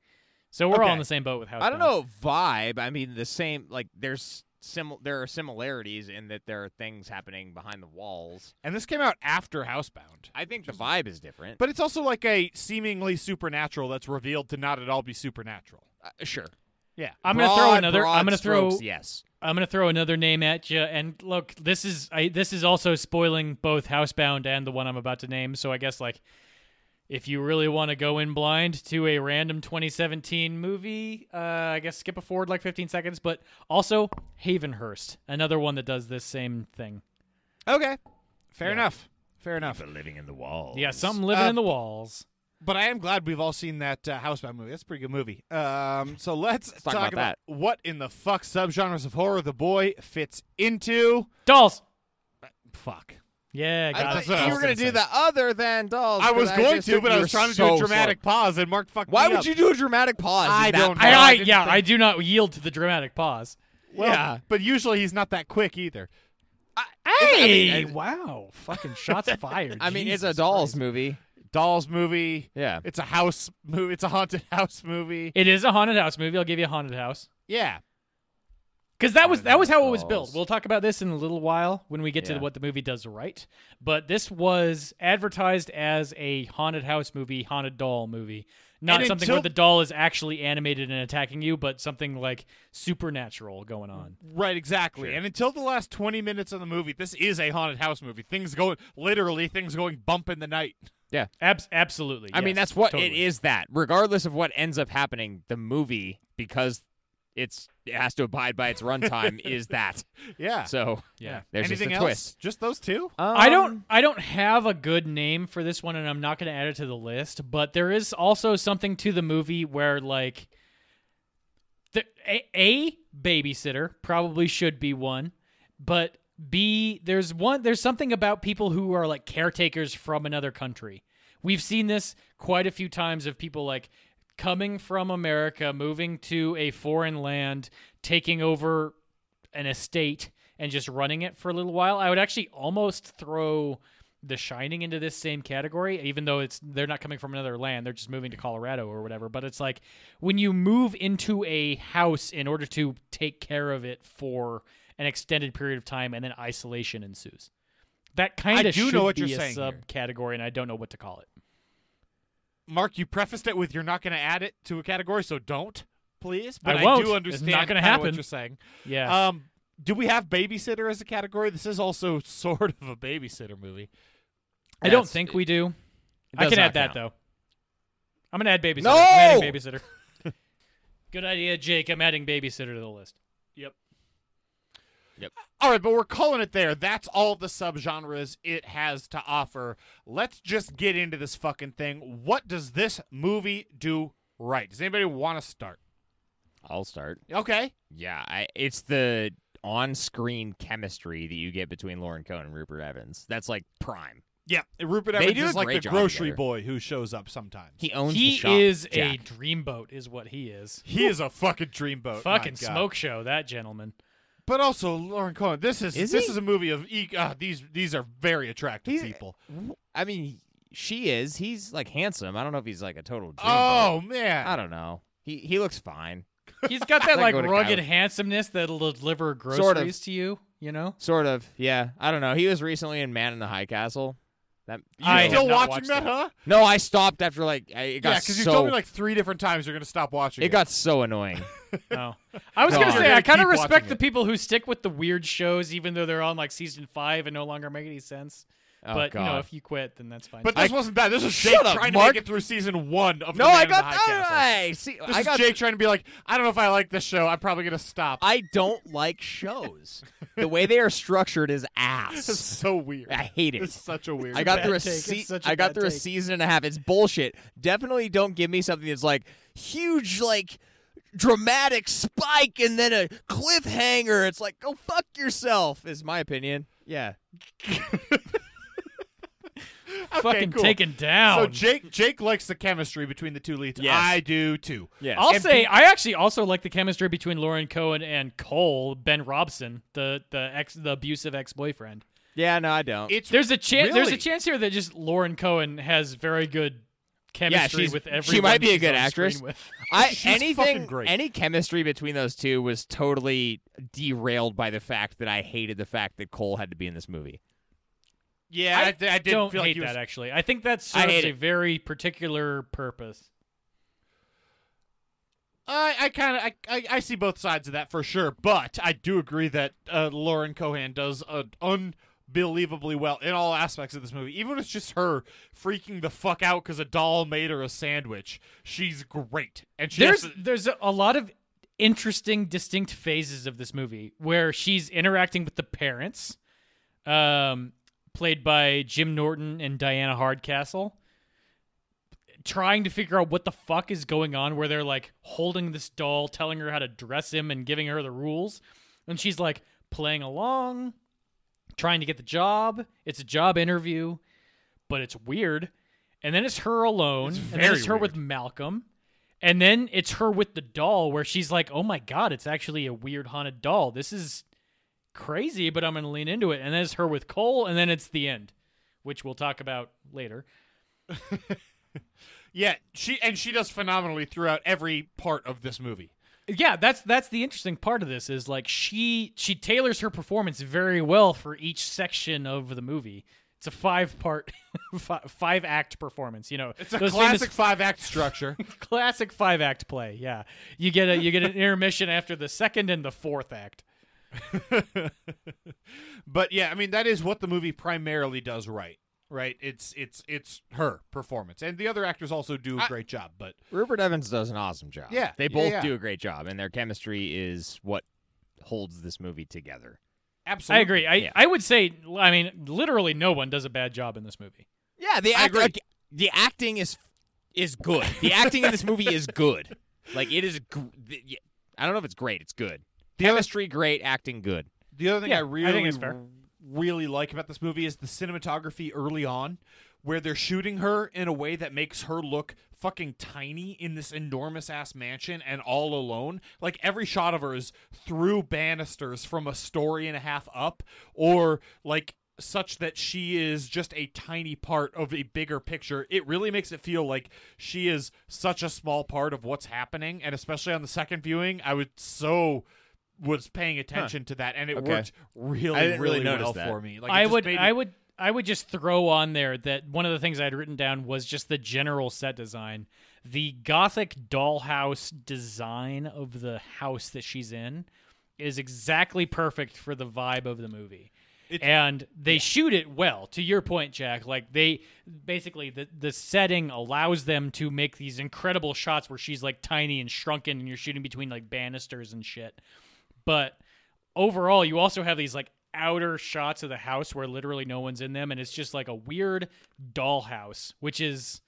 Speaker 3: So we're all
Speaker 1: Okay.
Speaker 3: in the same boat with Housebound.
Speaker 2: I don't know vibe. I mean, the same. Like, there's sim- There are similarities in that there are things happening behind the walls.
Speaker 1: and this came out after Housebound.
Speaker 2: I think the vibe is different.
Speaker 1: But it's also like a seemingly supernatural that's revealed to not at all be supernatural.
Speaker 2: uh, sure.
Speaker 1: Yeah.
Speaker 3: I'm gonna throw
Speaker 2: Broad,
Speaker 3: another.
Speaker 2: broad
Speaker 3: I'm gonna throw.
Speaker 2: strokes, Yes.
Speaker 3: I'm gonna throw another name at you. And look, this is I, this is also spoiling both Housebound and the one I'm about to name. So I guess like, if you really want to go in blind to a random 2017 movie, uh, I guess skip a forward like 15 seconds. But also Havenhurst, another one that does this same thing.
Speaker 1: Okay. Fair enough. Fair enough.
Speaker 2: living in the walls.
Speaker 3: Yeah, something living
Speaker 1: Uh,
Speaker 3: in the walls.
Speaker 1: But I am glad we've all seen that uh, Housebound movie. That's a pretty good movie. Um, so let's
Speaker 2: talk about that.
Speaker 1: what in the fuck subgenres of horror the boy fits into.
Speaker 3: Dolls.
Speaker 1: Fuck.
Speaker 3: Yeah,
Speaker 2: I
Speaker 3: got
Speaker 2: thought
Speaker 3: it.
Speaker 1: what I
Speaker 2: you
Speaker 1: was
Speaker 2: were gonna
Speaker 1: gonna
Speaker 2: do the other than dolls.
Speaker 1: I
Speaker 2: 'cause
Speaker 1: was going
Speaker 2: just
Speaker 1: to,
Speaker 2: think
Speaker 1: but
Speaker 2: you
Speaker 1: I
Speaker 2: were
Speaker 1: was trying to
Speaker 2: so
Speaker 1: do a
Speaker 2: slow.
Speaker 1: dramatic pause, and Mark fucked
Speaker 2: Why
Speaker 1: me
Speaker 2: would
Speaker 1: up.
Speaker 2: you do a dramatic pause?
Speaker 1: I
Speaker 2: in that
Speaker 1: don't know.
Speaker 3: I,
Speaker 2: part?
Speaker 1: I
Speaker 3: I
Speaker 1: didn't
Speaker 3: yeah,
Speaker 1: think-
Speaker 3: I do not yield to the dramatic pause.
Speaker 1: Well,
Speaker 2: yeah.
Speaker 1: But usually he's not that quick either.
Speaker 2: Hey!
Speaker 3: Hey, wow! Fucking shots fired.
Speaker 2: I mean, it's a
Speaker 3: Jesus
Speaker 2: dolls
Speaker 3: Christ.
Speaker 2: movie.
Speaker 1: Dolls movie.
Speaker 2: Yeah.
Speaker 1: It's a house movie. It's a haunted house movie.
Speaker 3: It is a haunted house movie. I'll give you a haunted house
Speaker 1: Yeah.
Speaker 3: because that was
Speaker 2: Haunted
Speaker 3: that was how it was
Speaker 2: house
Speaker 3: built.
Speaker 2: dolls.
Speaker 3: We'll talk about this in a little while when we get
Speaker 2: Yeah.
Speaker 3: to what the movie does right. But this was advertised as a haunted house movie, haunted doll movie, not
Speaker 1: And
Speaker 3: something
Speaker 1: until-
Speaker 3: where the doll is actually animated and attacking you, but something like supernatural going on.
Speaker 1: Right, exactly. And until the last 20 minutes of the movie, this is a haunted house movie. Things going, literally, things going bump in the night.
Speaker 3: Abs- absolutely.
Speaker 2: I mean,
Speaker 3: yes,
Speaker 2: that's what it
Speaker 3: totally.
Speaker 2: is. That regardless of what ends up happening, the movie because it's it has to abide by its runtime is that.
Speaker 1: Yeah.
Speaker 2: So
Speaker 3: Yeah.
Speaker 2: there's
Speaker 1: Anything
Speaker 2: just
Speaker 1: else?
Speaker 2: a twist.
Speaker 1: Just Uh, those two?
Speaker 3: I don't I don't have a good name for this one and I'm not going to add it to the list, but there is also something to the movie where like the, a, a babysitter probably should be one, but B there's one there's something about people who are like caretakers from another country. We've seen this quite a few times of people like coming from America, moving to a foreign land, taking over an estate and just running it for a little while. I would actually almost throw The Shining into this same category, even though it's they're not coming from another land; they're just moving to Colorado or whatever. But it's like when you move into a house in order to take care of it for an extended period of time, and then isolation ensues. That kind
Speaker 1: I
Speaker 3: of
Speaker 1: do know
Speaker 3: should
Speaker 1: what
Speaker 3: be
Speaker 1: you're
Speaker 3: a
Speaker 1: saying here.
Speaker 3: subcategory, and I don't know what to call it.
Speaker 1: Mark, you prefaced it with you're not going to add it to a category, so don't, please.
Speaker 3: I
Speaker 1: But I,
Speaker 3: won't. It's
Speaker 1: do
Speaker 3: not
Speaker 1: understand
Speaker 3: gonna
Speaker 1: kinda
Speaker 3: happen.
Speaker 1: what you're saying.
Speaker 3: Yeah.
Speaker 1: Um, do we have babysitter as a category? This is also sort of a babysitter movie.
Speaker 3: I don't
Speaker 2: that's-
Speaker 3: think we do.
Speaker 2: It
Speaker 3: I
Speaker 2: does
Speaker 3: can
Speaker 2: not
Speaker 3: add that
Speaker 2: count.
Speaker 3: though. I'm gonna add babysitter.
Speaker 1: No!
Speaker 3: I'm adding babysitter. Good idea, Jake. I'm adding babysitter to the list.
Speaker 1: All right, but we're calling it there. That's all the subgenres it has to offer. Let's just get into this fucking thing. What does this movie do right? Does anybody want to start?
Speaker 2: I'll start.
Speaker 1: Okay.
Speaker 2: Yeah, I, it's the on-screen chemistry that you get between Lauren Cohen and Rupert Evans. That's like prime.
Speaker 1: Yeah, Rupert
Speaker 2: They
Speaker 1: Evans
Speaker 2: do a
Speaker 1: is like
Speaker 2: great
Speaker 1: the
Speaker 2: job
Speaker 1: grocery
Speaker 2: together.
Speaker 1: boy who shows up sometimes.
Speaker 2: He owns the
Speaker 3: he
Speaker 2: shop.
Speaker 3: is a
Speaker 2: Jack.
Speaker 3: dreamboat, is what he is.
Speaker 1: He is a fucking dreamboat. Oh my
Speaker 3: Fucking
Speaker 1: God.
Speaker 3: smoke show, that gentleman.
Speaker 1: But also Lauren Cohen. This is,
Speaker 2: Is
Speaker 1: this
Speaker 2: he?
Speaker 1: is a movie of e- uh, these these are very attractive
Speaker 2: He's-
Speaker 1: people.
Speaker 2: I mean, she is. He's like handsome. I don't know if he's like a total. Dreamboat.
Speaker 1: Oh man.
Speaker 2: I don't know. He he looks fine.
Speaker 3: He's got that
Speaker 2: Like
Speaker 3: like
Speaker 2: what a guy
Speaker 3: rugged
Speaker 2: would-
Speaker 3: handsomeness that'll deliver groceries
Speaker 2: of.
Speaker 3: to you. You know.
Speaker 2: Sort of. Yeah. I don't know. He was recently in Man in the High Castle. That you know-
Speaker 3: I
Speaker 1: Still
Speaker 3: have not
Speaker 1: watching
Speaker 3: watched
Speaker 1: that,
Speaker 3: that.
Speaker 1: huh?
Speaker 2: No, I stopped after like I, it got
Speaker 1: yeah,
Speaker 2: so
Speaker 1: you told me like three different times you're gonna stop watching. It,
Speaker 2: it got so annoying.
Speaker 3: Oh. I was
Speaker 2: No,
Speaker 3: gonna
Speaker 2: you're
Speaker 3: say I
Speaker 1: gonna
Speaker 3: kind of
Speaker 1: keep
Speaker 3: respect
Speaker 1: watching
Speaker 3: the
Speaker 1: it.
Speaker 3: people who stick with the weird shows, even though they're on like season five and no longer make any sense.
Speaker 2: Oh,
Speaker 3: but
Speaker 2: God.
Speaker 3: you know, if you quit, then that's fine.
Speaker 1: But
Speaker 3: too.
Speaker 1: this wasn't that. This is
Speaker 2: Shut
Speaker 1: Jake
Speaker 2: up,
Speaker 1: trying
Speaker 2: Mark.
Speaker 1: to make it through season one of
Speaker 2: no,
Speaker 1: the Man
Speaker 2: I
Speaker 1: in
Speaker 2: got
Speaker 1: the High Castle.
Speaker 2: that right. See,
Speaker 1: This
Speaker 2: I
Speaker 1: is
Speaker 2: got
Speaker 1: Jake trying to be like, I don't know if I like this show. I'm probably gonna stop.
Speaker 2: I don't like shows. the way they are structured is
Speaker 1: this is
Speaker 2: ass.
Speaker 1: so weird.
Speaker 2: I hate it.
Speaker 1: It's such a weird.
Speaker 2: I got
Speaker 3: bad
Speaker 2: through a
Speaker 3: take. It's
Speaker 2: se-
Speaker 3: such a
Speaker 2: I got
Speaker 3: bad
Speaker 2: through a
Speaker 3: take.
Speaker 2: season and a half. It's bullshit. Definitely don't give me something that's like huge, like dramatic spike and then a cliffhanger. It's like go fuck yourself. Is my opinion. Yeah.
Speaker 1: Okay,
Speaker 3: fucking
Speaker 1: cool.
Speaker 3: taken down.
Speaker 1: So Jake Jake likes the chemistry between the two leads.
Speaker 2: Yes.
Speaker 1: I do too.
Speaker 2: Yes.
Speaker 3: I'll
Speaker 2: And
Speaker 3: say I actually also like the chemistry between Lauren Cohen and Cole Ben Robson, the the ex the abusive ex boyfriend.
Speaker 2: Yeah. No, I don't.
Speaker 1: It's
Speaker 3: There's a chance. There's a
Speaker 1: Really?
Speaker 3: chance here that just Lauren Cohen has very good chemistry
Speaker 2: she's-
Speaker 3: with
Speaker 2: she
Speaker 3: everyone.
Speaker 2: might be a
Speaker 3: she's
Speaker 2: good
Speaker 3: on
Speaker 2: actress.
Speaker 3: screen With.
Speaker 2: I
Speaker 1: She's
Speaker 2: anything
Speaker 1: fucking great.
Speaker 2: any chemistry between those two was totally derailed by the fact that I hated the fact that Cole had to be in this movie.
Speaker 1: yeah. I, I, did
Speaker 3: don't
Speaker 1: feel
Speaker 3: hate
Speaker 1: like he was-
Speaker 3: that actually. I think that
Speaker 2: I
Speaker 3: serves
Speaker 2: hate
Speaker 3: a
Speaker 2: it.
Speaker 3: very particular purpose.
Speaker 1: I, I kind of I, I, I see both sides of that for sure, but I do agree that uh, Lauren Cohan does uh, unbelievably well in all aspects of this movie. Even if it's just her freaking the fuck out because a doll made her a sandwich, she's great. And she
Speaker 3: There's
Speaker 1: has to-
Speaker 3: there's a lot of interesting, distinct phases of this movie where she's interacting with the parents, um, played by Jim Norton and Diana Hardcastle, trying to figure out what the fuck is going on. Where they're like holding this doll, telling her how to dress him, and giving her the rules, and she's like playing along, trying to get the job. It's a job interview, but it's weird. And then it's her alone, and then
Speaker 1: very
Speaker 3: it's her with Malcolm. And then it's her with the doll where she's like, "Oh my god, it's actually a weird haunted doll. This is crazy, but I'm going to lean into it." And then it's her with Cole, and then it's the end, which we'll talk about later.
Speaker 1: yeah, she and she does phenomenally throughout every part of this movie.
Speaker 3: Yeah, that's that's the interesting part of this is like she she tailors her performance very well for each section of the movie. It's a five part five act performance, you know.
Speaker 1: It's a
Speaker 3: Those famous
Speaker 1: classic five act structure.
Speaker 3: classic five act play. Yeah. You get a you get an intermission after the second and the fourth act.
Speaker 1: but yeah, I mean that is what the movie primarily does right. Right? It's it's it's her performance. And the other actors also do a great job, but
Speaker 2: Rupert Evans does an awesome job.
Speaker 1: Yeah,
Speaker 2: They
Speaker 1: yeah,
Speaker 2: both
Speaker 1: yeah.
Speaker 2: do a great job, and their chemistry is what holds this movie together.
Speaker 1: absolutely
Speaker 3: I agree. I,
Speaker 2: Yeah.
Speaker 3: I would say, I mean, literally no one does a bad job in this movie.
Speaker 2: Yeah, the
Speaker 1: I
Speaker 2: act-
Speaker 1: agree.
Speaker 2: like, the acting is is good. The acting in this movie is good. Like it is. Gr- the- yeah, I don't know if it's great. It's good. Chemistry great, acting good.
Speaker 1: The other thing
Speaker 3: Yeah,
Speaker 1: I
Speaker 3: I think
Speaker 1: really
Speaker 3: it's fair.
Speaker 1: really like about this movie is the cinematography early on where they're shooting her in a way that makes her look fucking tiny in this enormous ass mansion and all alone. Like every shot of her is through banisters from a story and a half up or like such that she is just a tiny part of a bigger picture. It really makes it feel like she is such a small part of what's happening and especially on the second viewing, I was so was paying attention to that and it
Speaker 2: Okay.
Speaker 1: worked really
Speaker 2: I didn't really
Speaker 1: really well
Speaker 2: notice that.
Speaker 1: for me. Like it
Speaker 3: I
Speaker 1: just
Speaker 3: would
Speaker 1: made
Speaker 3: I
Speaker 1: it-
Speaker 3: would I would just throw on there that one of the things I'd written down was just the general set design, the gothic dollhouse design of the house that she's in is exactly perfect for the vibe of the movie. and they shoot it well. To your point, Jack, like they basically the the setting allows them to make these incredible shots where she's like tiny and shrunken, and you're shooting between like banisters and shit. But overall you also have these like outer shots of the house where literally no one's in them and it's just like a weird dollhouse which is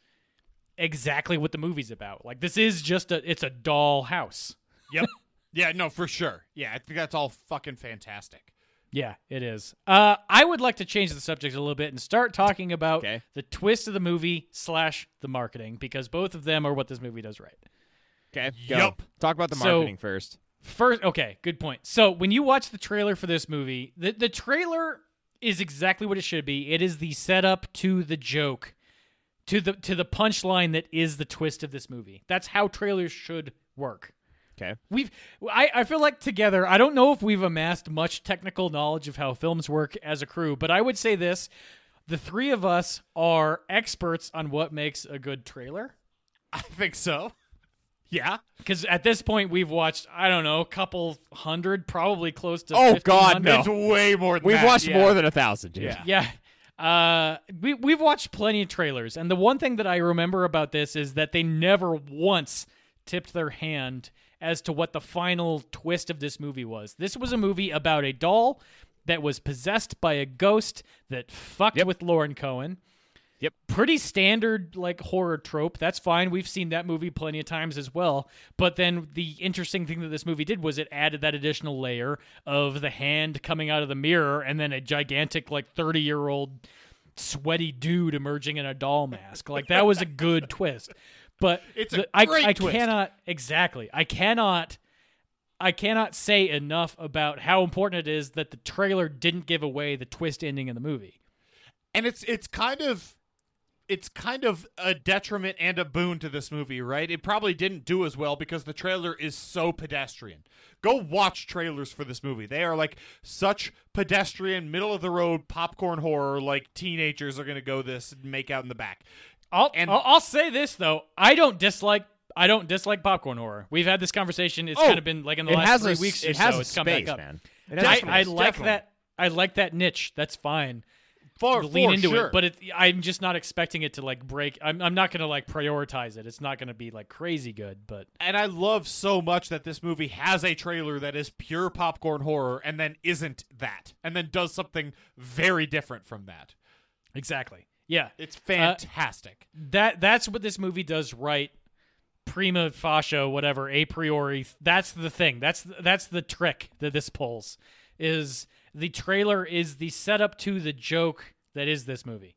Speaker 3: exactly what the movie's about like this is just a it's a dollhouse
Speaker 1: Yep. yeah, no, for sure. Yeah, I think that's all fucking fantastic.
Speaker 3: yeah it is uh i would like to change the subject a little bit and start talking about
Speaker 2: Okay.
Speaker 3: the twist of the movie slash the marketing because both of them are what this movie does right
Speaker 2: Okay.
Speaker 1: Yup.
Speaker 2: Talk about the
Speaker 3: So-
Speaker 2: marketing first.
Speaker 3: First, okay, good point. So when you watch the trailer for this movie, the the trailer is exactly what it should be. It is the setup to the joke, to the to the punchline that is the twist of this movie. That's how trailers should work.
Speaker 2: Okay.
Speaker 3: We've I, I feel like together, I don't know if we've amassed much technical knowledge of how films work as a crew, but I would say this. The three of us are experts on what makes a good trailer.
Speaker 1: I think so. Yeah.
Speaker 3: Because at this point, we've watched, I don't know, a couple hundred, probably close to.
Speaker 2: Oh, God,
Speaker 3: 1500.
Speaker 2: no.
Speaker 1: It's way more than
Speaker 2: We've
Speaker 1: that.
Speaker 2: watched
Speaker 1: yeah.
Speaker 2: more than a thousand, dude.
Speaker 1: Yeah.
Speaker 3: Yeah. Uh, we, we've watched plenty of trailers. And the one thing that I remember about this is that they never once tipped their hand as to what the final twist of this movie was. This was a movie about a doll that was possessed by a ghost that fucked
Speaker 2: Yep.
Speaker 3: with Lauren Cohen.
Speaker 2: Yep.
Speaker 3: Pretty standard like horror trope. That's fine. We've seen that movie plenty of times as well. But then the interesting thing that this movie did was it added that additional layer of the hand coming out of the mirror and then a gigantic like 30-year-old sweaty dude emerging in a doll mask. Like that was a good twist. But
Speaker 1: It's a
Speaker 3: the- I-
Speaker 1: great
Speaker 3: I
Speaker 1: twist.
Speaker 3: cannot exactly. I cannot I cannot say enough about how important it is that the trailer didn't give away the twist ending in the movie.
Speaker 1: and it's it's kind of it's kind of a detriment and a boon to this movie, right? It probably didn't do as well because the trailer is so pedestrian. Go watch trailers for this movie. They are like such pedestrian, middle of the road popcorn horror. Like teenagers are gonna go this and make out in the back.
Speaker 3: I'll,
Speaker 1: And-
Speaker 3: I'll I'll say this though, I don't dislike I don't dislike popcorn horror. We've had this conversation. It's
Speaker 2: Oh,
Speaker 3: kind of been like in the
Speaker 2: It
Speaker 3: last
Speaker 2: has
Speaker 3: three
Speaker 2: a,
Speaker 3: weeks.
Speaker 2: It
Speaker 3: or
Speaker 2: has
Speaker 3: so,
Speaker 2: a
Speaker 3: it's come
Speaker 2: space,
Speaker 3: back up.
Speaker 2: man. It has a
Speaker 3: I,
Speaker 2: space.
Speaker 3: I like
Speaker 1: definitely.
Speaker 3: that. I like that niche. That's fine.
Speaker 1: For,
Speaker 3: to lean
Speaker 1: for
Speaker 3: into
Speaker 1: sure.
Speaker 3: it, but it, I'm just not expecting it to like break. I'm, I'm not gonna like prioritize it. It's not gonna be like crazy good, but
Speaker 1: and I love so much that this movie has a trailer that is pure popcorn horror and then isn't that, and then does something very different from that.
Speaker 3: exactly. Yeah,
Speaker 1: It's fantastic.
Speaker 3: that that's what this movie does right. Prima facie, whatever a priori. That's the thing. That's that's the trick that this pulls. Is the trailer is the setup to the joke that is this movie.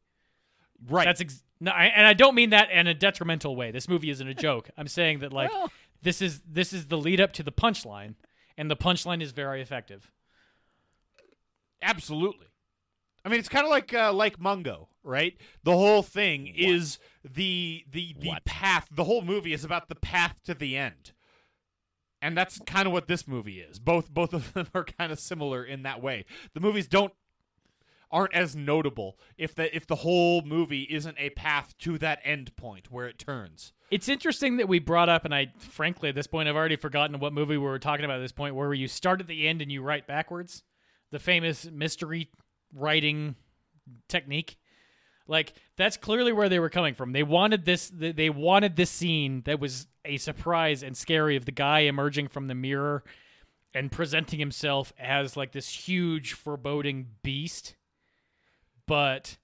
Speaker 1: right.
Speaker 3: That's ex- no, I, and I don't mean that in a detrimental way. This movie isn't a joke. I'm saying that like this is this is the lead up to the punchline, and the punchline is very effective.
Speaker 1: Absolutely. I mean, it's kind of like uh, like Mungo, right? The whole thing is the the the
Speaker 2: What?
Speaker 1: path. The whole movie is about the path to the end, and that's kind of what this movie is. Both both of them are kind of similar in that way. The movies don't aren't as notable if the if the whole movie isn't a path to that end point where it turns.
Speaker 3: It's interesting that we brought up, and I frankly at this point I've already forgotten what movie we were talking about at this point, where you start at the end and you write backwards, the famous mystery writing technique. Like that's clearly where they were coming from. They wanted this. they- They wanted this scene that was a surprise and scary of the guy emerging from the mirror and presenting himself as like this huge foreboding beast, but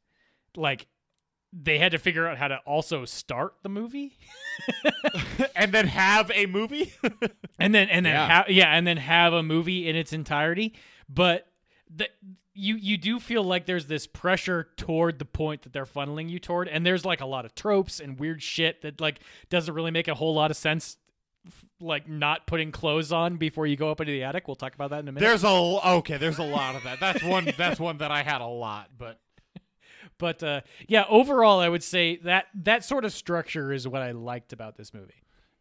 Speaker 3: like they had to figure out how to also start the movie.
Speaker 1: and then have a movie.
Speaker 3: and then and then
Speaker 2: Yeah.
Speaker 3: yeah. yeah and then have a movie in its entirety but the, you you do feel like there's this pressure toward the point that they're funneling you toward and there's like a lot of tropes and weird shit that like doesn't really make a whole lot of sense f- like not putting clothes on before you go up into the attic we'll talk about that in a minute
Speaker 1: there's a l- okay. There's a lot of that. That's one. That's one that I had a lot, but.
Speaker 3: but uh, yeah overall i would say that that sort of structure is what i liked about this movie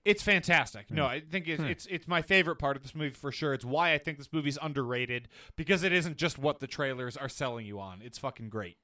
Speaker 1: It's fantastic.
Speaker 3: Hmm.
Speaker 1: No, I think it's, it's it's my favorite part of this movie for sure. It's why I think this movie's underrated because it isn't just what the trailers are selling you on. It's fucking great.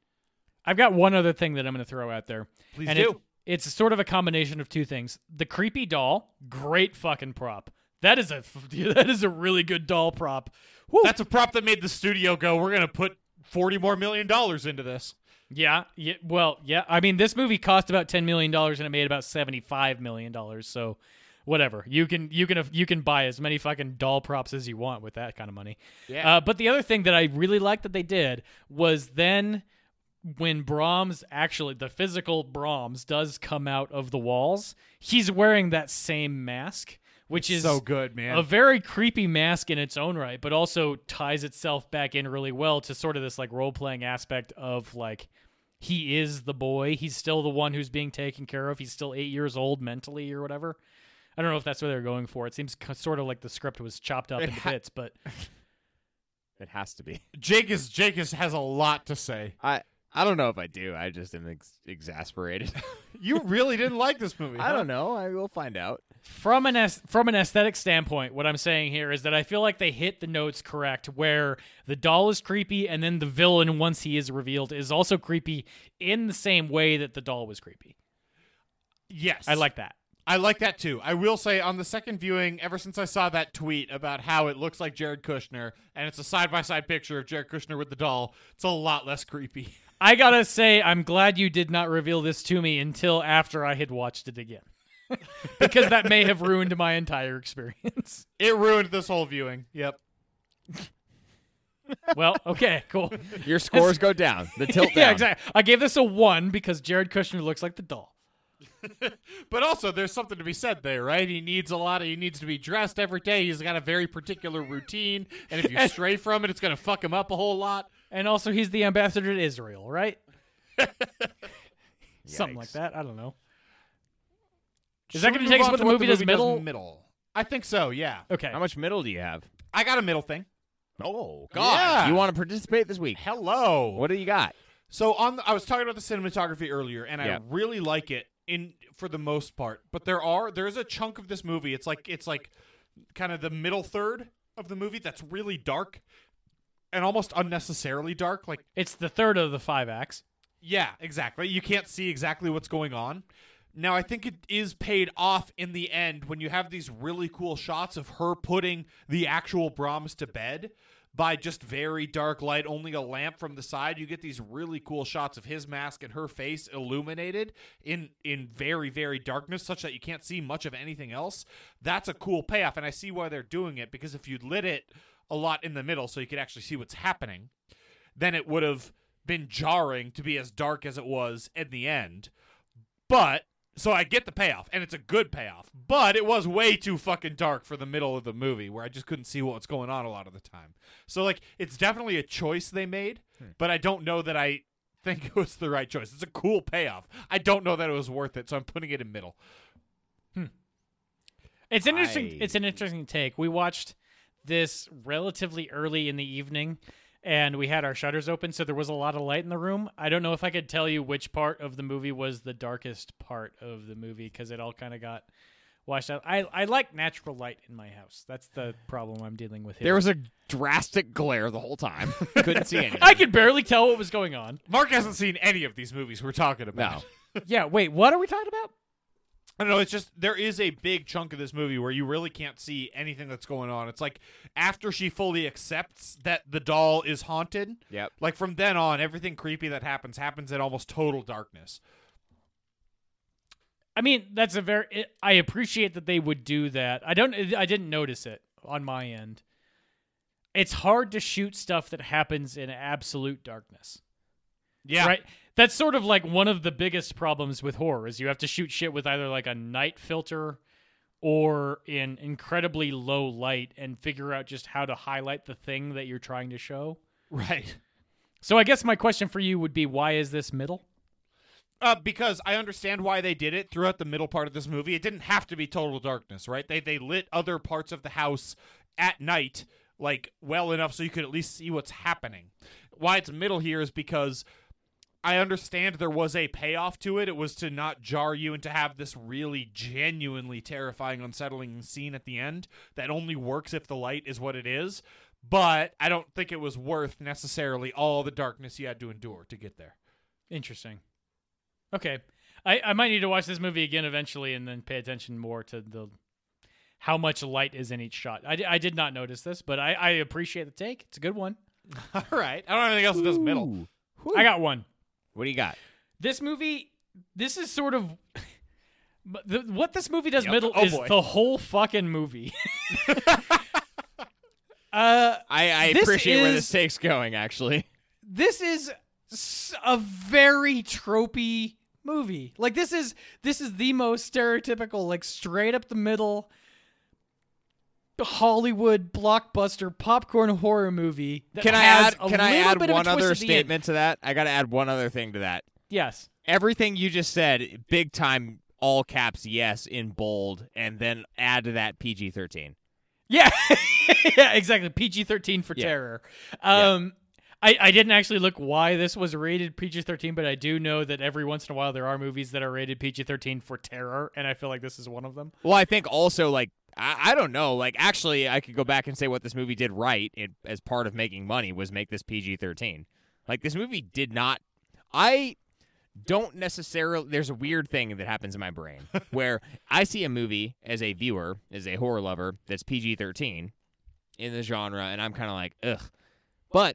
Speaker 3: I've got one other thing that I'm going to throw out there.
Speaker 1: Please
Speaker 3: and
Speaker 1: do.
Speaker 3: it- it's sort of a combination of two things. The creepy doll, great fucking prop. That is a f- that is a really good doll prop. Woo.
Speaker 1: That's a prop that made the studio go, we're going to put 40 more million dollars into this.
Speaker 3: yeah, yeah. Well, yeah. I mean, this movie cost about ten million dollars and it made about seventy five million dollars. So, whatever. You can you can you can buy as many fucking doll props as you want with that kind of money.
Speaker 1: Yeah.
Speaker 3: Uh, but the other thing that I really liked that they did was then when Brahms actually the physical Brahms does come out of the walls, he's wearing that same mask, which is
Speaker 1: so good, man.
Speaker 3: a very creepy mask in its own right, but also ties itself back in really well to sort of this like role playing aspect of like he is the boy. He's still the one who's being taken care of. He's still eight years old mentally or whatever. I don't know if that's what they're going for. It seems c- sort of like the script was chopped up
Speaker 1: It
Speaker 3: into
Speaker 1: ha-
Speaker 3: bits, but
Speaker 2: It has to be.
Speaker 1: Jake is Jake is, has a lot to say.
Speaker 2: I I don't know if I do. I just am ex- exasperated.
Speaker 1: You really didn't like this movie.
Speaker 2: I don't know. I will find out.
Speaker 3: from an aes- from an aesthetic standpoint, what I'm saying here is that I feel like they hit the notes correct where the doll is creepy and then the villain once he is revealed is also creepy in the same way that the doll was creepy.
Speaker 1: Yes.
Speaker 3: I like that.
Speaker 1: I like that too. I will say on the second viewing, ever since I saw that tweet about how it looks like Jared Kushner and it's a side by side picture of Jared Kushner with the doll, it's a lot less creepy.
Speaker 3: I got to say I'm glad you did not reveal this to me until after I had watched it again. because that may have ruined my entire experience.
Speaker 1: It ruined this whole viewing. Yep.
Speaker 3: Well, okay, cool.
Speaker 2: Your scores go down. The tilt down.
Speaker 3: yeah, exactly. I gave this a 1 because Jared Kushner looks like the doll.
Speaker 1: But also, there's something to be said there, right? He needs a lot of, he needs to be dressed every day. He's got a very particular routine. And if you stray from it, it's going to fuck him up a whole lot.
Speaker 3: And also, he's the ambassador to Israel, right? Something like
Speaker 2: Yikes.
Speaker 3: that. I don't know. Is that
Speaker 1: Should we
Speaker 3: gonna take
Speaker 1: move
Speaker 3: us
Speaker 1: on
Speaker 3: what
Speaker 1: to
Speaker 3: the movie does middle?
Speaker 1: middle? I think so, yeah.
Speaker 3: Okay.
Speaker 2: How much middle do you have?
Speaker 1: I got a middle thing.
Speaker 2: Oh
Speaker 1: Yeah.
Speaker 2: You want to participate this week?
Speaker 1: Hello.
Speaker 2: What do you got?
Speaker 1: So on, the, I was talking about the cinematography earlier, and
Speaker 2: Yeah.
Speaker 1: I really like it in for the most part. But there are there is a chunk of this movie. It's like it's like kind of the middle third of the movie that's really dark and almost unnecessarily dark. Like
Speaker 3: It's the third of the five acts.
Speaker 1: yeah, exactly. You can't see exactly what's going on. Now, I think it is paid off in the end when you have these really cool shots of her putting the actual Brahms to bed by just very dark light, only a lamp from the side. You get these really cool shots of his mask and her face illuminated in in very very darkness such that you can't see much of anything else. That's a cool payoff and I see why they're doing it because if you lit it a lot in the middle so you could actually see what's happening, then it would have been jarring to be as dark as it was in the end. But so I get the payoff, and it's a good payoff. But it was way too fucking dark for the middle of the movie, where I just couldn't see what was going on a lot of the time. So like, it's definitely a choice they made, but I don't know that I think it was the right choice. It's a cool payoff. I don't know that it was worth it, so I'm putting it in middle.
Speaker 3: It's interesting.
Speaker 2: I-
Speaker 3: It's an interesting take. We watched this relatively early in the evening, and we had our shutters open, so there was a lot of light in the room. I don't know if I could tell you which part of the movie was the darkest part of the movie because it all kind of got washed out. I I like natural light in my house. That's the problem I'm dealing with here.
Speaker 2: There was a drastic glare the whole time. Couldn't see anything.
Speaker 3: I could barely tell what was going on.
Speaker 1: Mark hasn't seen any of these movies we're talking about.
Speaker 2: no.
Speaker 3: Yeah, wait, what are we talking about?
Speaker 1: I don't know. It's just there is a big chunk of this movie where you really can't see anything that's going on. It's like after she fully accepts that the doll is haunted.
Speaker 2: Yep.
Speaker 1: Like from then on, everything creepy that happens happens in almost total darkness.
Speaker 3: I mean, that's a very. It, I appreciate that they would do that. I don't. I didn't notice it on my end. It's hard to shoot stuff that happens in absolute darkness.
Speaker 1: Yeah.
Speaker 3: Right. That's sort of like one of the biggest problems with horror is you have to shoot shit with either like a night filter or in incredibly low light and figure out just how to highlight the thing that you're trying to show.
Speaker 1: Right.
Speaker 3: So I guess my question for you would be why is this middle?
Speaker 1: Uh, because I understand why they did it throughout the middle part of this movie. It didn't have to be total darkness, right? They they lit other parts of the house at night, like well enough so you could at least see what's happening. Why it's middle here is because I understand there was a payoff to it. It was to not jar you and to have this really genuinely terrifying, unsettling scene at the end that only works if the light is what it is. But I don't think it was worth necessarily all the darkness you had to endure to get there.
Speaker 3: Interesting. Okay. I, I might need to watch this movie again eventually and then pay attention more to the how much light is in each shot. I, di- I did not notice this, but I, I appreciate the take. It's a good one.
Speaker 1: All right. I don't have anything else that does middle.
Speaker 2: Ooh. Whew.
Speaker 3: I got one.
Speaker 2: What do you got?
Speaker 3: This movie, this is sort of. but the, what this movie does middle
Speaker 1: Oh,
Speaker 3: is
Speaker 1: boy.
Speaker 3: the whole fucking movie. uh,
Speaker 2: I, I
Speaker 3: This
Speaker 2: appreciate where
Speaker 3: is-
Speaker 2: this take's going. Actually,
Speaker 3: this is s- a very tropey movie. Like this is this is the most stereotypical, like straight up the middle Hollywood blockbuster popcorn horror movie. That
Speaker 2: can I
Speaker 3: has
Speaker 2: add?
Speaker 3: a
Speaker 2: Can I
Speaker 3: little
Speaker 2: add
Speaker 3: bit of a
Speaker 2: one
Speaker 3: twist
Speaker 2: other
Speaker 3: at the end.
Speaker 2: statement to that? I got to add one other thing to that.
Speaker 3: Yes.
Speaker 2: Everything you just said, big time, all caps, yes, in bold, and then add to that PG thirteen.
Speaker 3: Yeah. yeah, exactly. PG thirteen for
Speaker 2: Yeah.
Speaker 3: terror. Um I, I didn't actually look why this was rated PG thirteen, but I do know that every once in a while there are movies that are rated PG thirteen for terror, and I feel like this is one of them.
Speaker 2: Well, I think also like I, I don't know. Like actually, I could go back and say what this movie did right it, as part of making money was make this PG thirteen. Like this movie did not. I don't necessarily. There's a weird thing that happens in my brain where I see a movie as a viewer, as a horror lover, that's PG thirteen in the genre, and I'm kind of like ugh. But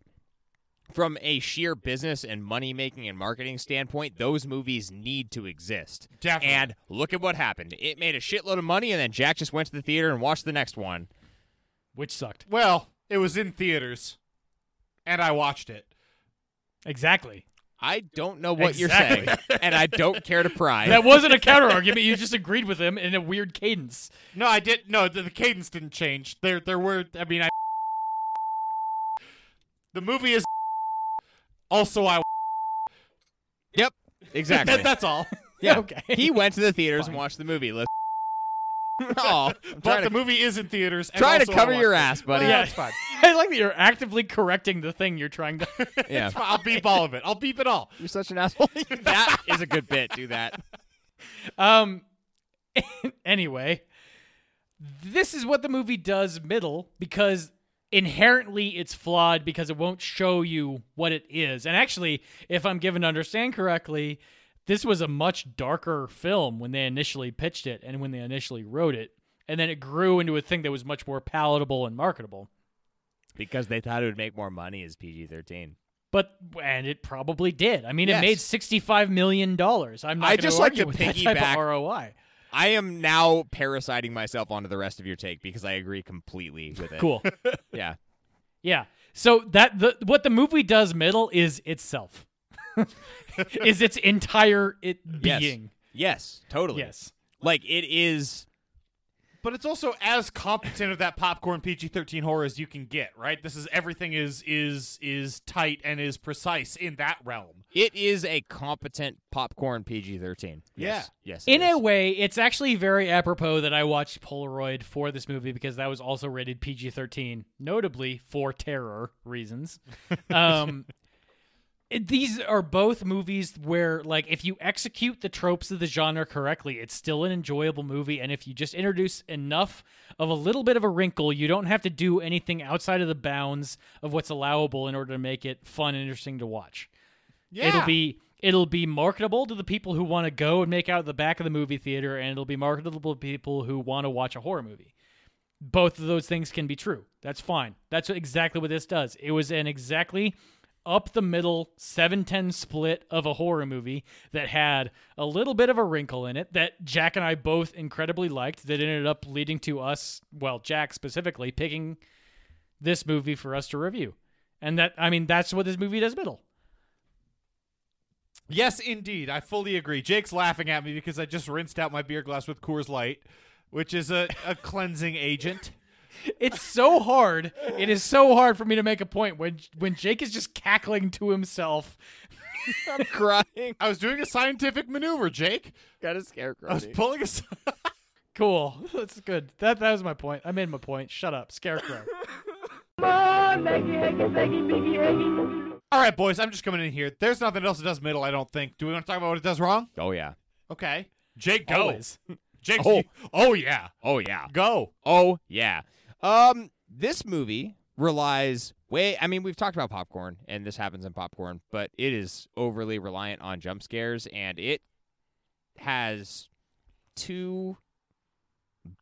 Speaker 2: from a sheer business and money making and marketing standpoint, those movies need to exist.
Speaker 1: Definitely.
Speaker 2: And look at what happened. It made a shitload of money, and then Jack just went to the theater and watched the next one.
Speaker 3: Which sucked.
Speaker 1: Well, it was in theaters, and I watched it.
Speaker 3: Exactly.
Speaker 2: I don't know what
Speaker 3: Exactly.
Speaker 2: you're saying, and I don't care to pry.
Speaker 3: That wasn't a counter argument. You just agreed with him in a weird cadence.
Speaker 1: No, I did. No, the, the cadence didn't change. There, there were. I mean, I. The movie is. Also, I.
Speaker 2: yep, exactly.
Speaker 1: That, that's all.
Speaker 2: yeah.
Speaker 3: okay.
Speaker 2: He went to the theaters and watched the movie. Let's. oh, I'm
Speaker 1: But
Speaker 2: trying
Speaker 1: the
Speaker 2: to,
Speaker 1: movie is in theaters. and
Speaker 2: trying to
Speaker 1: also I
Speaker 2: cover
Speaker 1: watched
Speaker 2: your
Speaker 1: it.
Speaker 2: ass, buddy.
Speaker 1: Well, it's fine.
Speaker 3: I like that you're actively correcting the thing you're trying to.
Speaker 2: yeah.
Speaker 1: It's fine. I'll beep all of it. I'll beep it all.
Speaker 2: You're such an asshole. that is a good bit. Do that.
Speaker 3: um. anyway, this is what the movie does middle because inherently it's flawed because it won't show you what it is. And actually, if I'm given to understand correctly, this was a much darker film when they initially pitched it and when they initially wrote it. And then it grew into a thing that was much more palatable and marketable.
Speaker 2: Because they thought it would make more money as PG-13.
Speaker 3: But and it probably did. I mean, it
Speaker 2: Yes.
Speaker 3: made sixty-five million dollars. I'm not.
Speaker 2: I
Speaker 3: gonna
Speaker 2: just like
Speaker 3: argue
Speaker 2: to
Speaker 3: with that type
Speaker 2: piggyback-
Speaker 3: of ROI.
Speaker 2: I am now parasiting myself onto the rest of your take because I agree completely with it.
Speaker 3: Cool.
Speaker 2: Yeah.
Speaker 3: yeah. So that the what the movie does middle is itself, is its entire it
Speaker 2: Yes.
Speaker 3: being.
Speaker 2: Yes, totally.
Speaker 3: Yes.
Speaker 2: Like it is
Speaker 1: But it's also as competent of that popcorn PG-13 horror as you can get, right? This is everything is is is tight and is precise in that realm.
Speaker 2: it is a competent popcorn PG-13. Yes. Yes. it
Speaker 3: In
Speaker 2: is.
Speaker 3: a way, it's actually very apropos that I watched Polaroid for this movie because that was also rated PG 13, notably for terror reasons. Um, it- these are both movies where, like, if you execute the tropes of the genre correctly, it's still an enjoyable movie. And if you just introduce enough of a little bit of a wrinkle, you don't have to do anything outside of the bounds of what's allowable in order to make it fun and interesting to watch. It'll be it'll be marketable to the people who want to go and make out at the back of the movie theater, and it'll be marketable to people who want to watch a horror movie. Both of those things can be true. That's fine. That's exactly what this does. It was an exactly up the middle 7-10 split of a horror movie that had a little bit of a wrinkle in it that Jack and I both incredibly liked that ended up leading to us, well, Jack specifically picking this movie for us to review. And that I mean that's what this movie does middle.
Speaker 1: Yes, indeed. I fully agree. Jake's laughing at me because I just rinsed out my beer glass with Coors Light, which is a, a cleansing agent.
Speaker 3: It's so hard. It is so hard for me to make a point when when Jake is just cackling to himself.
Speaker 2: I'm crying.
Speaker 1: I was doing a scientific maneuver, Jake.
Speaker 2: Got a scarecrow.
Speaker 1: I was pulling a. s-
Speaker 3: Cool. That's good. That that was my point. I made my point. Shut up, Scarecrow.
Speaker 1: All right, boys, I'm just coming in here. There's nothing else it does middle, I don't think. Do we want to talk about what it does wrong?
Speaker 2: oh yeah.
Speaker 1: Okay. Jake, go.
Speaker 3: Always.
Speaker 1: Jake,
Speaker 2: Oh.
Speaker 1: oh. oh, yeah.
Speaker 2: Oh yeah.
Speaker 1: Go.
Speaker 2: Oh yeah. Um this movie relies way I mean, we've talked about popcorn and this happens in popcorn, but it is overly reliant on jump scares and it has two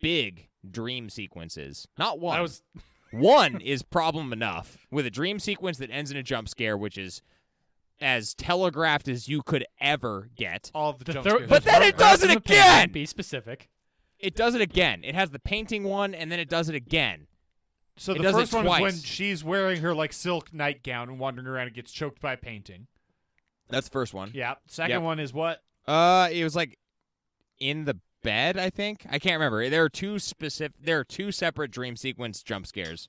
Speaker 2: big dream sequences. Not one.
Speaker 3: I was
Speaker 2: One is problem enough with a dream sequence that ends in a jump scare, which is as telegraphed as you could ever get.
Speaker 1: All the,
Speaker 3: the
Speaker 1: jump
Speaker 3: thir-
Speaker 1: scares.
Speaker 2: But
Speaker 3: the
Speaker 2: then
Speaker 3: third
Speaker 2: it does
Speaker 3: person
Speaker 2: it
Speaker 3: of the painting,
Speaker 2: again!
Speaker 3: Be specific.
Speaker 2: It does it again. It has the painting one, and then it does it again.
Speaker 1: so
Speaker 2: it
Speaker 1: the
Speaker 2: does it
Speaker 1: first one is when
Speaker 2: twice.
Speaker 1: she's wearing her like silk nightgown and wandering around and gets choked by a painting.
Speaker 2: That's the first one.
Speaker 1: Yeah. Second
Speaker 2: Yep.
Speaker 1: one is what?
Speaker 2: Uh, it was like in the bed. I think I can't remember. There are two specific. There are two separate dream sequence jump scares.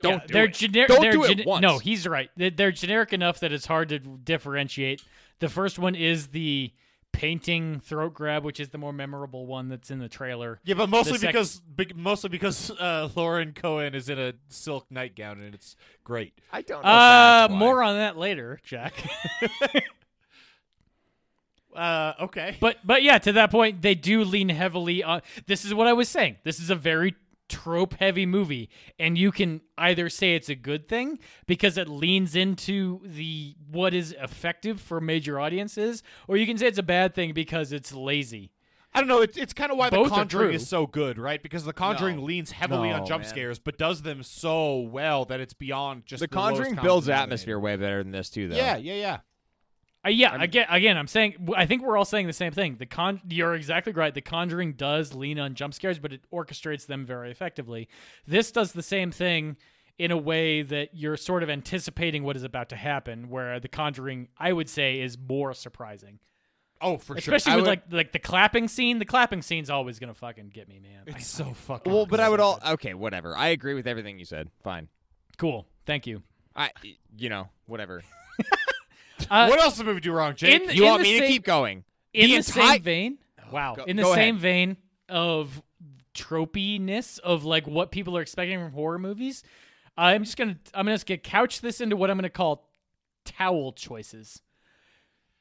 Speaker 2: Don't
Speaker 3: Yeah,
Speaker 2: do
Speaker 3: they're
Speaker 2: it.
Speaker 3: generic.
Speaker 2: Don't
Speaker 3: they're
Speaker 2: do it
Speaker 3: gene-
Speaker 2: once.
Speaker 3: No, he's right. They're, they're generic enough that it's hard to differentiate. The first one is the painting throat grab, which is the more memorable one that's in the trailer.
Speaker 1: Yeah, but mostly
Speaker 3: The sec-
Speaker 1: because be- mostly because uh, Lauren Cohen is in a silk nightgown and it's great.
Speaker 2: I don't.
Speaker 3: Uh, more on that later, Jack.
Speaker 1: Uh, okay.
Speaker 3: but but yeah, to that point, they do lean heavily on. This is what I was saying. This is a very trope heavy movie, and you can either say it's a good thing because it leans into the what is effective for major audiences, or you can say it's a bad thing because it's lazy.
Speaker 1: I don't know. It's, it's kind of why
Speaker 3: Both
Speaker 1: The
Speaker 3: are
Speaker 1: Conjuring
Speaker 3: true.
Speaker 1: is so good, right? Because The Conjuring leans heavily on
Speaker 2: No,
Speaker 1: jump
Speaker 2: man.
Speaker 1: scares, but does them so well that it's beyond just
Speaker 2: The
Speaker 1: the lowest
Speaker 2: Conjuring
Speaker 1: common
Speaker 2: builds
Speaker 1: denominator.
Speaker 2: atmosphere way better than this too, though.
Speaker 1: Yeah, yeah, yeah.
Speaker 3: Uh, yeah, again, again, I'm saying w- I think we're all saying the same thing. The con, you're exactly right. The Conjuring does lean on jump scares, but it orchestrates them very effectively. This does the same thing in a way that you're sort of anticipating what is about to happen, where the Conjuring, I would say, is more surprising.
Speaker 1: Oh, for
Speaker 3: Especially
Speaker 2: I
Speaker 3: with
Speaker 2: would-
Speaker 3: like like the clapping scene. The clapping scene's always gonna fucking get me, man.
Speaker 1: sure. It's so fucking.
Speaker 2: Well, but I would all okay. Whatever. I agree with everything you said. Fine.
Speaker 3: Cool. Thank you.
Speaker 2: I, you know, whatever.
Speaker 3: Uh,
Speaker 1: what else did the movie do wrong, Jake?
Speaker 3: in
Speaker 2: You
Speaker 3: the
Speaker 2: want me to
Speaker 3: same-
Speaker 2: keep going?
Speaker 3: in the,
Speaker 2: the entire- Oh,
Speaker 3: same vein. Wow.
Speaker 2: go-
Speaker 3: in the
Speaker 2: go
Speaker 3: same vein of tropiness of like what people are expecting from horror movies, I'm just gonna I'm gonna just get couch this into what I'm gonna call towel choices.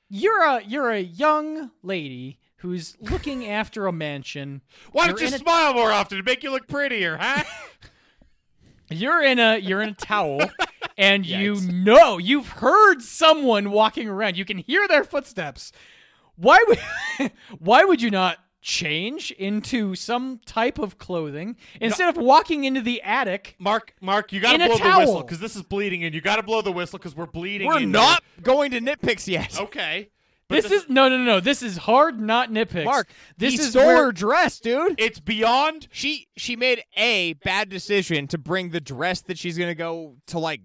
Speaker 3: You're a you're a young lady who's looking after a mansion.
Speaker 1: Why don't
Speaker 3: you're
Speaker 1: you
Speaker 3: in a-
Speaker 1: smile more often to make you look prettier, huh?
Speaker 3: You're in a you're in a towel and you know you've heard someone walking around. You can hear their footsteps. Why would why would you not change into some type of clothing instead of walking into the attic?
Speaker 1: Mark, Mark, you gotta
Speaker 3: In a
Speaker 1: blow the whistle
Speaker 3: towel.
Speaker 1: because this is bleeding, and you gotta blow the whistle because we're bleeding.
Speaker 2: We're
Speaker 1: in
Speaker 2: not going to Oh, nitpicks yet.
Speaker 1: here. okay. But
Speaker 3: This is no no no no. This is hard not nitpicks.
Speaker 2: Mark,
Speaker 3: this
Speaker 2: he
Speaker 3: is
Speaker 2: stole
Speaker 3: where-
Speaker 2: her dress, dude.
Speaker 1: It's beyond.
Speaker 2: she she made a bad decision to bring the dress that she's gonna go to like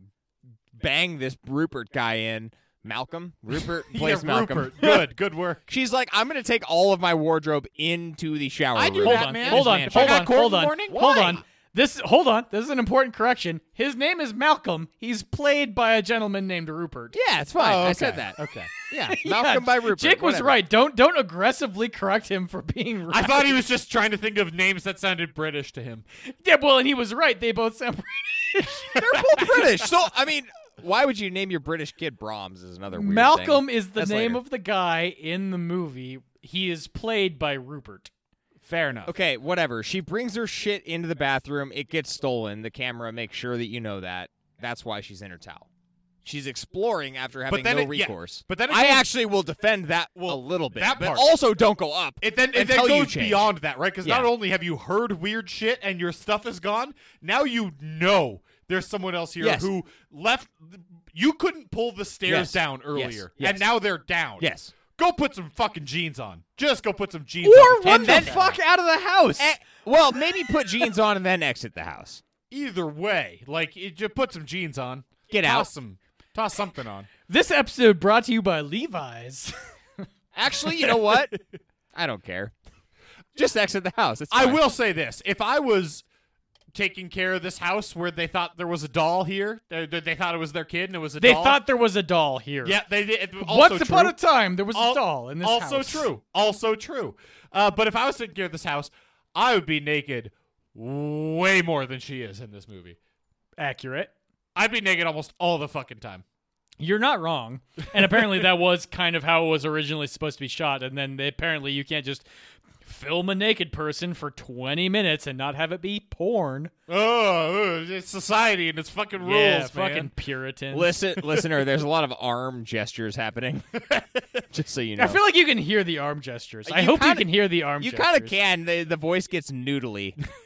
Speaker 2: bang this Rupert guy in. Malcolm Rupert plays
Speaker 1: yeah,
Speaker 2: Malcolm.
Speaker 1: uh, Rupert. Good, good work.
Speaker 2: She's like, I'm gonna take all of my wardrobe into the shower
Speaker 1: I do
Speaker 2: room.
Speaker 3: hold
Speaker 1: that,
Speaker 3: on,
Speaker 1: man.
Speaker 3: hold on,
Speaker 1: If I
Speaker 3: hold
Speaker 1: got
Speaker 3: on,
Speaker 1: court
Speaker 3: hold
Speaker 1: in the
Speaker 3: on,
Speaker 1: morning,
Speaker 3: hold
Speaker 1: why?
Speaker 3: on. This hold on. This is an important correction. His name is Malcolm. He's played by a gentleman named Rupert.
Speaker 2: Yeah, it's fine.
Speaker 1: Oh,
Speaker 2: I
Speaker 1: okay.
Speaker 2: said that.
Speaker 1: Okay.
Speaker 2: Yeah,
Speaker 3: Yeah,
Speaker 2: Malcolm by Rupert.
Speaker 3: Jake was
Speaker 2: whatever.
Speaker 3: right. Don't don't aggressively correct him for being right.
Speaker 1: I thought he was just trying to think of names that sounded British to him.
Speaker 3: yeah, well, and he was right. They both sound British.
Speaker 2: They're both British. So I mean, why would you name your British kid Brahms? Is another weird thing.
Speaker 3: Malcolm is the
Speaker 2: That's
Speaker 3: name
Speaker 2: later.
Speaker 3: of the guy in the movie. He is played by Rupert.
Speaker 1: Fair enough.
Speaker 2: Okay, whatever. She brings her shit into the bathroom. It gets stolen. The camera makes sure that you know that. That's why she's in her towel. She's exploring after having
Speaker 1: then
Speaker 2: no
Speaker 1: it- yeah.
Speaker 2: recourse.
Speaker 1: But then it
Speaker 2: I
Speaker 1: goes-
Speaker 2: actually will defend that a
Speaker 1: Well,
Speaker 2: little bit.
Speaker 1: that
Speaker 2: but
Speaker 1: part.
Speaker 2: also don't go up.
Speaker 1: It then it then
Speaker 2: until you
Speaker 1: goes
Speaker 2: change.
Speaker 1: beyond that, right? Because not
Speaker 2: Yeah.
Speaker 1: only have you heard weird shit and your stuff is gone, now you know there's someone else here
Speaker 2: Yes.
Speaker 1: who left. You couldn't pull the stairs
Speaker 2: Yes.
Speaker 1: down
Speaker 2: Yes.
Speaker 1: earlier,
Speaker 2: Yes.
Speaker 1: and now they're down.
Speaker 2: Yes.
Speaker 1: Go put some fucking jeans on. Just go put some jeans
Speaker 3: Or
Speaker 1: on.
Speaker 3: run
Speaker 2: And
Speaker 3: the
Speaker 2: then-
Speaker 3: fuck out of the house.
Speaker 2: Eh, well, maybe put jeans on and then exit the house.
Speaker 1: Either way, like it, just put some jeans on.
Speaker 2: Get
Speaker 1: toss
Speaker 2: out.
Speaker 1: Some, toss something on.
Speaker 3: this episode brought to you by Levi's.
Speaker 2: Actually, you know what? I don't care. Just exit the house. It's
Speaker 1: I
Speaker 2: fine.
Speaker 1: will say this: if I was taking care of this house where they thought there was a doll here, they, they- they thought it was their kid, and it was a
Speaker 3: they
Speaker 1: doll.
Speaker 3: thought there was a doll here.
Speaker 1: yeah, they did. it- Also
Speaker 3: Once upon
Speaker 1: true.
Speaker 3: a time, there was
Speaker 1: Al-
Speaker 3: a doll in this
Speaker 1: also
Speaker 3: house.
Speaker 1: true. Also true. Uh, but if I was taking care of this house, I would be naked way more than she is in this movie.
Speaker 3: Accurate.
Speaker 1: I'd be naked almost all the fucking time.
Speaker 3: You're not wrong. And apparently that was kind of how it was originally supposed to be shot. And then they, apparently you can't just film a naked person for 20 minutes and not have it be porn.
Speaker 1: Oh, it's society and it's fucking rules,
Speaker 3: yeah,
Speaker 1: man.
Speaker 3: fucking Puritans.
Speaker 2: Listen, listener, there's a lot of arm gestures happening. Just so you know.
Speaker 3: I feel like you can hear the arm gestures. I
Speaker 2: Uh, You
Speaker 3: hope you
Speaker 2: kinda-
Speaker 3: can hear the arm
Speaker 2: you
Speaker 3: gestures.
Speaker 2: kind of can. The, the voice gets noodly.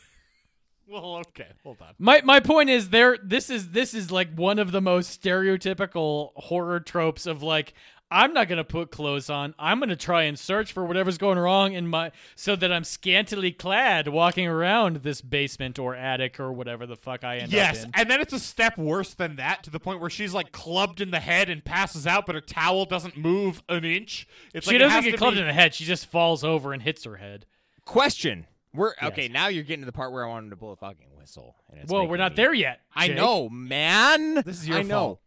Speaker 1: Well, okay, hold on.
Speaker 3: My my point is there this is this is like one of the most stereotypical horror tropes of like I'm not going to put clothes on. I'm going to try and search for whatever's going wrong in my so that I'm scantily clad walking around this basement or attic or whatever the fuck I end
Speaker 1: Yes,
Speaker 3: up in.
Speaker 1: and then it's a step worse than that to the point where she's like clubbed in the head and passes out, but her towel doesn't move an inch. It's
Speaker 3: She
Speaker 1: like it has
Speaker 3: doesn't
Speaker 1: to
Speaker 3: get clubbed
Speaker 1: be-
Speaker 3: in the head. She just falls over and hits her head.
Speaker 2: Question. We're okay. Now you're getting to the part where I want him to blow a fucking whistle. And it's
Speaker 3: Well,
Speaker 2: making
Speaker 3: we're not
Speaker 2: me-
Speaker 3: there yet.
Speaker 2: I
Speaker 3: Jake.
Speaker 2: know, man.
Speaker 1: This is your
Speaker 2: I know.
Speaker 1: fault,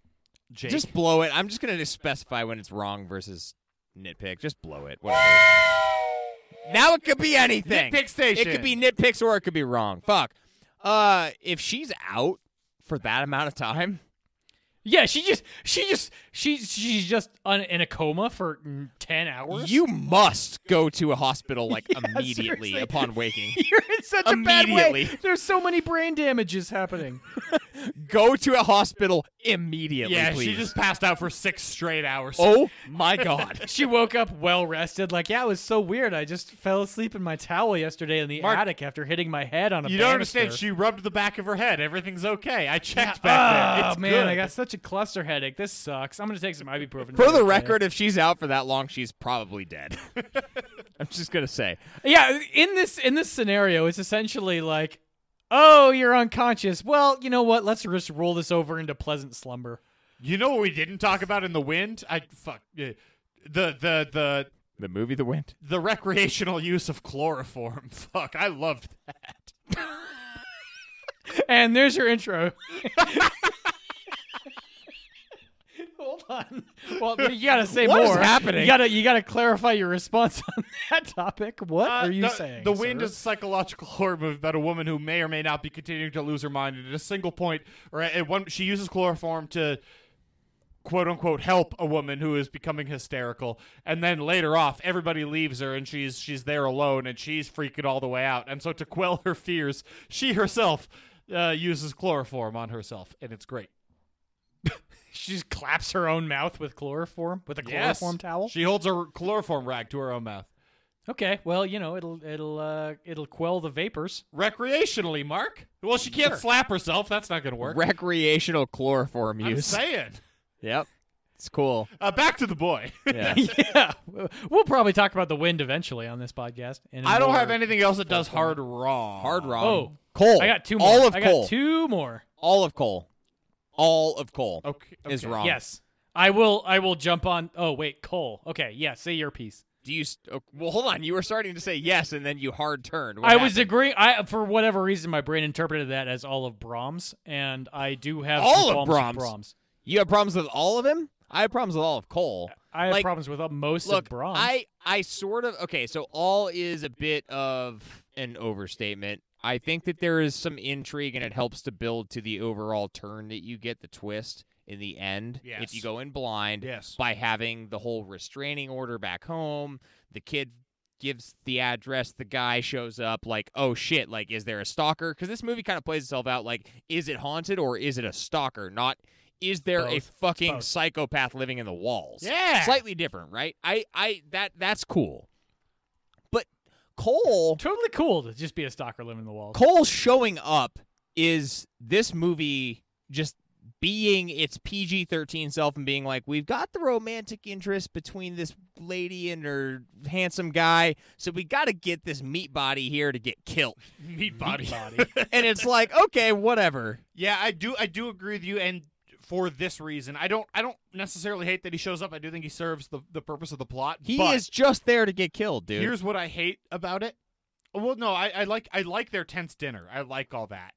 Speaker 1: Jake.
Speaker 2: Just blow it. I'm just gonna just specify when it's wrong versus nitpick. Just blow it. Whatever. now it could be anything.
Speaker 1: Nitpick station.
Speaker 2: It could be nitpicks or it could be wrong. Fuck. Uh, if she's out for that amount of time,
Speaker 3: Yeah, she just she just she she's just un, in a coma for mm, 10 hours.
Speaker 2: you must go to a hospital like
Speaker 3: Yeah,
Speaker 2: immediately
Speaker 3: seriously.
Speaker 2: upon waking.
Speaker 3: You're in such a bad way.
Speaker 2: Immediately.
Speaker 3: There's so many brain damages happening.
Speaker 2: go to a hospital immediately,
Speaker 1: yeah,
Speaker 2: please.
Speaker 1: she just passed out for six straight hours.
Speaker 2: oh my god.
Speaker 3: she woke up well rested, like, yeah, it was so weird. I just fell asleep in my towel yesterday in the
Speaker 1: Mark,
Speaker 3: attic after hitting my head on a
Speaker 1: you don't
Speaker 3: banister.
Speaker 1: understand. She rubbed the back of her head. Everything's okay. I checked back
Speaker 3: Oh
Speaker 1: there. It's
Speaker 3: man,
Speaker 1: good.
Speaker 3: I got such a cluster headache. This sucks. I'm gonna take some ibuprofen.
Speaker 2: For the
Speaker 3: today.
Speaker 2: record, if she's out for that long, she's probably dead. I'm just gonna say.
Speaker 3: yeah, in this in this scenario, it's essentially like, oh, you're unconscious. Well, you know what? Let's just roll this over into pleasant slumber.
Speaker 1: You know what we didn't talk about in the wind? I fuck yeah. the the the
Speaker 2: The movie The Wind.
Speaker 1: the recreational use of chloroform. Fuck, I loved that.
Speaker 3: And there's your intro. Hold on. Well, you gotta say
Speaker 2: What is
Speaker 3: more.
Speaker 2: happening?
Speaker 3: You gotta you gotta clarify your response on that topic. What
Speaker 1: Uh,
Speaker 3: are you
Speaker 1: the,
Speaker 3: saying?
Speaker 1: The Wind
Speaker 3: sir?
Speaker 1: is a psychological horror movie about a woman who may or may not be continuing to lose her mind. And at a single point, or at one, she uses chloroform to quote unquote help a woman who is becoming hysterical. And then later off, everybody leaves her, and she's she's there alone, and she's freaking all the way out. And so to quell her fears, she herself uh, uses chloroform on herself, and it's great.
Speaker 3: she just claps her own mouth with chloroform with a chloroform
Speaker 1: Yes.
Speaker 3: towel.
Speaker 1: She holds a chloroform rag to her own mouth.
Speaker 3: okay, well you know it'll it'll uh, it'll quell the vapors.
Speaker 1: Recreationally, Mark. Well, she can't slap herself. That's not going to work.
Speaker 2: Recreational chloroform
Speaker 1: I'm
Speaker 2: use.
Speaker 1: saying.
Speaker 2: Yep. It's cool.
Speaker 1: Uh, back to the boy.
Speaker 2: Yeah.
Speaker 3: yeah, we'll probably talk about the wind eventually on this podcast. and
Speaker 1: I don't
Speaker 3: more-
Speaker 1: have anything else that does hard wrong.
Speaker 2: Hard wrong.
Speaker 3: Oh,
Speaker 2: Coal.
Speaker 3: I got two more.
Speaker 2: All of
Speaker 3: I
Speaker 2: coal.
Speaker 3: got two more.
Speaker 2: All of coal. All of coal
Speaker 1: Okay,
Speaker 2: is
Speaker 1: Oh, okay.
Speaker 2: wrong.
Speaker 3: Yes. I will I will jump on Oh wait, Cole. Okay, yeah, say your piece.
Speaker 2: Do you? St- oh, well, hold on. You were starting to say yes, and then you hard turned. What
Speaker 3: I was
Speaker 2: happened?
Speaker 3: agreeing I for whatever reason my brain interpreted that as all of Brahms and I do have
Speaker 2: All
Speaker 3: some
Speaker 2: of
Speaker 3: problems with
Speaker 2: Brahms? You have problems with all of them. I have problems with all of coal.
Speaker 3: I have
Speaker 2: Like,
Speaker 3: problems with uh, most
Speaker 2: Look,
Speaker 3: of Brahms.
Speaker 2: I I sort of okay. So all is a bit of an overstatement. I think that there is some intrigue, and it helps to build to the overall turn that you get the twist in the end. If you
Speaker 1: Yes.
Speaker 2: go in blind,
Speaker 1: Yes.
Speaker 2: by having the whole restraining order back home, the kid gives the address, the guy shows up. Like, oh shit! Like, is there a stalker? Because this movie kind of plays itself out. Like, is it haunted or is it a stalker? Not. Is there a
Speaker 3: Both.
Speaker 2: fucking
Speaker 3: Both.
Speaker 2: psychopath living in the walls?
Speaker 1: Yeah.
Speaker 2: slightly different, right? I, I, that, that's cool. But Cole,
Speaker 3: totally cool to just be a stalker living in the walls.
Speaker 2: Cole showing up is this movie just being its PG 13 self and being like, we've got the romantic interest between this lady and her handsome guy, so we got to get this meat body here to get killed.
Speaker 1: Meat body.
Speaker 2: and it's like, okay, whatever.
Speaker 1: yeah, I do. I do agree with you, and for this reason, I don't. I don't necessarily hate that he shows up. I do think he serves the, the purpose of the plot.
Speaker 2: He
Speaker 1: but
Speaker 2: is just there to get killed, dude.
Speaker 1: Here's what I hate about it. Well, no, I, I like. I like their tense dinner. I like all that.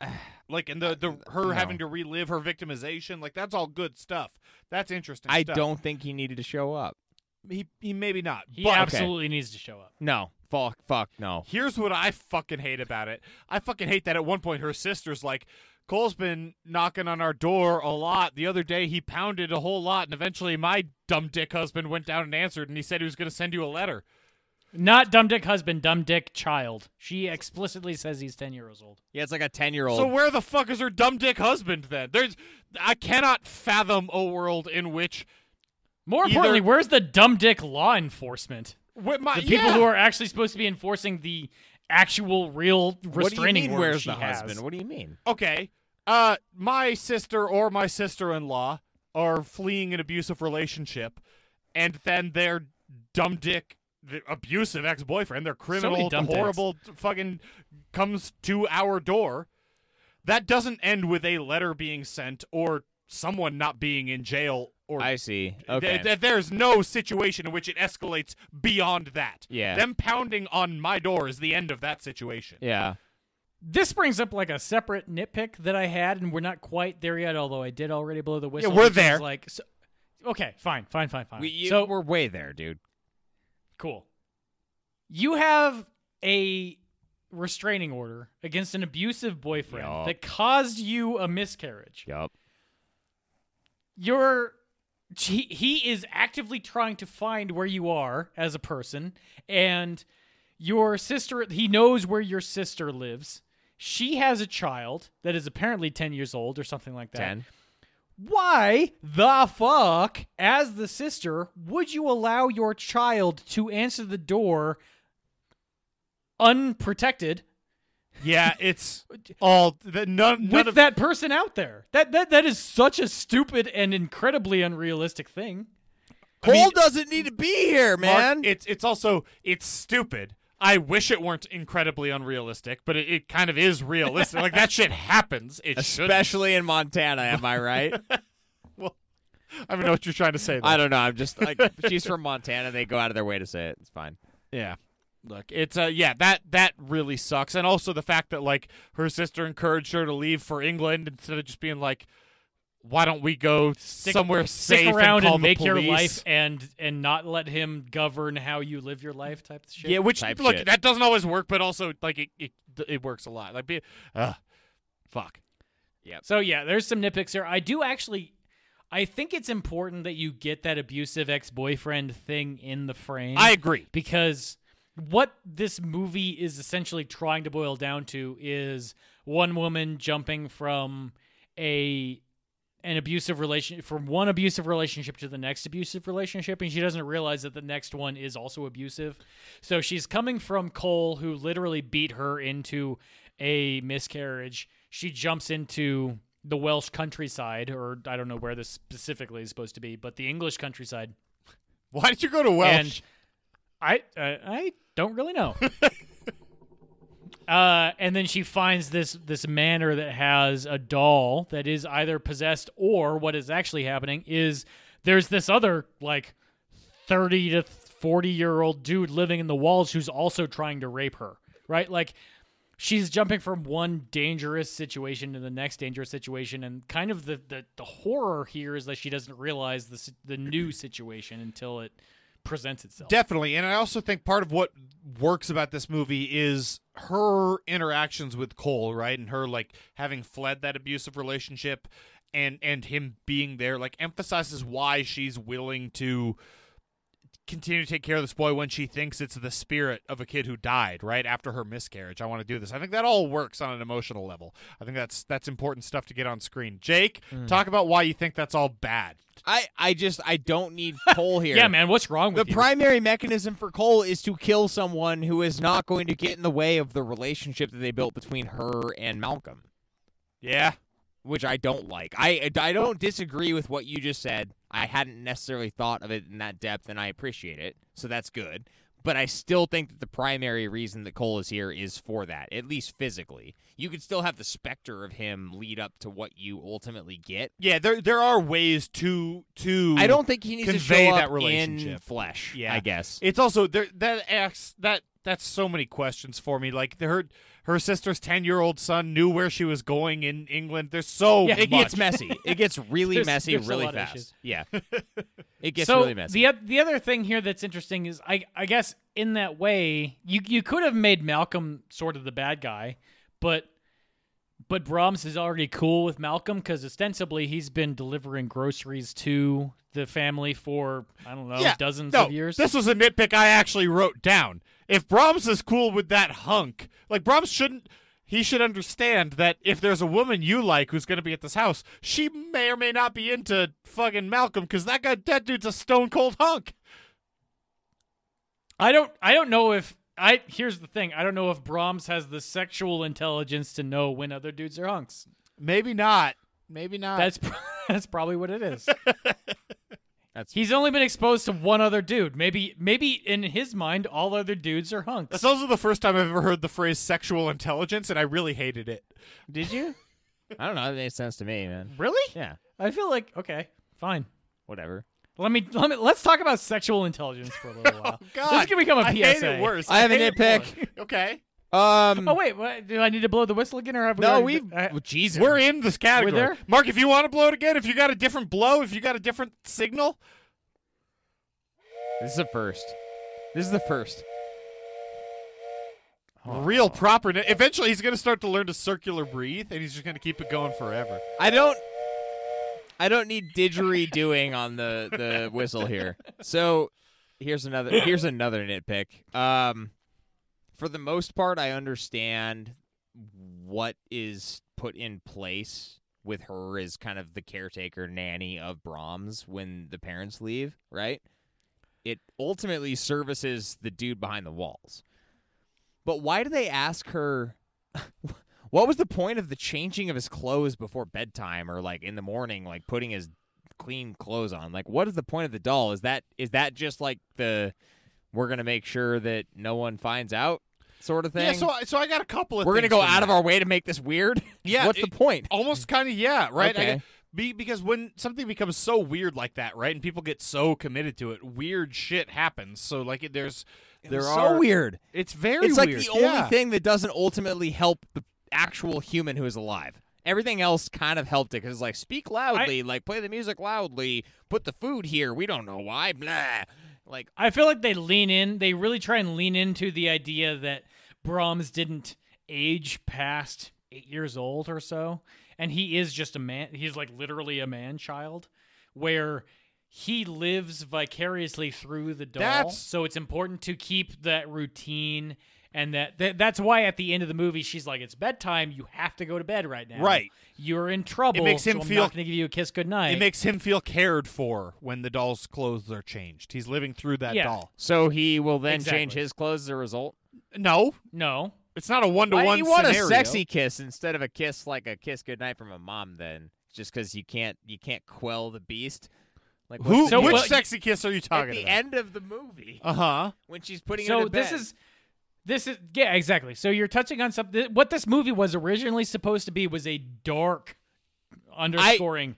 Speaker 1: Like and the the her
Speaker 2: Uh, No.
Speaker 1: having to relive her victimization. Like that's all good stuff. That's interesting.
Speaker 2: I
Speaker 1: stuff.
Speaker 2: don't think he needed to show up.
Speaker 1: He, he maybe not.
Speaker 3: He
Speaker 1: but
Speaker 3: absolutely needs to show up.
Speaker 2: No. Fuck, fuck, no.
Speaker 1: Here's what I fucking hate about it. I fucking hate that at one point her sister's like, Cole's been knocking on our door a lot. The other day he pounded a whole lot, and eventually my dumb dick husband went down and answered, and he said he was going to send you a letter.
Speaker 3: Not dumb dick husband, dumb dick child. She explicitly says he's 10 years old.
Speaker 2: Yeah, it's like a ten year old.
Speaker 1: So where the fuck is her dumb dick husband then? There's I cannot fathom a world in which
Speaker 3: More
Speaker 1: Either-
Speaker 3: importantly, where's the dumb dick law enforcement?
Speaker 1: wh- my,
Speaker 2: Uh,
Speaker 3: The people
Speaker 1: yeah.
Speaker 3: who are actually supposed to be enforcing the actual real restraining
Speaker 2: what do you mean?
Speaker 3: order
Speaker 2: Where's
Speaker 3: she
Speaker 2: the
Speaker 3: has.
Speaker 2: husband? What do you mean?
Speaker 1: okay. Uh, my sister or my sister-in-law are fleeing an abusive relationship, and then their dumb dick, the abusive ex-boyfriend, their criminal,
Speaker 3: dumb dicks.
Speaker 1: horrible, fucking comes to our door. That doesn't end with a letter being sent or someone not being in jail or
Speaker 2: I see.
Speaker 1: Th-
Speaker 2: Okay.
Speaker 1: th- there's no situation in which it escalates beyond that.
Speaker 2: Yeah.
Speaker 1: Them pounding on my door is the end of that situation.
Speaker 2: yeah.
Speaker 3: This brings up like a separate nitpick that I had, and we're not quite there yet. Although I did already blow the whistle.
Speaker 1: we're
Speaker 3: which is
Speaker 1: there.
Speaker 3: Like, so, okay, fine, fine, fine, fine.
Speaker 2: We, you-
Speaker 3: so
Speaker 2: we're way there, dude.
Speaker 3: Cool. You have a restraining order against an abusive boyfriend
Speaker 2: Yup.
Speaker 3: that caused you a miscarriage.
Speaker 2: Yup.
Speaker 3: You're he, he is actively trying to find where you are as a person and your sister he knows where your sister lives. She has a child that is apparently 10 years old or something like that
Speaker 2: Ten.
Speaker 3: why the fuck, as the sister, would you allow your child to answer the door unprotected
Speaker 1: Yeah, it's all the, none, none
Speaker 3: with
Speaker 1: of
Speaker 3: that person out there? That that that is such a stupid and incredibly unrealistic thing.
Speaker 2: Cole doesn't need to be here,
Speaker 1: Mark,
Speaker 2: man.
Speaker 1: it's it's also it's stupid. I wish it weren't incredibly unrealistic, but it, it kind of is realistic. like that shit happens. It shouldn't.
Speaker 2: Especially in Montana, am I right?
Speaker 1: I don't know what you're trying to say. There.
Speaker 2: I don't know. I'm just like she's from Montana. They go out of their way to say it. It's fine.
Speaker 1: Yeah. Look, it's uh yeah, that that really sucks. And also the fact that like her sister encouraged her to leave for England instead of just being like why don't we go somewhere
Speaker 3: Stick
Speaker 1: safe
Speaker 3: around
Speaker 1: and, call
Speaker 3: and
Speaker 1: the
Speaker 3: make your
Speaker 1: police?"
Speaker 3: life and and not let him govern how you live your life type of shit.
Speaker 1: Yeah, which
Speaker 2: Type
Speaker 1: look,
Speaker 2: shit.
Speaker 1: that doesn't always work, but also like it it, it works a lot. Like be uh fuck.
Speaker 3: So yeah, there's some nitpicks here. I do actually I think it's important that you get that abusive ex-boyfriend thing in the frame.
Speaker 1: I agree.
Speaker 3: because what this movie is essentially trying to boil down to is one woman jumping from a an abusive relation from one abusive relationship to the next abusive relationship and she doesn't realize that the next one is also abusive. So she's coming from Cole who literally beat her into a miscarriage. She jumps into the Welsh countryside or I don't know where this specifically is supposed to be, but the English countryside
Speaker 1: Why did you go to Welsh?
Speaker 3: and I I I don't really know. uh, and then she finds this this manor that has a doll that is either possessed or what is actually happening is there's this other like thirty to forty year old dude living in the walls who's also trying to rape her. Right, like. She's jumping from one dangerous situation to the next dangerous situation, and kind of the, the, the horror here is that she doesn't realize the si- the new situation until it presents itself.
Speaker 1: Definitely. And I also think part of what works about this movie is her interactions with Cole, right? And her like having fled that abusive relationship and and him being there like emphasizes why she's willing to continue to take care of this boy when she thinks it's the spirit of a kid who died right after her miscarriage. I want to do this. I think that all works on an emotional level. I think that's that's important stuff to get on screen. Jake, talk about why you think that's all bad.
Speaker 2: I, I just I don't need Cole here.
Speaker 3: yeah, man, what's wrong
Speaker 2: The
Speaker 3: with you?
Speaker 2: primary mechanism for Cole is to kill someone who is not going to get in the way of the relationship that they built between her and Malcolm,
Speaker 1: Yeah.
Speaker 2: which I don't like. I I don't disagree with what you just said. I hadn't necessarily thought of it in that depth, and I appreciate it, so that's good. But I still think that the primary reason that Cole is here is for that, at least physically. You could still have the specter of him lead up to what you ultimately get.
Speaker 1: Yeah, there there are ways to to
Speaker 2: I don't think he needs to
Speaker 1: Mm. Convey
Speaker 2: show
Speaker 1: that
Speaker 2: up in
Speaker 1: relationship.
Speaker 2: flesh.
Speaker 1: Yeah.
Speaker 2: I guess.
Speaker 1: It's also there that asks that that's so many questions for me. Like her her sister's ten year old son knew where she was going in England. There's so
Speaker 3: Yeah,
Speaker 2: it
Speaker 1: much.
Speaker 2: gets messy. It gets really
Speaker 3: There's-
Speaker 2: messy
Speaker 3: there's a
Speaker 2: really
Speaker 3: lot of
Speaker 2: fast.
Speaker 3: issues.
Speaker 2: Yeah. It gets
Speaker 3: so
Speaker 2: really messy.
Speaker 3: the oth- the other thing here that's interesting is I I guess in that way you you could have made Malcolm sort of the bad guy, but But Brahms is already cool with Malcolm because ostensibly he's been delivering groceries to the family for I don't know dozens
Speaker 1: no,
Speaker 3: of years.
Speaker 1: This was a nitpick I actually wrote down. If Brahms is cool with that hunk, like Brahms shouldn't. He should understand that if there's a woman you like who's going to be at this house, she may or may not be into fucking Malcolm because that guy, that dude's a stone cold hunk.
Speaker 3: I don't I don't know if I here's the thing I don't know if Brahms has the sexual intelligence to know when other dudes are hunks.
Speaker 1: Maybe not. Maybe not.
Speaker 3: That's pro- that's probably what it is.
Speaker 2: That's-
Speaker 3: He's only been exposed to one other dude. Maybe maybe in his mind all other dudes are hunks.
Speaker 1: That's also the first time I've ever heard the phrase sexual intelligence, and I really hated it.
Speaker 2: Did you? I don't know. That made sense to me, man.
Speaker 3: Really?
Speaker 2: Yeah.
Speaker 3: I feel like okay, fine.
Speaker 2: Whatever.
Speaker 3: Let me let me let's talk about sexual intelligence for a little while.
Speaker 1: Oh, God,
Speaker 3: this can become a
Speaker 1: I
Speaker 3: PSA.
Speaker 1: hate it worse.
Speaker 2: I have a
Speaker 1: hate it
Speaker 2: nitpick.
Speaker 1: more. Okay,
Speaker 2: Um.
Speaker 3: Oh wait, what, do I need to blow the whistle again, or have we?
Speaker 2: no,
Speaker 3: already-
Speaker 2: we've.
Speaker 3: I-
Speaker 2: well, Jesus.
Speaker 1: we're in this category.
Speaker 3: there?
Speaker 1: Mark, if you want to blow it again, if you got a different blow, if you got a different signal,
Speaker 2: This is the first. This is the first. Oh.
Speaker 1: real proper. nit- Eventually, he's gonna start to learn to circular breathe, and he's just gonna keep it going forever.
Speaker 2: I don't. I don't need didgeridooing on the the whistle here. So here's another here's another nitpick. Um, for the most part, I understand what is put in place with her as kind of the caretaker nanny of Brahms when the parents leave. Right. It ultimately services the dude behind the walls. But why do they ask her what was the point of the changing of his clothes before bedtime or like in the morning like putting his clean clothes on like what is the point of the doll is that is that just like the we're gonna make sure that no one finds out sort of thing
Speaker 1: Yeah. So, I- so I got a couple of.
Speaker 2: we're gonna
Speaker 1: things
Speaker 2: go
Speaker 1: from
Speaker 2: out of
Speaker 1: that.
Speaker 2: our way to make this weird
Speaker 1: Yeah,
Speaker 2: what's
Speaker 1: it-
Speaker 2: the point
Speaker 1: Almost kind of yeah, right? I
Speaker 2: Okay.
Speaker 1: get- be, because when something becomes so weird like that, right, and people get so committed to it, weird shit happens. So like, it, there's there
Speaker 2: so
Speaker 1: are
Speaker 2: weird
Speaker 1: It's very
Speaker 2: it's like
Speaker 1: weird,
Speaker 2: the only
Speaker 1: yeah.
Speaker 2: thing that doesn't ultimately help the actual human who is alive everything else kind of helped it because like speak loudly like play the music loudly put the food here we don't know why blah like
Speaker 3: I feel like they lean in. They really try and lean into the idea that Brahms didn't age past eight years old or so, and he is just a man. He's like literally a man child, where he lives vicariously through the doll.
Speaker 1: That's-
Speaker 3: so it's important to keep that routine. And that, that that's why at the end of the movie she's like, "It's bedtime. You have to go to bed right now.
Speaker 1: Right.
Speaker 3: You're in trouble.
Speaker 1: makes him
Speaker 3: so I'm
Speaker 1: feel-
Speaker 3: not going to give you a kiss goodnight.
Speaker 1: It makes him feel cared for when the doll's clothes are changed. He's living through that
Speaker 3: Yeah.
Speaker 1: doll.
Speaker 2: So he will then change
Speaker 3: Exactly.
Speaker 2: his clothes as a result.
Speaker 1: No,
Speaker 3: no.
Speaker 1: it's not a one to
Speaker 2: Why
Speaker 1: one
Speaker 2: do you want a sexy kiss instead of a kiss like a kiss goodnight from a mom? Then just because you can't you can't quell the beast. Like what's
Speaker 1: Who?
Speaker 2: the
Speaker 3: So
Speaker 1: which
Speaker 2: deal?
Speaker 3: what-
Speaker 1: sexy kiss are you
Speaker 2: at
Speaker 1: talking
Speaker 2: the
Speaker 1: about?
Speaker 2: end of the movie
Speaker 1: Uh huh.
Speaker 2: when she's putting him
Speaker 3: so
Speaker 2: to
Speaker 3: this
Speaker 2: bed.
Speaker 3: is this is yeah exactly so you're touching on something what this movie was originally supposed to be was a dark underscoring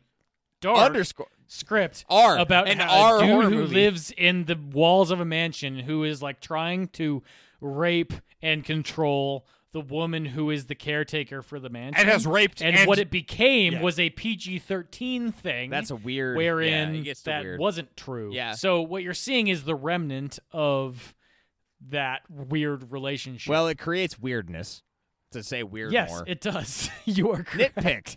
Speaker 3: dark
Speaker 2: underscore.
Speaker 3: script
Speaker 2: R,
Speaker 3: about
Speaker 2: an
Speaker 3: how a
Speaker 2: R
Speaker 3: dude
Speaker 2: horror
Speaker 3: who
Speaker 2: movie.
Speaker 3: lives in the walls of a mansion who is like trying to rape and control the woman who is the caretaker for the mansion
Speaker 1: And has raped
Speaker 3: and,
Speaker 1: and-
Speaker 3: what it became
Speaker 1: Yeah.
Speaker 3: was a PG-13 thing
Speaker 2: That's a weird.
Speaker 3: wherein
Speaker 2: yeah, it gets to
Speaker 3: that
Speaker 2: weird.
Speaker 3: wasn't true.
Speaker 2: Yeah.
Speaker 3: So what you're seeing is the remnant of that weird relationship.
Speaker 2: well, it creates weirdness to say weird
Speaker 3: yes,
Speaker 2: more.
Speaker 3: it does. you are correct.
Speaker 2: Nitpick.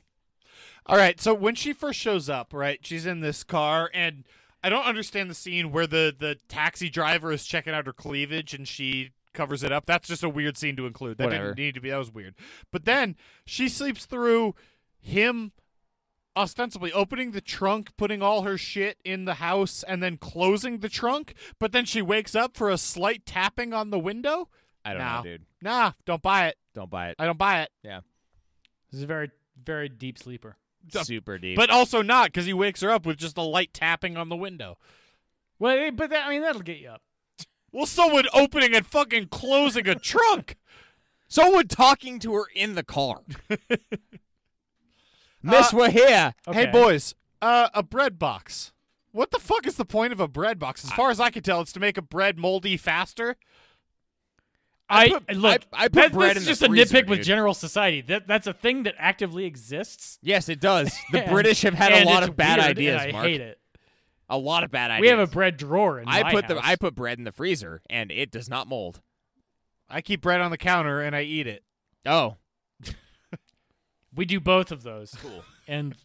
Speaker 1: All right. So when she first shows up, right, she's in this car, and I don't understand the scene where the the taxi driver is checking out her cleavage, and she covers it up. That's just a weird scene to include. That
Speaker 2: Whatever.
Speaker 1: didn't need to be. That was weird. But then she sleeps through him ostensibly opening the trunk, putting all her shit in the house, and then closing the trunk. But then she wakes up for a slight tapping on the window.
Speaker 2: I don't
Speaker 1: Nah.
Speaker 2: know, dude.
Speaker 1: Nah, don't buy it.
Speaker 2: Don't buy it.
Speaker 1: I don't buy it.
Speaker 3: This is a very, very deep sleeper.
Speaker 1: Uh,
Speaker 2: Super deep.
Speaker 1: But also not because he wakes her up with just a light tapping on the window.
Speaker 3: Well, eh, but that, I mean that'll get you up.
Speaker 1: Well, so would opening and fucking closing a trunk.
Speaker 2: so would talking to her in the car. Miss, we're here.
Speaker 3: Uh, Okay.
Speaker 1: Hey, boys, uh, a bread box. What the fuck is the point of a bread box? As far as I can tell, it's to make a bread moldy faster.
Speaker 3: I,
Speaker 2: put-
Speaker 3: look.
Speaker 2: I- I put
Speaker 3: that-
Speaker 2: bread
Speaker 3: this
Speaker 2: in
Speaker 3: is
Speaker 2: the
Speaker 3: just
Speaker 2: freezer,
Speaker 3: a nitpick with
Speaker 2: dude.
Speaker 3: general society. That that's a thing that actively exists.
Speaker 2: Yes, it does. The
Speaker 3: And-
Speaker 2: British have had a
Speaker 3: and
Speaker 2: lot
Speaker 3: it's
Speaker 2: of bad
Speaker 3: weird, and
Speaker 2: ideas,
Speaker 3: I
Speaker 2: Mark.
Speaker 3: hate it.
Speaker 2: A lot of bad ideas.
Speaker 3: We have a bread drawer in
Speaker 2: I
Speaker 3: my
Speaker 2: put the
Speaker 3: house.
Speaker 2: I put bread in the freezer and it does not mold.
Speaker 1: I keep bread on the counter and I eat it.
Speaker 2: Oh.
Speaker 3: We do both of those. Cool. And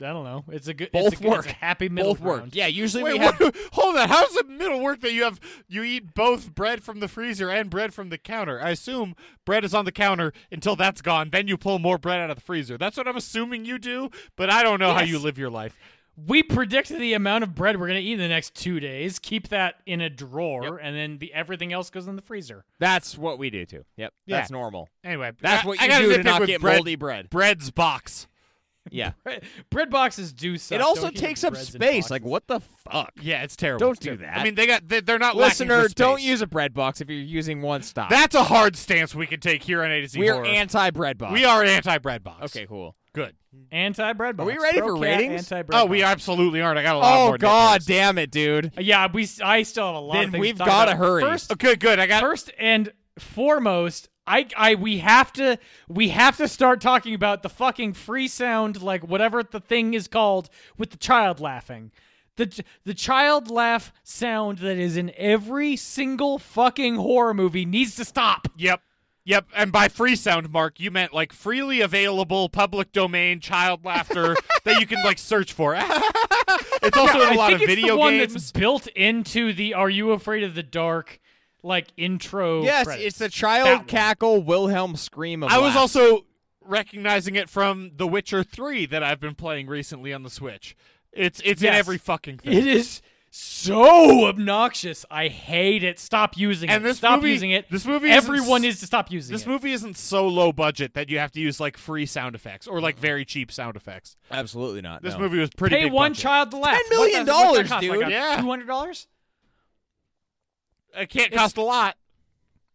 Speaker 3: I don't know. It's a good.
Speaker 2: Both
Speaker 3: it's a, good-
Speaker 2: work.
Speaker 3: It's a happy middle
Speaker 2: Both work.
Speaker 3: ground.
Speaker 2: Yeah, usually
Speaker 1: Wait,
Speaker 2: we have
Speaker 1: what- hold on. How's the middle work that you have? You eat both bread from the freezer and bread from the counter. I assume bread is on the counter until that's gone. Then you pull more bread out of the freezer. That's what I'm assuming you do. But I don't know how
Speaker 3: Yes.
Speaker 1: you live your life.
Speaker 3: We predict the amount of bread we're gonna eat in the next two days. Keep that in a drawer, and then the everything else goes in the freezer.
Speaker 2: That's what we do too. Yep.
Speaker 1: Yeah.
Speaker 2: That's normal.
Speaker 1: Anyway,
Speaker 2: That's
Speaker 1: I-
Speaker 2: what
Speaker 1: I
Speaker 2: you
Speaker 1: gotta
Speaker 2: do to
Speaker 1: nitpick
Speaker 2: not
Speaker 1: with
Speaker 2: get
Speaker 1: bread,
Speaker 2: moldy bread.
Speaker 1: Bread's box.
Speaker 2: Yeah.
Speaker 3: Bread, bread boxes do suck.
Speaker 2: It also
Speaker 3: Don't eat
Speaker 2: takes up
Speaker 3: breads in
Speaker 2: space. Like
Speaker 3: boxes.
Speaker 2: what the fuck?
Speaker 1: Yeah, it's terrible.
Speaker 2: Don't
Speaker 1: It's
Speaker 2: do
Speaker 1: terrible.
Speaker 2: that.
Speaker 1: I mean, they got they, they're not lacking
Speaker 2: Listener,
Speaker 1: for
Speaker 2: don't
Speaker 1: space. Ah.
Speaker 2: use a bread box if you're using one stop.
Speaker 1: That's a hard stance we can take here on A to Z
Speaker 2: We're
Speaker 1: Horror.
Speaker 2: anti bread box.
Speaker 1: we are anti bread box.
Speaker 2: Okay, cool.
Speaker 1: good.
Speaker 3: anti bread box.
Speaker 2: we ready
Speaker 3: Pro
Speaker 2: for
Speaker 3: cat
Speaker 2: ratings?
Speaker 3: anti-bread
Speaker 1: Oh, we
Speaker 3: box.
Speaker 1: absolutely aren't. I got a lot
Speaker 2: Oh
Speaker 1: more.
Speaker 2: god
Speaker 1: nitpicks.
Speaker 2: damn it, dude.
Speaker 3: Yeah, we. s- I still have a lot.
Speaker 2: Then
Speaker 3: of things
Speaker 2: we've
Speaker 3: to talk
Speaker 2: gotta
Speaker 3: about.
Speaker 2: hurry.
Speaker 3: First,
Speaker 1: Okay, Oh, good. I got
Speaker 3: first and foremost, I, I, we have to, we have to start talking about the fucking free sound, like whatever the thing is called, with the child laughing, the ch- the child laugh sound that is in every single fucking horror movie needs to stop.
Speaker 1: Yep. Yep. And by free sound, Mark, you meant like freely available public domain child laughter that you can like search for. it's also in a
Speaker 3: I
Speaker 1: lot
Speaker 3: think
Speaker 1: of
Speaker 3: it's
Speaker 1: video
Speaker 3: the one that's
Speaker 1: games.
Speaker 3: built into the "Are You Afraid of the Dark" like intro.
Speaker 2: Yes,
Speaker 3: credits.
Speaker 2: it's the
Speaker 3: That one.
Speaker 2: child cackle Wilhelm scream of
Speaker 1: I was
Speaker 2: laugh.
Speaker 1: also recognizing it from The Witcher 3 that I've been playing recently on the Switch. It's it's in
Speaker 3: Yes.
Speaker 1: every fucking thing.
Speaker 3: It is so obnoxious. I hate it. Stop using
Speaker 1: And
Speaker 3: it.
Speaker 1: this
Speaker 3: stop
Speaker 1: movie-
Speaker 3: using it.
Speaker 1: this movie isn't
Speaker 3: Everyone
Speaker 1: s-
Speaker 3: is to stop using
Speaker 1: This
Speaker 3: it.
Speaker 1: movie isn't so low budget that you have to use like free sound effects or like very cheap sound effects.
Speaker 2: absolutely not.
Speaker 1: This
Speaker 2: no.
Speaker 1: movie was pretty
Speaker 3: Pay
Speaker 1: big
Speaker 3: one
Speaker 1: budget.
Speaker 3: child to laugh.
Speaker 2: $10 million
Speaker 3: What the- what's that cost?
Speaker 2: dude.
Speaker 3: Like
Speaker 1: Yeah.
Speaker 3: Two hundred dollars.
Speaker 1: It can't cost a lot.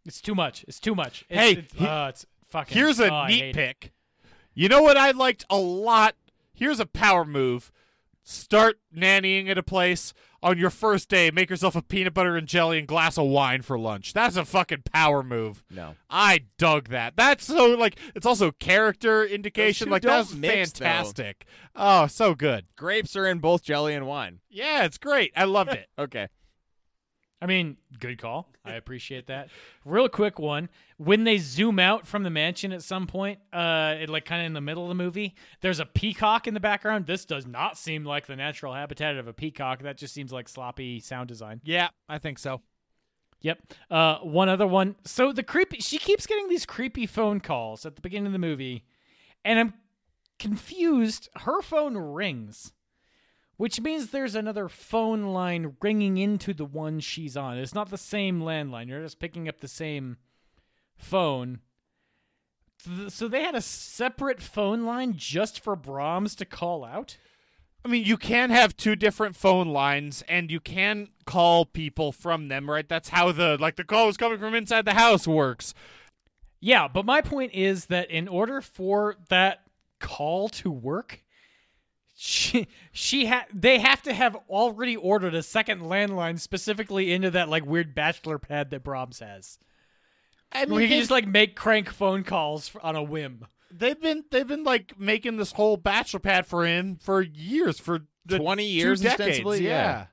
Speaker 3: It's too much. It's too much. It's,
Speaker 1: Hey,
Speaker 3: it's,
Speaker 1: he-
Speaker 3: uh, it's fucking.
Speaker 1: Here's a
Speaker 3: oh, I hate
Speaker 1: neat
Speaker 3: it.
Speaker 1: pick. You know what I liked a lot? Here's a power move. Start nannying at a place on your first day. Make yourself a peanut butter and jelly and glass of wine for lunch. That's a fucking power move.
Speaker 2: No.
Speaker 1: I dug that. That's so like it's also character indication.
Speaker 2: two
Speaker 1: Like
Speaker 2: don't
Speaker 1: that's
Speaker 2: mix, though.
Speaker 1: fantastic. Oh, so good.
Speaker 2: Grapes are in both jelly and wine.
Speaker 1: Yeah, it's great. I loved it.
Speaker 2: Okay.
Speaker 3: I mean, good call. I appreciate that. Real quick one. When they zoom out from the mansion at some point, uh, it, like kind of in the middle of the movie, there's a peacock in the background. This does not seem like the natural habitat of a peacock. That just seems like sloppy sound design.
Speaker 1: yeah, I think so.
Speaker 3: Yep. Uh, one other one. So the creepy. She keeps getting these creepy phone calls at the beginning of the movie, and I'm confused. Her phone rings, which means there's another phone line ringing into the one she's on. It's not the same landline. You're just picking up the same phone. Th- So they had a separate phone line just for Brahms to call out.
Speaker 1: I mean, you can have two different phone lines, and you can call people from them, right? That's how the like the call is coming from inside the house works.
Speaker 3: Yeah, but my point is that in order for that call to work, she she ha- they have to have already ordered a second landline specifically into that like weird bachelor pad that Brahms has.
Speaker 1: I
Speaker 3: Where you can just like make crank phone calls f- on a whim.
Speaker 1: they've been they've been like making this whole bachelor pad for him for years, for the
Speaker 2: 20
Speaker 1: two
Speaker 2: years,
Speaker 1: decades.
Speaker 2: ostensibly, yeah.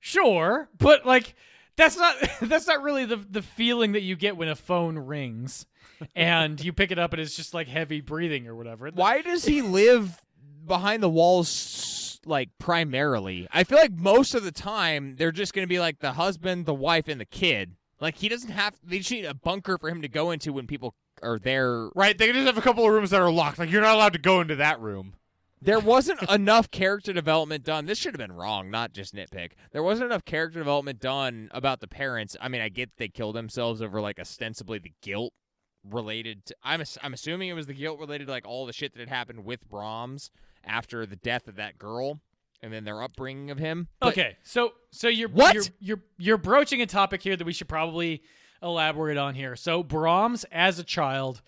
Speaker 3: Sure, but like that's not that's not really the the feeling that you get when a phone rings and you pick it up and it's just like heavy breathing or whatever.
Speaker 2: Why does he live behind the walls like primarily? I feel like most of the time they're just going to be like the husband, the wife, and the kid. Like he doesn't have they just need a bunker for him to go into when people are there.
Speaker 1: Right, they just have a couple of rooms that are locked. Like you're not allowed to go into that room.
Speaker 2: There wasn't enough character development done. This should have been wrong, not just nitpick. There wasn't enough character development done about the parents. I mean, I get they killed themselves over like ostensibly the guilt related to I'm ass- I'm assuming it was the guilt related to like all the shit that had happened with Brahms after the death of that girl and then their upbringing of him. But
Speaker 3: okay, so so you're
Speaker 2: What?
Speaker 3: you're you're you're broaching a topic here that we should probably elaborate on here. So Brahms, as a child,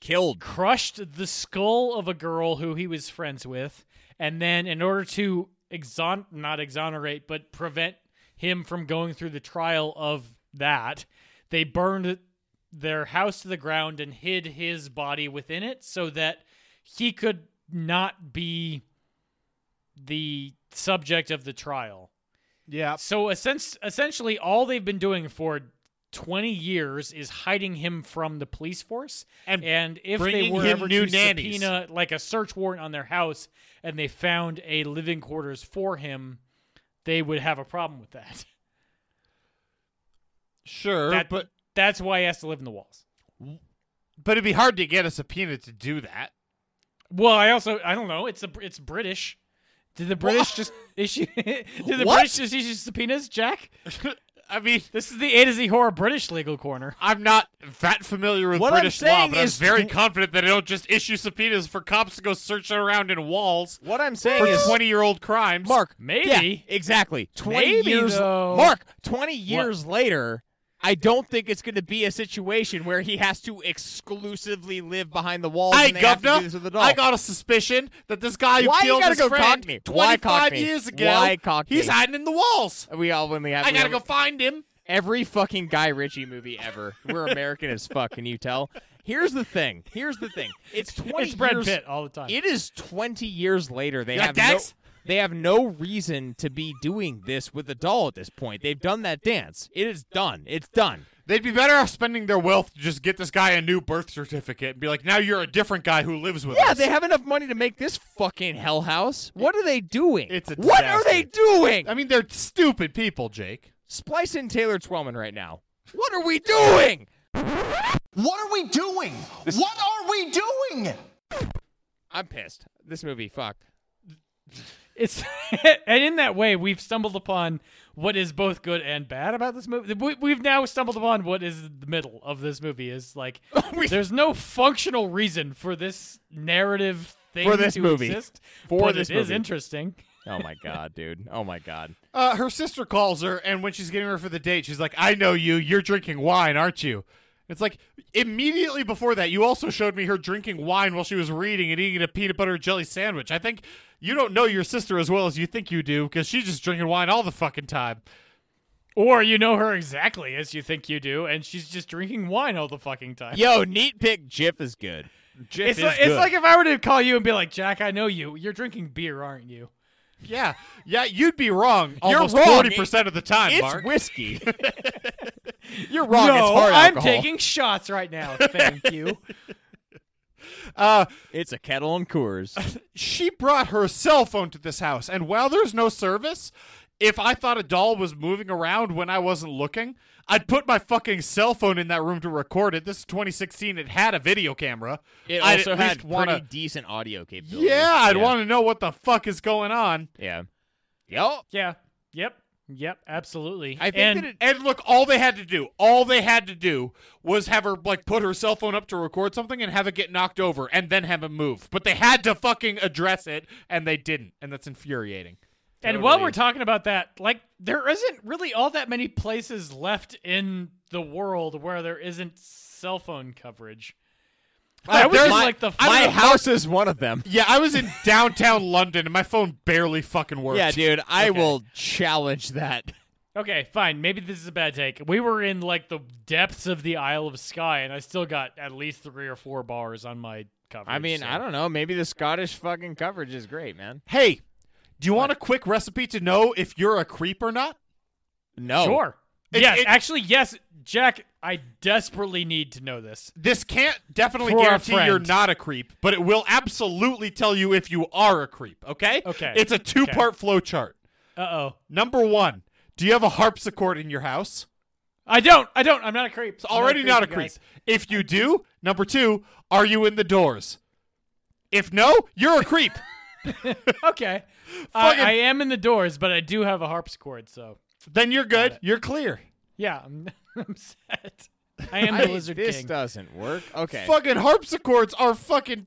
Speaker 2: killed.
Speaker 3: crushed the skull of a girl who he was friends with, and then in order to exon not exonerate but prevent him from going through the trial of that, they burned their house to the ground and hid his body within it so that he could not be the subject of the trial.
Speaker 1: Yeah.
Speaker 3: So essen- essentially, all they've been doing for 20 years is hiding him from the police force.
Speaker 1: And
Speaker 3: if they
Speaker 1: bringing
Speaker 3: were
Speaker 1: him
Speaker 3: ever
Speaker 1: new
Speaker 3: to
Speaker 1: nannies.
Speaker 3: subpoena like a search warrant on their house and they found a living quarters for him, they would have a problem with that.
Speaker 1: Sure,
Speaker 3: that
Speaker 1: but
Speaker 3: that's why he has to live in the walls.
Speaker 1: but it'd be hard to get a subpoena to do that.
Speaker 3: Well, I also I don't know. It's a it's British. Did the British just issue? did the
Speaker 1: What?
Speaker 3: British just issue subpoenas, Jack?
Speaker 1: I mean,
Speaker 3: This is the A to Z horror British legal corner.
Speaker 1: I'm not that familiar with
Speaker 2: What I'm
Speaker 1: British law,
Speaker 2: saying
Speaker 1: but I'm
Speaker 2: is
Speaker 1: very
Speaker 2: tw-
Speaker 1: confident that they don't just issue subpoenas for cops to go searching around in walls
Speaker 2: What I'm
Speaker 1: for
Speaker 2: saying is,
Speaker 1: 20 year old crimes.
Speaker 2: Mark,
Speaker 3: Maybe.
Speaker 2: yeah, exactly. Twenty
Speaker 3: Maybe,
Speaker 2: years,
Speaker 3: though.
Speaker 2: Mark. Twenty years later, I don't think it's going to be a situation where he has to exclusively live behind the walls.
Speaker 1: Hey,
Speaker 2: and they have to do
Speaker 1: governor,
Speaker 2: this with a doll.
Speaker 1: I got a suspicion that this guy who
Speaker 2: Why you
Speaker 1: killed
Speaker 2: gotta
Speaker 1: his
Speaker 2: go
Speaker 1: friend
Speaker 2: Cockney? Why
Speaker 1: 25
Speaker 2: Cockney?
Speaker 1: years ago,
Speaker 2: Why Cockney?
Speaker 1: he's hiding in the walls.
Speaker 2: we all when we have.
Speaker 1: I
Speaker 2: we
Speaker 1: gotta
Speaker 2: have-
Speaker 1: go find him.
Speaker 2: every fucking Guy Ritchie movie ever. We're American as fuck. Can you tell? Here's the thing. Here's the thing. It's twenty.
Speaker 3: It's Brad
Speaker 2: years,
Speaker 3: Pitt all the time.
Speaker 2: It is twenty years later. They
Speaker 1: You're
Speaker 2: have
Speaker 1: like,
Speaker 2: no.
Speaker 1: "Guys?"
Speaker 2: They have no reason to be doing this with a doll at this point. They've done that dance. It is done. It's done.
Speaker 1: They'd be better off spending their wealth to just get this guy a new birth certificate and be like, now you're a different guy who lives with
Speaker 2: Yeah,
Speaker 1: us.
Speaker 2: they have enough money to make this fucking hell house. What are they doing?
Speaker 1: It's a
Speaker 2: what are
Speaker 1: disaster.
Speaker 2: they doing?
Speaker 1: I mean, they're stupid people, Jake.
Speaker 2: Splice in Taylor Twellman right now. What are we doing?
Speaker 8: What are we doing? What are we doing?
Speaker 2: I'm pissed. This movie fucked.
Speaker 3: It's and in that way we've stumbled upon what is both good and bad about this movie. We, we've now stumbled upon what is the middle of this movie is like.
Speaker 2: We-
Speaker 3: there's no functional reason for this narrative thing
Speaker 2: For this
Speaker 3: to
Speaker 2: movie.
Speaker 3: exist,
Speaker 2: For
Speaker 3: but
Speaker 2: this
Speaker 3: it is
Speaker 2: movie.
Speaker 3: interesting.
Speaker 2: Oh my god, dude. Oh my god.
Speaker 1: Uh, her sister calls her, and when she's getting her for the date, she's like, "I know you. You're drinking wine, aren't you?" It's like immediately before that, you also showed me her drinking wine while she was reading and eating a peanut butter and jelly sandwich. I think you don't know your sister as well as you think you do because she's just drinking wine all the fucking time.
Speaker 3: Or you know her exactly as you think you do, and she's just drinking wine all the fucking time.
Speaker 2: Yo, neat pick. Jif is good. Jif
Speaker 3: It's, like, it's like if I were to call you and be like, Jack, I know you. You're drinking beer, aren't you?
Speaker 1: Yeah, yeah, you'd be wrong. Almost
Speaker 2: wrong.
Speaker 1: forty percent of the time,
Speaker 2: it's
Speaker 1: Mark.
Speaker 2: whiskey. You're wrong.
Speaker 3: no,
Speaker 2: it's hard
Speaker 3: I'm
Speaker 2: alcohol.
Speaker 3: taking shots right now. Thank you.
Speaker 1: Uh,
Speaker 2: It's a kettle and Coors.
Speaker 1: she brought her cell phone to this house, and while there's no service, if I thought a doll was moving around when I wasn't looking, I'd put my fucking cell phone in that room to record it. This is 2016; it had a video camera.
Speaker 2: It
Speaker 1: I'd
Speaker 2: also
Speaker 1: at
Speaker 2: had
Speaker 1: least
Speaker 2: pretty
Speaker 1: wanna-
Speaker 2: decent audio capability.
Speaker 1: Yeah, I'd
Speaker 2: yeah.
Speaker 1: want to know what the fuck is going on.
Speaker 2: Yeah. Yo,
Speaker 3: Yeah. Yep. Yep. Absolutely.
Speaker 2: I think
Speaker 3: and
Speaker 2: that it
Speaker 1: And look, all they had to do, all they had to do was have her like put her cell phone up to record something and have it get knocked over and then have it move. But they had to fucking address it and they didn't. And that's infuriating.
Speaker 3: and while we're talking about that, like there isn't really all that many places left in the world where there isn't cell phone coverage. I was
Speaker 1: there's-
Speaker 3: just like the
Speaker 1: I
Speaker 2: Uh, my
Speaker 1: don't know,
Speaker 2: house is one of them.
Speaker 1: Yeah, I was in downtown London and my phone barely fucking worked.
Speaker 2: Yeah, dude, I
Speaker 1: Okay.
Speaker 2: will challenge that.
Speaker 3: Okay, fine. Maybe this is a bad take. We were in like the depths of the Isle of Skye, and I still got at least three or four bars on my coverage.
Speaker 2: I mean,
Speaker 3: so-
Speaker 2: I don't know. Maybe the Scottish fucking coverage is great, man.
Speaker 1: Hey, do you want a quick recipe to know if you're a creep or not?
Speaker 2: No.
Speaker 3: Sure.
Speaker 1: It-
Speaker 3: yeah,
Speaker 1: it-
Speaker 3: actually, yes, Jack. I desperately need to know this.
Speaker 1: This can't definitely
Speaker 3: For a
Speaker 1: guarantee you're
Speaker 3: friend.
Speaker 1: not a creep, but it will absolutely tell you if you are a creep, okay?
Speaker 3: Okay.
Speaker 1: It's a two part flow chart.
Speaker 3: Uh oh.
Speaker 1: Number one, do you have a harpsichord in your house?
Speaker 3: I don't. I don't. I'm not a creep.
Speaker 1: It's already not a creep. If you do, number two, are you in the doors? If no, you're a creep.
Speaker 3: you guys. Okay. I,
Speaker 1: Fucking-
Speaker 3: I am in the doors, but I do have a harpsichord, so
Speaker 1: then you're good. You're clear.
Speaker 3: yeah, I'm, I'm set. I am
Speaker 2: I,
Speaker 3: the lizard
Speaker 2: this
Speaker 3: king.
Speaker 2: doesn't work. Okay.
Speaker 1: Fucking harpsichords are fucking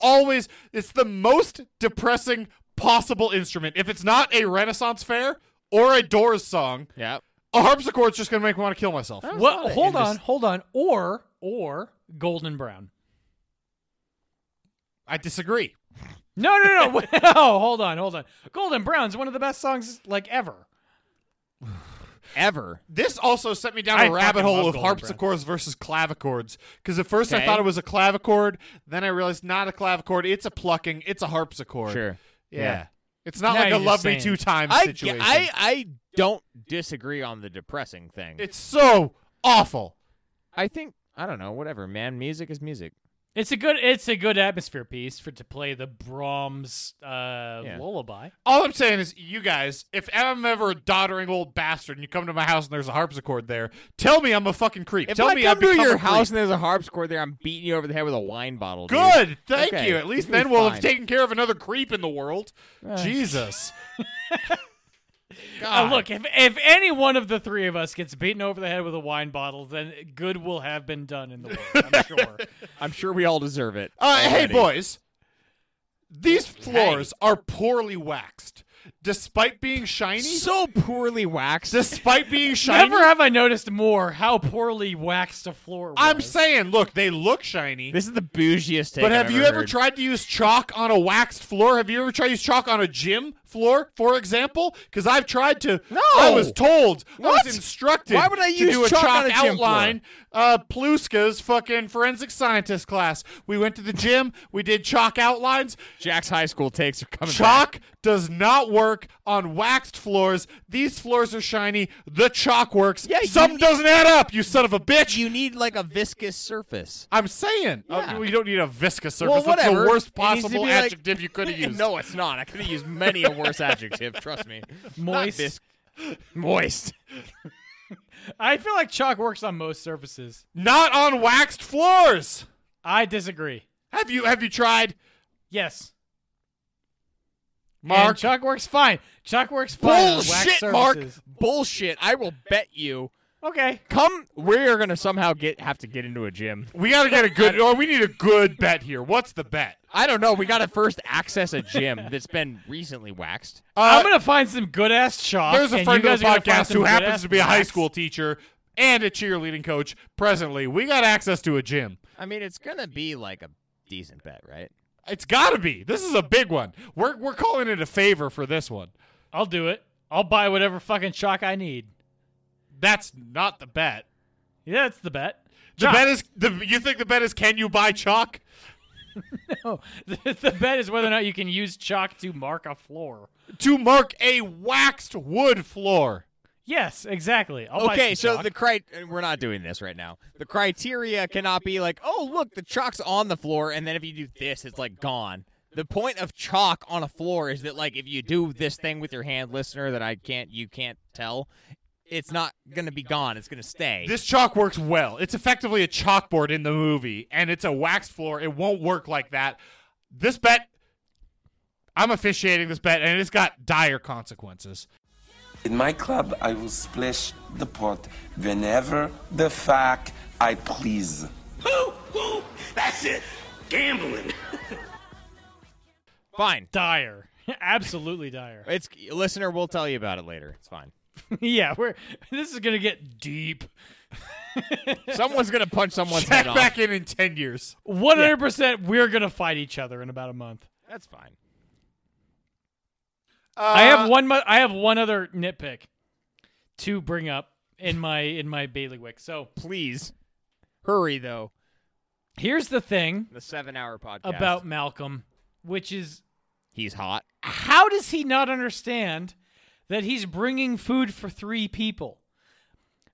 Speaker 1: always. It's the most depressing possible instrument. If it's not a Renaissance fair or a Doors song,
Speaker 2: Yeah.
Speaker 1: a harpsichord's just gonna make me want to kill myself.
Speaker 3: What? Hold on. Hold on. Or or golden brown.
Speaker 1: I disagree.
Speaker 3: No, no, no. oh, hold on, hold on. Golden Brown's one of the best songs like ever.
Speaker 2: Ever.
Speaker 1: This also sent me down
Speaker 3: I
Speaker 1: a rabbit
Speaker 3: fucking
Speaker 1: hole
Speaker 3: love
Speaker 1: of
Speaker 3: Golden
Speaker 1: harpsichords versus clavichords. Because at first I
Speaker 2: Okay.
Speaker 1: thought it was a clavichord, then I realized not a clavichord. It's a plucking. It's a harpsichord.
Speaker 2: Sure.
Speaker 1: Yeah.
Speaker 2: Yeah.
Speaker 1: It's not
Speaker 3: Now
Speaker 1: like a
Speaker 3: you're just
Speaker 1: love me
Speaker 3: saying.
Speaker 1: two times
Speaker 2: I,
Speaker 1: situation.
Speaker 2: I I don't disagree on the depressing thing.
Speaker 1: it's so awful.
Speaker 2: I think I don't know. Whatever, man. Music is music.
Speaker 3: It's a good it's a good atmosphere piece for to play the Brahms uh, lullaby.
Speaker 1: All I'm saying is, you guys, if I'm ever a doddering old bastard and you come to my house and there's a harpsichord there, tell me I'm a fucking creep.
Speaker 2: If
Speaker 1: tell
Speaker 2: I
Speaker 1: me
Speaker 2: come
Speaker 1: I've
Speaker 2: to
Speaker 1: become
Speaker 2: your
Speaker 1: a creep.
Speaker 2: house and there's a harpsichord there, I'm beating you over the head with a wine bottle. dude.
Speaker 1: Good, thank
Speaker 2: Okay,
Speaker 1: you. At least
Speaker 2: it'll be
Speaker 1: then we'll have
Speaker 2: fine. Ah.
Speaker 1: taken care of another creep in the world. Jesus.
Speaker 3: Uh, look, if if any one of the three of us gets beaten over the head with a wine bottle, then good will have been done in the world, I'm sure.
Speaker 2: I'm sure we all deserve it.
Speaker 1: Uh, hey,
Speaker 2: already.
Speaker 1: boys. These floors are poorly waxed, despite being shiny.
Speaker 2: So poorly waxed.
Speaker 1: despite being shiny.
Speaker 3: Never have I noticed more how poorly waxed a floor was.
Speaker 1: I'm saying, look, they look shiny.
Speaker 2: This is the bougiest take.
Speaker 1: but
Speaker 2: I've
Speaker 1: have you ever
Speaker 2: heard.
Speaker 1: tried to use chalk on a waxed floor? Have you ever tried to use chalk on a gym floor, for example? Because I've tried to.
Speaker 2: No!
Speaker 1: I was told. I
Speaker 2: What?
Speaker 1: was instructed.
Speaker 2: Why would I
Speaker 1: to
Speaker 2: use
Speaker 1: do a
Speaker 2: chalk
Speaker 1: chalk
Speaker 2: on a gym floor?
Speaker 1: outline? Uh, Pluska's fucking forensic scientist class. We went to the gym. We did chalk outlines.
Speaker 2: Jack's high school takes are coming back.
Speaker 1: Chalk does not work on waxed floors. These floors are shiny. The chalk works.
Speaker 2: Yeah, you
Speaker 1: Something
Speaker 2: need-
Speaker 1: doesn't add up, you son of a bitch.
Speaker 2: You need like a viscous surface.
Speaker 1: I'm saying. Oh,
Speaker 2: Yeah.
Speaker 1: you don't need a viscous surface.
Speaker 2: Well,
Speaker 1: That's
Speaker 2: whatever.
Speaker 1: the worst
Speaker 2: It needs to
Speaker 1: possible
Speaker 2: be like-
Speaker 1: adjective you could have used.
Speaker 2: no, it's not. I could have used many a worse adjective. Trust me.
Speaker 3: Moist.
Speaker 2: Not visc- Moist.
Speaker 3: I feel like chalk works on most surfaces.
Speaker 1: Not on waxed floors.
Speaker 3: I disagree.
Speaker 1: Have you have you tried?
Speaker 3: Yes. And
Speaker 1: Mark.
Speaker 3: chalk works fine. Chalk works fine. on waxed
Speaker 2: Bullshit, Mark.
Speaker 3: surfaces.
Speaker 2: Bullshit. I will bet you.
Speaker 3: Okay.
Speaker 2: Come, we're gonna somehow get have to get into a gym.
Speaker 1: We gotta get a good or we need a good bet here. What's the bet?
Speaker 2: I don't know. We gotta first access a gym that's been recently waxed.
Speaker 1: Uh,
Speaker 3: I'm gonna find some good ass chalk.
Speaker 1: There's a
Speaker 3: and
Speaker 1: friend
Speaker 3: you
Speaker 1: of
Speaker 3: guys
Speaker 1: the
Speaker 3: are gonna find
Speaker 1: podcast
Speaker 3: some
Speaker 1: who
Speaker 3: good-ass
Speaker 1: happens to be a high
Speaker 3: wax.
Speaker 1: school teacher and a cheerleading coach presently. We got access to a gym.
Speaker 2: I mean, it's gonna be like a decent bet, right?
Speaker 1: It's gotta be. This is a big one. We're we're calling it a favor for this one.
Speaker 3: I'll do it. I'll buy whatever fucking chalk I need.
Speaker 1: That's not the bet.
Speaker 3: Yeah, that's the bet.
Speaker 1: The bet is the you think the bet is can you buy chalk?
Speaker 3: No, Oh, the, the bet is whether or not you can use chalk to mark a floor.
Speaker 1: to mark a waxed wood floor.
Speaker 3: Yes, exactly. I'll buy
Speaker 2: Okay,
Speaker 3: some
Speaker 2: so
Speaker 3: chalk.
Speaker 2: the cri- and we're not doing this right now. The criteria cannot be like, oh, look, the chalk's on the floor, and then if you do this, it's like gone. The point of chalk on a floor is that like if you do this thing with your hand, listener, that I can't, you can't tell, it's not gonna be gone. It's gonna stay.
Speaker 1: This chalk works well. It's effectively a chalkboard in the movie, and it's a waxed floor. It won't work like that. This bet, I'm officiating this bet, and it's got dire consequences.
Speaker 9: In my club, I will splash the pot whenever the fuck I please.
Speaker 6: That's it. Gambling.
Speaker 2: fine.
Speaker 3: dire, absolutely dire.
Speaker 2: It's listener. We'll tell you about it later. It's fine.
Speaker 3: yeah, we're this is gonna get deep.
Speaker 2: Someone's gonna punch someone's
Speaker 1: Check
Speaker 2: head off.
Speaker 1: back in in 10 years.
Speaker 3: One hundred percent, we're gonna fight each other in about a month.
Speaker 2: That's fine.
Speaker 3: I have one. Mu- I have one other nitpick to bring up in my in my bailiwick. So
Speaker 2: Please, hurry though.
Speaker 3: here's the thing
Speaker 2: The seven-hour podcast
Speaker 3: about Malcolm, which is
Speaker 2: he's hot.
Speaker 3: how does he not understand that he's bringing food for three people?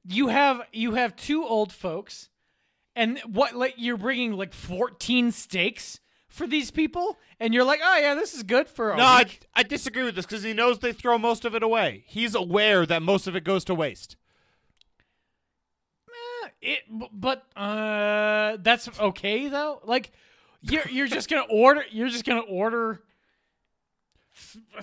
Speaker 3: You have you have two old folks, and what like you're bringing like fourteen steaks for these people, and you're like, oh yeah, this is good for a
Speaker 2: Oh,
Speaker 1: No, I,
Speaker 3: week."
Speaker 1: I disagree with this because he knows they throw most of it away. He's aware that most of it goes to waste.
Speaker 3: It, b- but uh, that's okay though. Like, you're you're just gonna order. You're just gonna order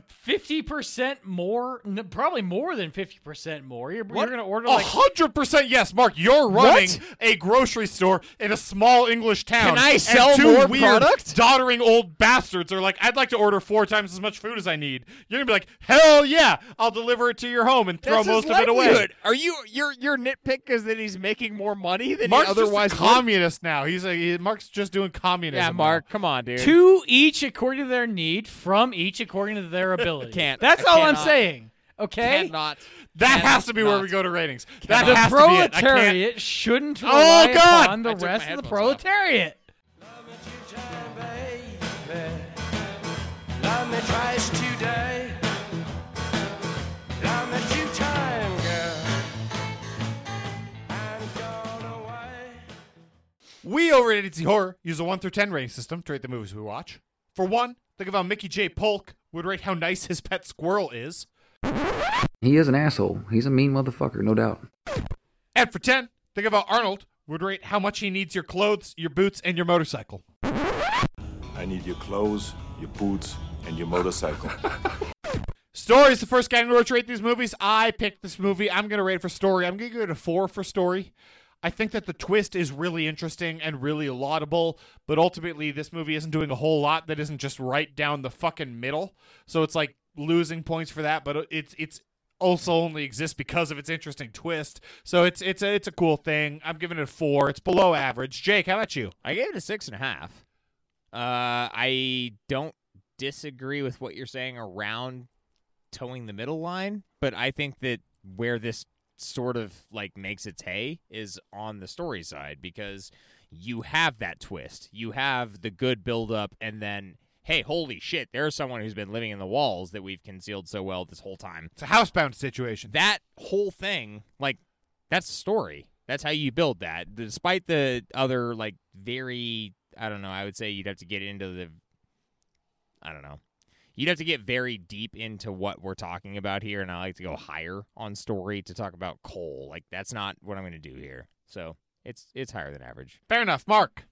Speaker 3: fifty percent more, n- probably more than fifty percent more. You're, you're gonna order
Speaker 1: A
Speaker 3: like
Speaker 2: Oh,
Speaker 1: hundred percent yes, Mark. You're running a grocery store in a small English town.
Speaker 2: Can I
Speaker 1: and
Speaker 2: sell
Speaker 1: two
Speaker 2: more
Speaker 1: weird,
Speaker 2: product?
Speaker 1: Doddering old bastards are like, I'd like to order four times as much food as I need. You're gonna be like, hell yeah, I'll deliver it to your home and throw
Speaker 2: That's his
Speaker 1: most of it away.
Speaker 2: livelihood. Are you your your nitpick is that he's making more money than
Speaker 1: Mark's
Speaker 2: he otherwise
Speaker 1: just a
Speaker 2: would?
Speaker 1: communist now. He's like, he- Mark's just doing communism.
Speaker 2: Yeah,
Speaker 1: now.
Speaker 2: Mark, come on, dude.
Speaker 3: two each according to their need, from each according to their ability.
Speaker 2: Can't-
Speaker 3: That's
Speaker 2: I
Speaker 3: all I'm
Speaker 2: cannot.
Speaker 3: saying. Okay.
Speaker 2: cannot.
Speaker 1: That
Speaker 2: cannot.
Speaker 1: has to be where we go to ratings. That
Speaker 3: The
Speaker 1: has to be it. I can't-
Speaker 3: proletariat shouldn't
Speaker 1: Oh,
Speaker 3: rely
Speaker 1: God!
Speaker 3: upon
Speaker 2: I
Speaker 3: the
Speaker 2: took my
Speaker 3: rest of the
Speaker 2: headphones off.
Speaker 3: proletariat.
Speaker 9: Love me twice today. Love me two time, girl. I'm gonna
Speaker 1: We over at Idiocy Horror use a 1 through 10 rating system to rate the movies we watch. For one, think of how Mickey J. Polk would rate how nice his pet squirrel is.
Speaker 10: He is an asshole. He's a mean motherfucker, no doubt.
Speaker 1: And for 10, think of how Arnold would rate how much he needs your clothes, your boots, and your motorcycle.
Speaker 11: I need your clothes, your boots, and your motorcycle.
Speaker 1: Story is the first category to rate these movies. I picked this movie. I'm going to rate it for story. I'm going to give it a four for story. I think that the twist is really interesting and really laudable, but ultimately, this movie isn't doing a whole lot that isn't just right down the fucking middle. So it's like losing points for that, but it's it's also only exists because of its interesting twist. So it's it's a it's a cool thing. I'm giving it a four. It's below average. Jake, how about you?
Speaker 2: I gave it a six and a half. Uh, I don't disagree with what you're saying around towing the middle line, but I think that where this sort of like makes its hay is on the story side because you have that twist. You have the good build up and then hey, holy shit, there's someone who's been living in the walls that we've concealed so well this whole time.
Speaker 1: It's a housebound situation.
Speaker 2: That whole thing, like that's story. That's how you build that. Despite the other like very I don't know, I would say you'd have to get into the I don't know. You'd have to get very deep into what we're talking about here, and I like to go higher on story to talk about coal. Like that's not what I'm going to do here. So it's it's higher than average.
Speaker 1: Fair enough, Mark.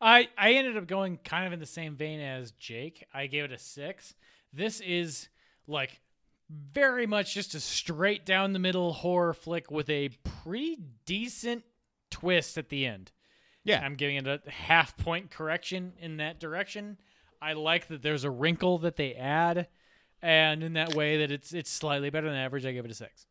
Speaker 3: I I ended up going kind of in the same vein as Jake. I gave it a six. This is like very much just a straight down the middle horror flick with a pretty decent twist at the end.
Speaker 2: Yeah.
Speaker 3: I'm giving it a half point correction in that direction. I like that there's a wrinkle that they add, and in that way that it's it's slightly better than average. I give it a six.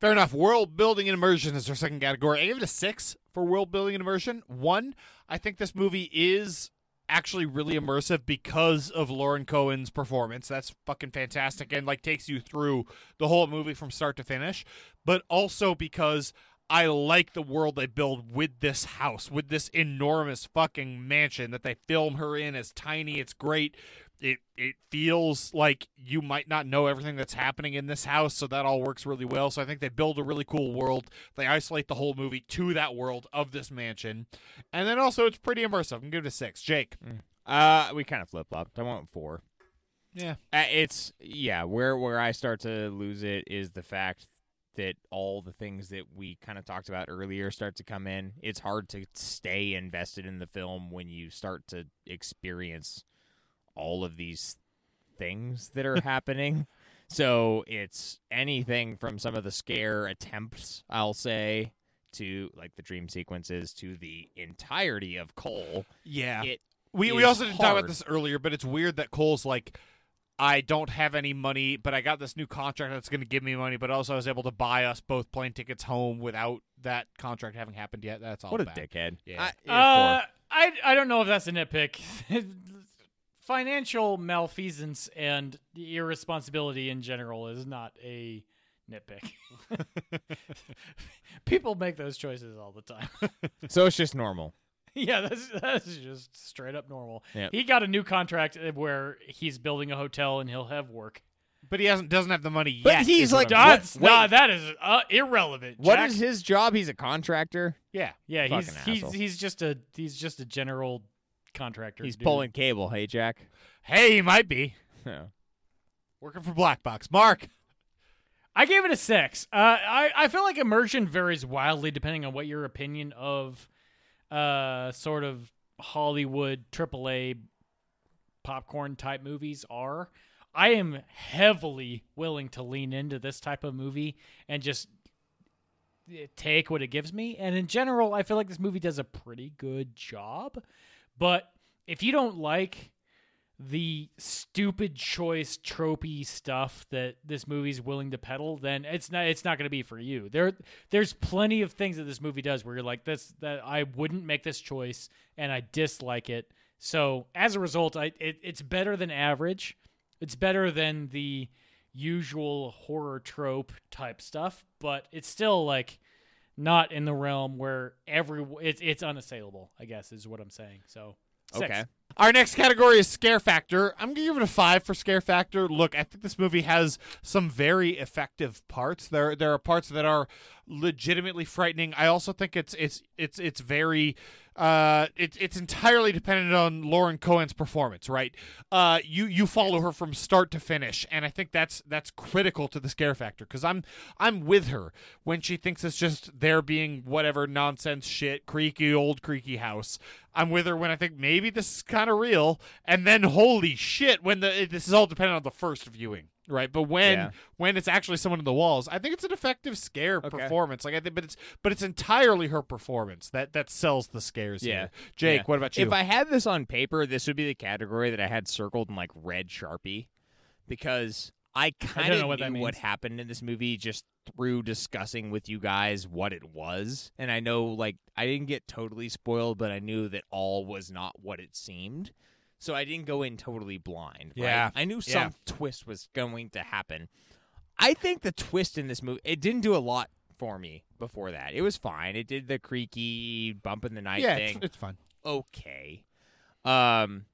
Speaker 1: Fair enough. World building and immersion is our second category. I gave it a six for world building and immersion. One, I think this movie is actually really immersive because of Lauren Cohen's performance. That's fucking fantastic and like takes you through the whole movie from start to finish. But also because I like the world they build with this house, with this enormous fucking mansion that they film her in. It's tiny, it's great. It it feels like you might not know everything that's happening in this house, so that all works really well. So I think they build a really cool world. They isolate the whole movie to that world of this mansion, and then also it's pretty immersive. I'm giving it a six. Jake,
Speaker 2: Uh, we kind of flip flopped. I went four.
Speaker 1: yeah,
Speaker 2: Uh, it's yeah, where where I start to lose it is the fact that all the things that we kind of talked about earlier start to come in. It's hard to stay invested in the film when you start to experience all of these things that are happening. So it's anything from some of the scare attempts, I'll say, to like the dream sequences to the entirety of Cole.
Speaker 1: yeah.
Speaker 2: It
Speaker 1: We we
Speaker 2: is
Speaker 1: also didn't talk about
Speaker 2: hard.
Speaker 1: this earlier, but it's weird that Cole's like, I don't have any money, but I got this new contract that's going to give me money, but also I was able to buy us both plane tickets home without that contract having happened yet. That's all.
Speaker 2: what a
Speaker 1: bad.
Speaker 2: dickhead.
Speaker 1: Yeah.
Speaker 2: I-
Speaker 3: Uh, I I don't know if that's a nitpick. Financial malfeasance and irresponsibility in general is not a nitpick. People make those choices all the time.
Speaker 2: so it's just normal.
Speaker 3: yeah, that's that's just straight up normal.
Speaker 2: Yep.
Speaker 3: He got a new contract where he's building a hotel and he'll have work.
Speaker 1: But he hasn't doesn't have the money yet.
Speaker 2: But
Speaker 1: is
Speaker 2: he's
Speaker 1: what
Speaker 2: like,
Speaker 1: I'm-
Speaker 2: "Ah,
Speaker 3: That's
Speaker 2: wait.
Speaker 3: nah, that is uh, irrelevant.
Speaker 2: What
Speaker 3: Jack.
Speaker 2: is his job? He's a contractor.
Speaker 1: yeah.
Speaker 3: Yeah, he's
Speaker 2: Fucking asshole.
Speaker 3: he's, he's just a he's just a general contractor.
Speaker 2: He's
Speaker 3: dude.
Speaker 2: pulling cable. Hey, Jack. Oh,
Speaker 1: Hey, he might be
Speaker 2: Yeah.
Speaker 1: working for Black Box. Mark,
Speaker 3: I gave it a six. Uh, I I feel like immersion varies wildly depending on what your opinion of uh sort of Hollywood AAA popcorn type movies are. I am heavily willing to lean into this type of movie and just eh, take what it gives me. And in general, I feel like this movie does a pretty good job. But if you don't like the stupid choice tropey stuff that this movie's willing to peddle, then it's not it's not going to be for you. There there's plenty of things that this movie does where you're like this that I wouldn't make this choice and I dislike it. So as a result, I it, it's better than average. It's better than the usual horror trope type stuff, but it's still like not in the realm where every it's it's unassailable. I guess is what I'm saying. So six.
Speaker 2: Okay.
Speaker 1: Our next category is scare factor. I'm gonna give it a five for scare factor. Look, I think this movie has some very effective parts. There, there are parts that are legitimately frightening. I also think it's it's it's it's very uh it's it's entirely dependent on Lauren Cohen's performance, right? Uh you you follow her from start to finish and I think that's that's critical to the scare factor cuz I'm I'm with her when she thinks it's just there being whatever nonsense shit, creaky old creaky house. I'm with her when I think maybe this is kind of real and then holy shit when the it, this is all dependent on the first viewing right? But when
Speaker 2: Yeah.
Speaker 1: when it's actually someone in the walls, I think it's an effective scare performance. Like I think, but it's but it's entirely her performance that that sells the scares.
Speaker 2: Yeah.
Speaker 1: here. Jake,
Speaker 2: Yeah.
Speaker 1: what about you?
Speaker 2: If I had this on paper, this would be the category that I had circled in like red sharpie, because I kind
Speaker 3: know
Speaker 2: of
Speaker 3: what that
Speaker 2: knew what
Speaker 3: means.
Speaker 2: happened in this movie just through discussing with you guys what it was, and I know like I didn't get totally spoiled, but I knew that all was not what it seemed. So I didn't go in totally blind.
Speaker 1: Yeah.
Speaker 2: Right? I knew some
Speaker 1: Yeah.
Speaker 2: twist was going to happen. I think the twist in this movie it didn't do a lot for me before that. It was fine. It did the creaky bump in the night
Speaker 1: yeah,
Speaker 2: thing
Speaker 1: it's, it's fun.
Speaker 2: okay. Um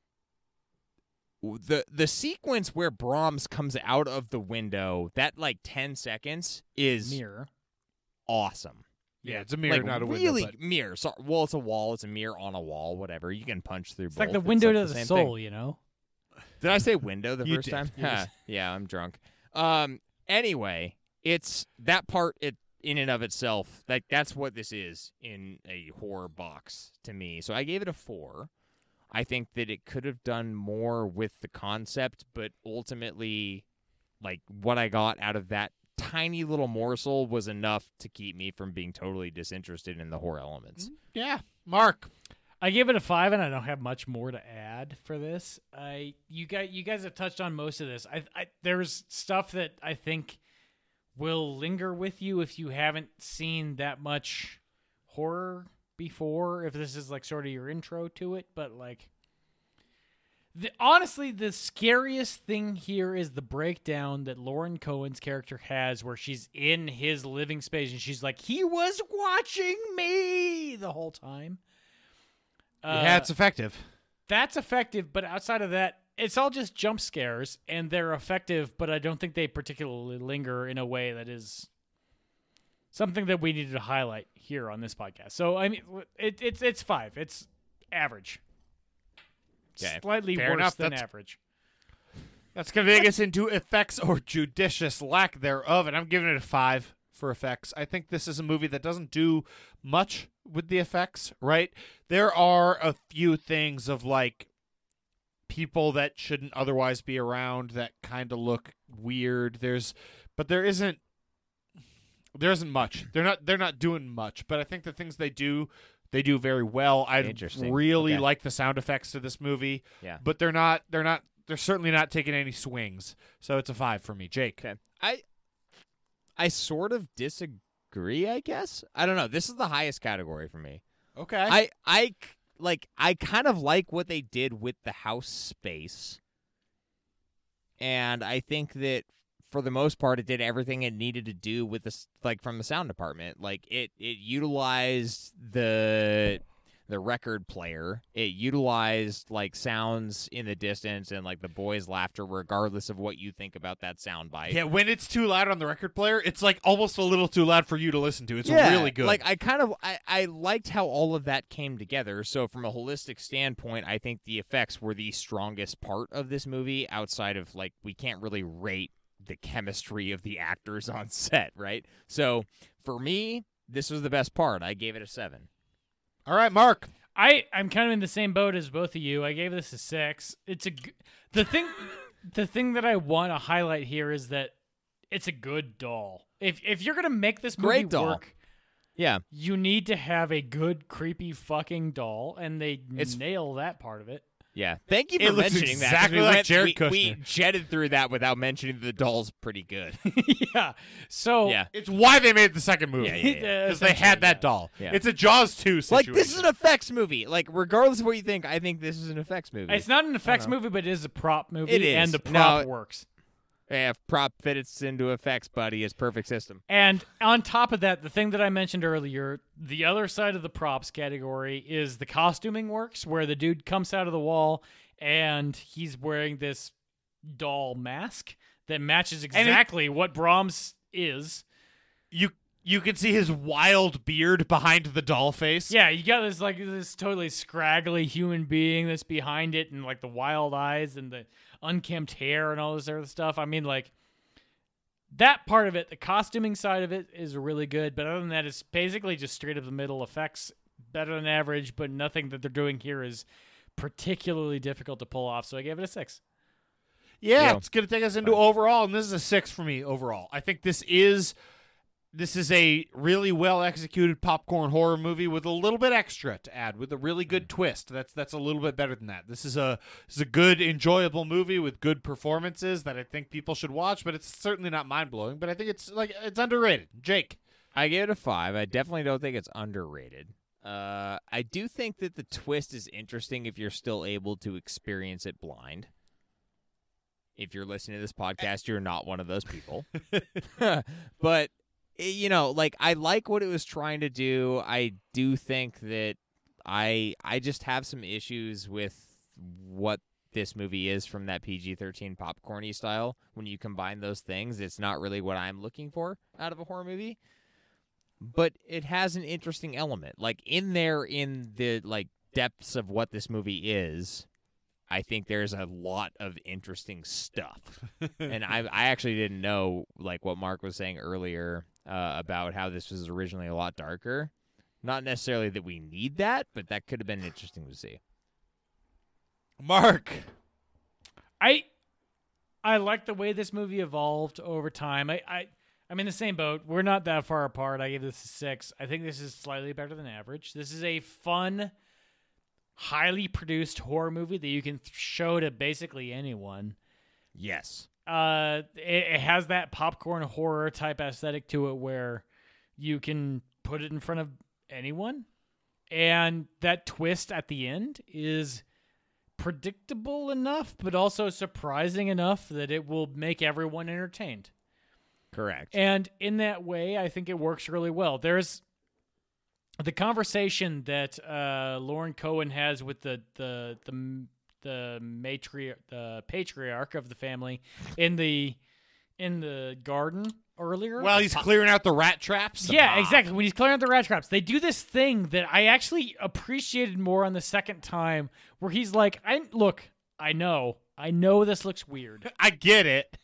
Speaker 2: w- the the sequence where Brahms comes out of the window, that like 10 seconds is
Speaker 3: Mirror.
Speaker 2: awesome.
Speaker 1: Yeah, it's a mirror,
Speaker 2: like
Speaker 1: not a window.
Speaker 2: really
Speaker 1: but-
Speaker 2: mirror. So, well, it's a wall, it's a mirror on a wall, whatever. You can punch through
Speaker 3: It's like
Speaker 2: both.
Speaker 3: the window to
Speaker 2: the
Speaker 3: the,
Speaker 2: same thing.
Speaker 3: soul, you know.
Speaker 2: Did I say window the
Speaker 1: You
Speaker 2: first
Speaker 1: did.
Speaker 2: time?
Speaker 1: You just-
Speaker 2: Huh. yeah, I'm drunk. Um. Anyway, it's that part. It in and of itself, like that's what this is in a horror box to me. So I gave it a four. I think that it could have done more with the concept, but ultimately, like what I got out of that tiny little morsel was enough to keep me from being totally disinterested in the horror elements.
Speaker 1: Mm-hmm. Yeah, Mark.
Speaker 3: I give it a five, and I don't have much more to add for this. I you guys you guys have touched on most of this. I, I there's stuff that I think will linger with you if you haven't seen that much horror before. If this is like sort of your intro to it, but like the, honestly, the scariest thing here is the breakdown that Lauren Cohen's character has, where she's in his living space and she's like, "He was watching me the whole time."
Speaker 1: yeah, it's effective.
Speaker 3: that's effective, but outside of that, it's all just jump scares and they're effective, but I don't think they particularly linger in a way that is something that we needed to highlight here on this podcast. So I mean, it, it's it's five. It's average,
Speaker 2: Okay.
Speaker 3: slightly
Speaker 1: Fair
Speaker 3: worse
Speaker 1: enough.
Speaker 3: than
Speaker 1: That's-
Speaker 3: average.
Speaker 1: That's gonna take us into effects or judicious lack thereof, and I'm giving it a five for effects. I think this is a movie that doesn't do much with the effects, right? There are a few things of like people that shouldn't otherwise be around that kind of look weird. There's but there isn't there isn't much. They're not they're not doing much, but I think the things they do they do very well. I
Speaker 2: Interesting.
Speaker 1: really
Speaker 2: Okay.
Speaker 1: like the sound effects to this movie.
Speaker 2: Yeah.
Speaker 1: But they're not they're not they're certainly not taking any swings. So it's a 5 for me, Jake.
Speaker 2: Okay. I I sort of disagree, I guess. I don't know. This is the highest category for me.
Speaker 1: Okay.
Speaker 2: I I c- like I kind of like what they did with the house space. And I think that for the most part it did everything it needed to do with this like from the sound department. Like it it utilized the the record player. It utilized like sounds in the distance and like the boys' laughter regardless of what you think about that sound bite.
Speaker 1: yeah, when it's too loud on the record player, it's like almost a little too loud for you to listen to. It's really good.
Speaker 2: Like I kind of I, I liked how all of that came together. So from a holistic standpoint, I think the effects were the strongest part of this movie outside of like we can't really rate the chemistry of the actors on set, right? So for me, this was the best part. I gave it a 7.
Speaker 1: All right, Mark.
Speaker 3: I I'm kind of in the same boat as both of you. I gave this a six. It's a g- the thing the thing that I want to highlight here is that it's a good doll. If if you're gonna make this movie
Speaker 2: Great doll.
Speaker 3: work,
Speaker 2: Yeah.
Speaker 3: you need to have a good creepy fucking doll, and they
Speaker 2: It's-
Speaker 3: nail that part of it.
Speaker 2: Yeah. Thank you for
Speaker 1: It looks
Speaker 2: mentioning that. 'cause
Speaker 1: exactly
Speaker 2: we
Speaker 1: like
Speaker 2: went-
Speaker 1: Jared
Speaker 2: we, we
Speaker 1: Kushner.
Speaker 2: jetted through that without mentioning the doll's pretty good.
Speaker 3: yeah. So
Speaker 2: yeah.
Speaker 1: It's why they made the second movie.
Speaker 2: Yeah, yeah,
Speaker 3: yeah.
Speaker 1: Cuz they had that doll.
Speaker 2: Yeah.
Speaker 1: It's a Jaws 2
Speaker 2: Like
Speaker 1: situation.
Speaker 2: this is an effects movie. Like regardless of what you think, I think this is an effects movie.
Speaker 3: it's not an effects movie, but it is a prop movie,
Speaker 2: It is.
Speaker 3: and the prop
Speaker 2: No.
Speaker 3: works.
Speaker 2: Yeah, if prop fits into effects, buddy, is perfect system.
Speaker 3: And on top of that, the thing that I mentioned earlier, the other side of the props category is the costuming works, where the dude comes out of the wall and he's wearing this doll mask that matches exactly what Brahms is.
Speaker 1: You you can see his wild beard behind the doll face.
Speaker 3: Yeah, you got this like this totally scraggly human being that's behind it, and like the wild eyes and the unkempt hair and all this other stuff. I mean, like that part of it, the costuming side of it is really good, but other than that, it's basically just straight up the middle effects, better than average, but nothing that they're doing here is particularly difficult to pull off. So I gave it a six.
Speaker 1: Yeah,
Speaker 2: Yeah.
Speaker 1: it's going to take us into overall, and this is a six for me overall. I think this is this is a really well executed popcorn horror movie with a little bit extra to add, with a really good twist. That's that's a little bit better than that. This is a this is a good, enjoyable movie with good performances that I think people should watch. But it's certainly not mind blowing. But I think it's like it's underrated. Jake,
Speaker 2: I give it a five. I definitely don't think it's underrated. Uh, I do think that the twist is interesting if you're still able to experience it blind. If you're listening to this podcast, you're not one of those people. but eh, you know, like I like what it was trying to do. I do think that I I just have some issues with what this movie is from that PG-13 popcorny style. When you combine those things, it's not really what I'm looking for out of a horror movie but it has an interesting element like in there in the like depths of what this movie is i think there's a lot of interesting stuff and i i actually didn't know like what mark was saying earlier uh, about how this was originally a lot darker not necessarily that we need that but that could have been interesting to see
Speaker 1: Mark,
Speaker 3: I I like the way this movie evolved over time. I, I I'm in the same boat. We're not that far apart. I gave this a six. I think this is slightly better than average. This is a fun, highly produced horror movie that you can th- show to basically anyone.
Speaker 2: yes
Speaker 3: Uh, it, it has that popcorn horror type aesthetic to it where you can put it in front of anyone. And that twist at the end is predictable enough, but also surprising enough that it will make everyone entertained.
Speaker 2: correct
Speaker 3: And in that way, I think it works really well. There's the conversation that uh, Lauren Cohen has with the the the the matriarch, the patriarch of the family in the in the garden earlier.
Speaker 1: while he's clearing out the rat traps. ah,
Speaker 3: Yeah, exactly. When he's clearing out the rat traps, they do this thing that I actually appreciated more on the second time, where he's like, "I look, I know, I know this looks weird.
Speaker 1: I get it.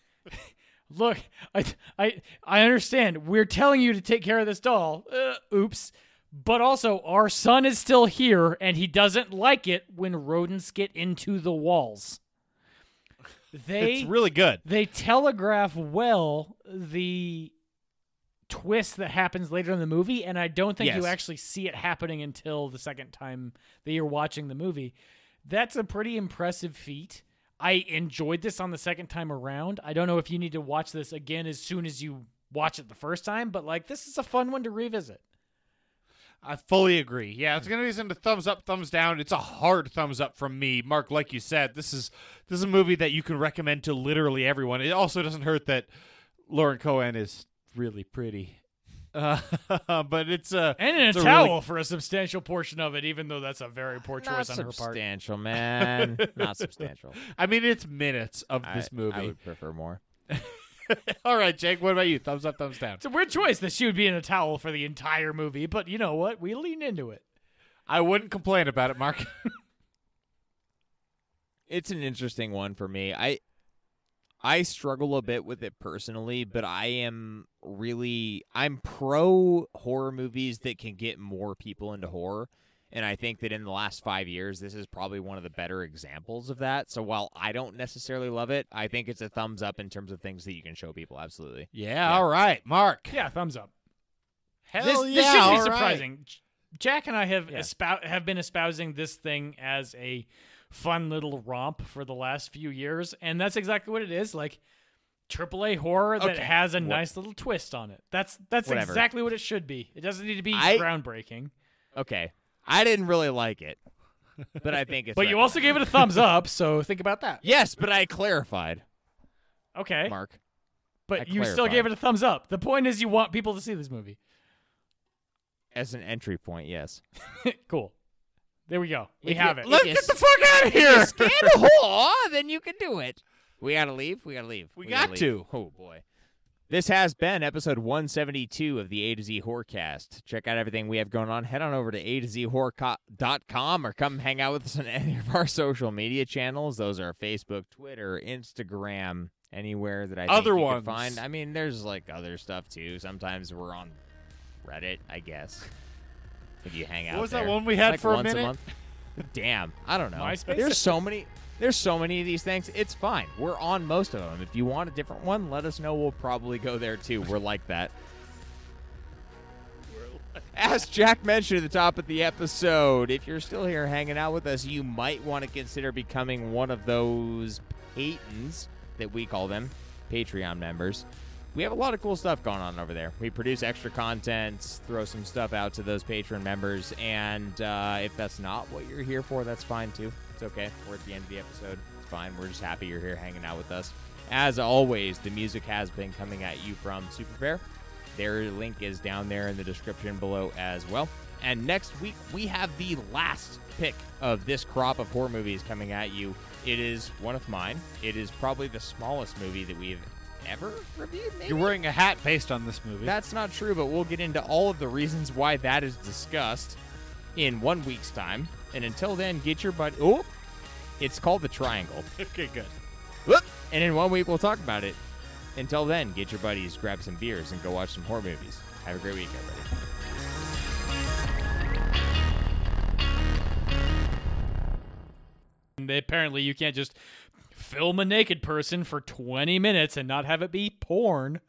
Speaker 3: Look, I, I, I understand. We're telling you to take care of this doll. Uh, oops." But also, our son is still here, and he doesn't like it when rodents get into the walls. They
Speaker 1: It's really good.
Speaker 3: they telegraph well the twist that happens later in the movie and i don't think you
Speaker 2: Yes.
Speaker 3: actually see it happening until the second time that you're watching the movie that's a pretty impressive feat i enjoyed this on the second time around i don't know if you need to watch this again as soon as you watch it the first time but like this is a fun one to revisit
Speaker 1: I fully agree. Yeah, it's gonna be into thumbs up, thumbs down. It's a hard thumbs up from me, Mark. Like you said, this is this is a movie that you can recommend to literally everyone. It also doesn't hurt that Lauren Cohen is really pretty, uh, but it's uh,
Speaker 3: and in
Speaker 1: it's
Speaker 3: a,
Speaker 1: really-
Speaker 3: towel for a substantial portion of it even though that's a very poor
Speaker 2: not
Speaker 3: choice on her part
Speaker 2: substantial man not substantial
Speaker 1: I mean, it's minutes of this
Speaker 2: I-
Speaker 1: movie.
Speaker 2: i would prefer more
Speaker 1: All right, Jake. What about you? Thumbs up, thumbs down.
Speaker 3: it's a weird choice that she would be in a towel for the entire movie but you know what we lean into it
Speaker 1: I wouldn't complain about it, Mark.
Speaker 2: it's an interesting one for me. I I struggle a bit with it personally, but I am really I'm pro horror movies that can get more people into horror. And I think that in the last five years, this is probably one of the better examples of that. So while I don't necessarily love it, I think it's a thumbs up in terms of things that you can show people. Absolutely.
Speaker 1: yeah, All right, Mark.
Speaker 3: Yeah, thumbs up.
Speaker 1: Hell
Speaker 3: this,
Speaker 1: yeah.
Speaker 3: this should
Speaker 1: all
Speaker 3: be
Speaker 1: right.
Speaker 3: surprising. J- Jack and I have
Speaker 2: Yeah.
Speaker 3: espou- have been espousing this thing as a fun little romp for the last few years, and that's exactly what it is. Like AAA horror that
Speaker 2: Okay.
Speaker 3: has a
Speaker 2: Wha-
Speaker 3: nice little twist on it. That's that's
Speaker 2: Whatever.
Speaker 3: exactly what it should be. It doesn't need to be
Speaker 2: I-
Speaker 3: groundbreaking.
Speaker 2: Okay. I didn't really like it, but I think it's.
Speaker 3: But you also gave it a thumbs up, so think about that.
Speaker 2: Yes, but I clarified.
Speaker 3: Okay.
Speaker 2: Mark.
Speaker 3: But
Speaker 2: I
Speaker 3: you still
Speaker 2: clarified.
Speaker 3: gave it a thumbs up. The point is you want people to see this movie.
Speaker 2: As an entry point, yes.
Speaker 3: cool. There we go. We
Speaker 2: If you-
Speaker 3: have it.
Speaker 1: Let's
Speaker 2: Look- It
Speaker 1: get
Speaker 2: is-
Speaker 1: the fuck out of here.
Speaker 2: If you stand a hole, then you can do it. We gotta leave. We gotta leave.
Speaker 1: We
Speaker 2: gotta
Speaker 1: got
Speaker 2: leave.
Speaker 1: to.
Speaker 2: Oh boy. This has been episode 172 of the A to Z Horcast. Check out everything we have going on. Head on over to A to Z Horco.com or come hang out with us on any of our social media channels. Those are Facebook, Twitter, Instagram, anywhere that I think
Speaker 1: Other
Speaker 2: you could
Speaker 1: ones.
Speaker 2: find. I mean, there's like other stuff too. Sometimes we're on Reddit, I guess. If you hang out.
Speaker 1: was that
Speaker 2: there.
Speaker 1: one we had
Speaker 2: Like
Speaker 1: for a
Speaker 2: once
Speaker 1: minute?
Speaker 2: month. Damn, I don't know.
Speaker 3: MySpace?
Speaker 2: There's so many. There's so many of these things. It's fine. We're on most of them. If you want a different one, let us know. We'll probably go there too. We're like that. As Jack mentioned at the top of the episode, if you're still here hanging out with us, you might want to consider becoming one of those patons that we call them, Patreon members. We have a lot of cool stuff going on over there. We produce extra content, throw some stuff out to those patron members, and uh, if that's not what you're here for, that's fine too. It's okay. We're at the end of the episode. It's fine. We're just happy you're here hanging out with us. As always, the music has been coming at you from Superfair. Their link is down there in the description below as well. And next week, we have the last pick of this crop of horror movies coming at you. It is one of mine. It is probably the smallest movie that we've ever reviewed, maybe?
Speaker 1: You're wearing a hat based on this movie.
Speaker 2: That's not true, but we'll get into all of the reasons why that is discussed in one week's time. And until then, get your butt. Oh, it's called The Triangle.
Speaker 1: okay, good.
Speaker 2: Whoop. And in one week, we'll talk about it. Until then, get your buddies, grab some beers, and go watch some horror movies. Have a great week, everybody.
Speaker 3: And they- apparently you can't just film a naked person for 20 minutes and not have it be porn.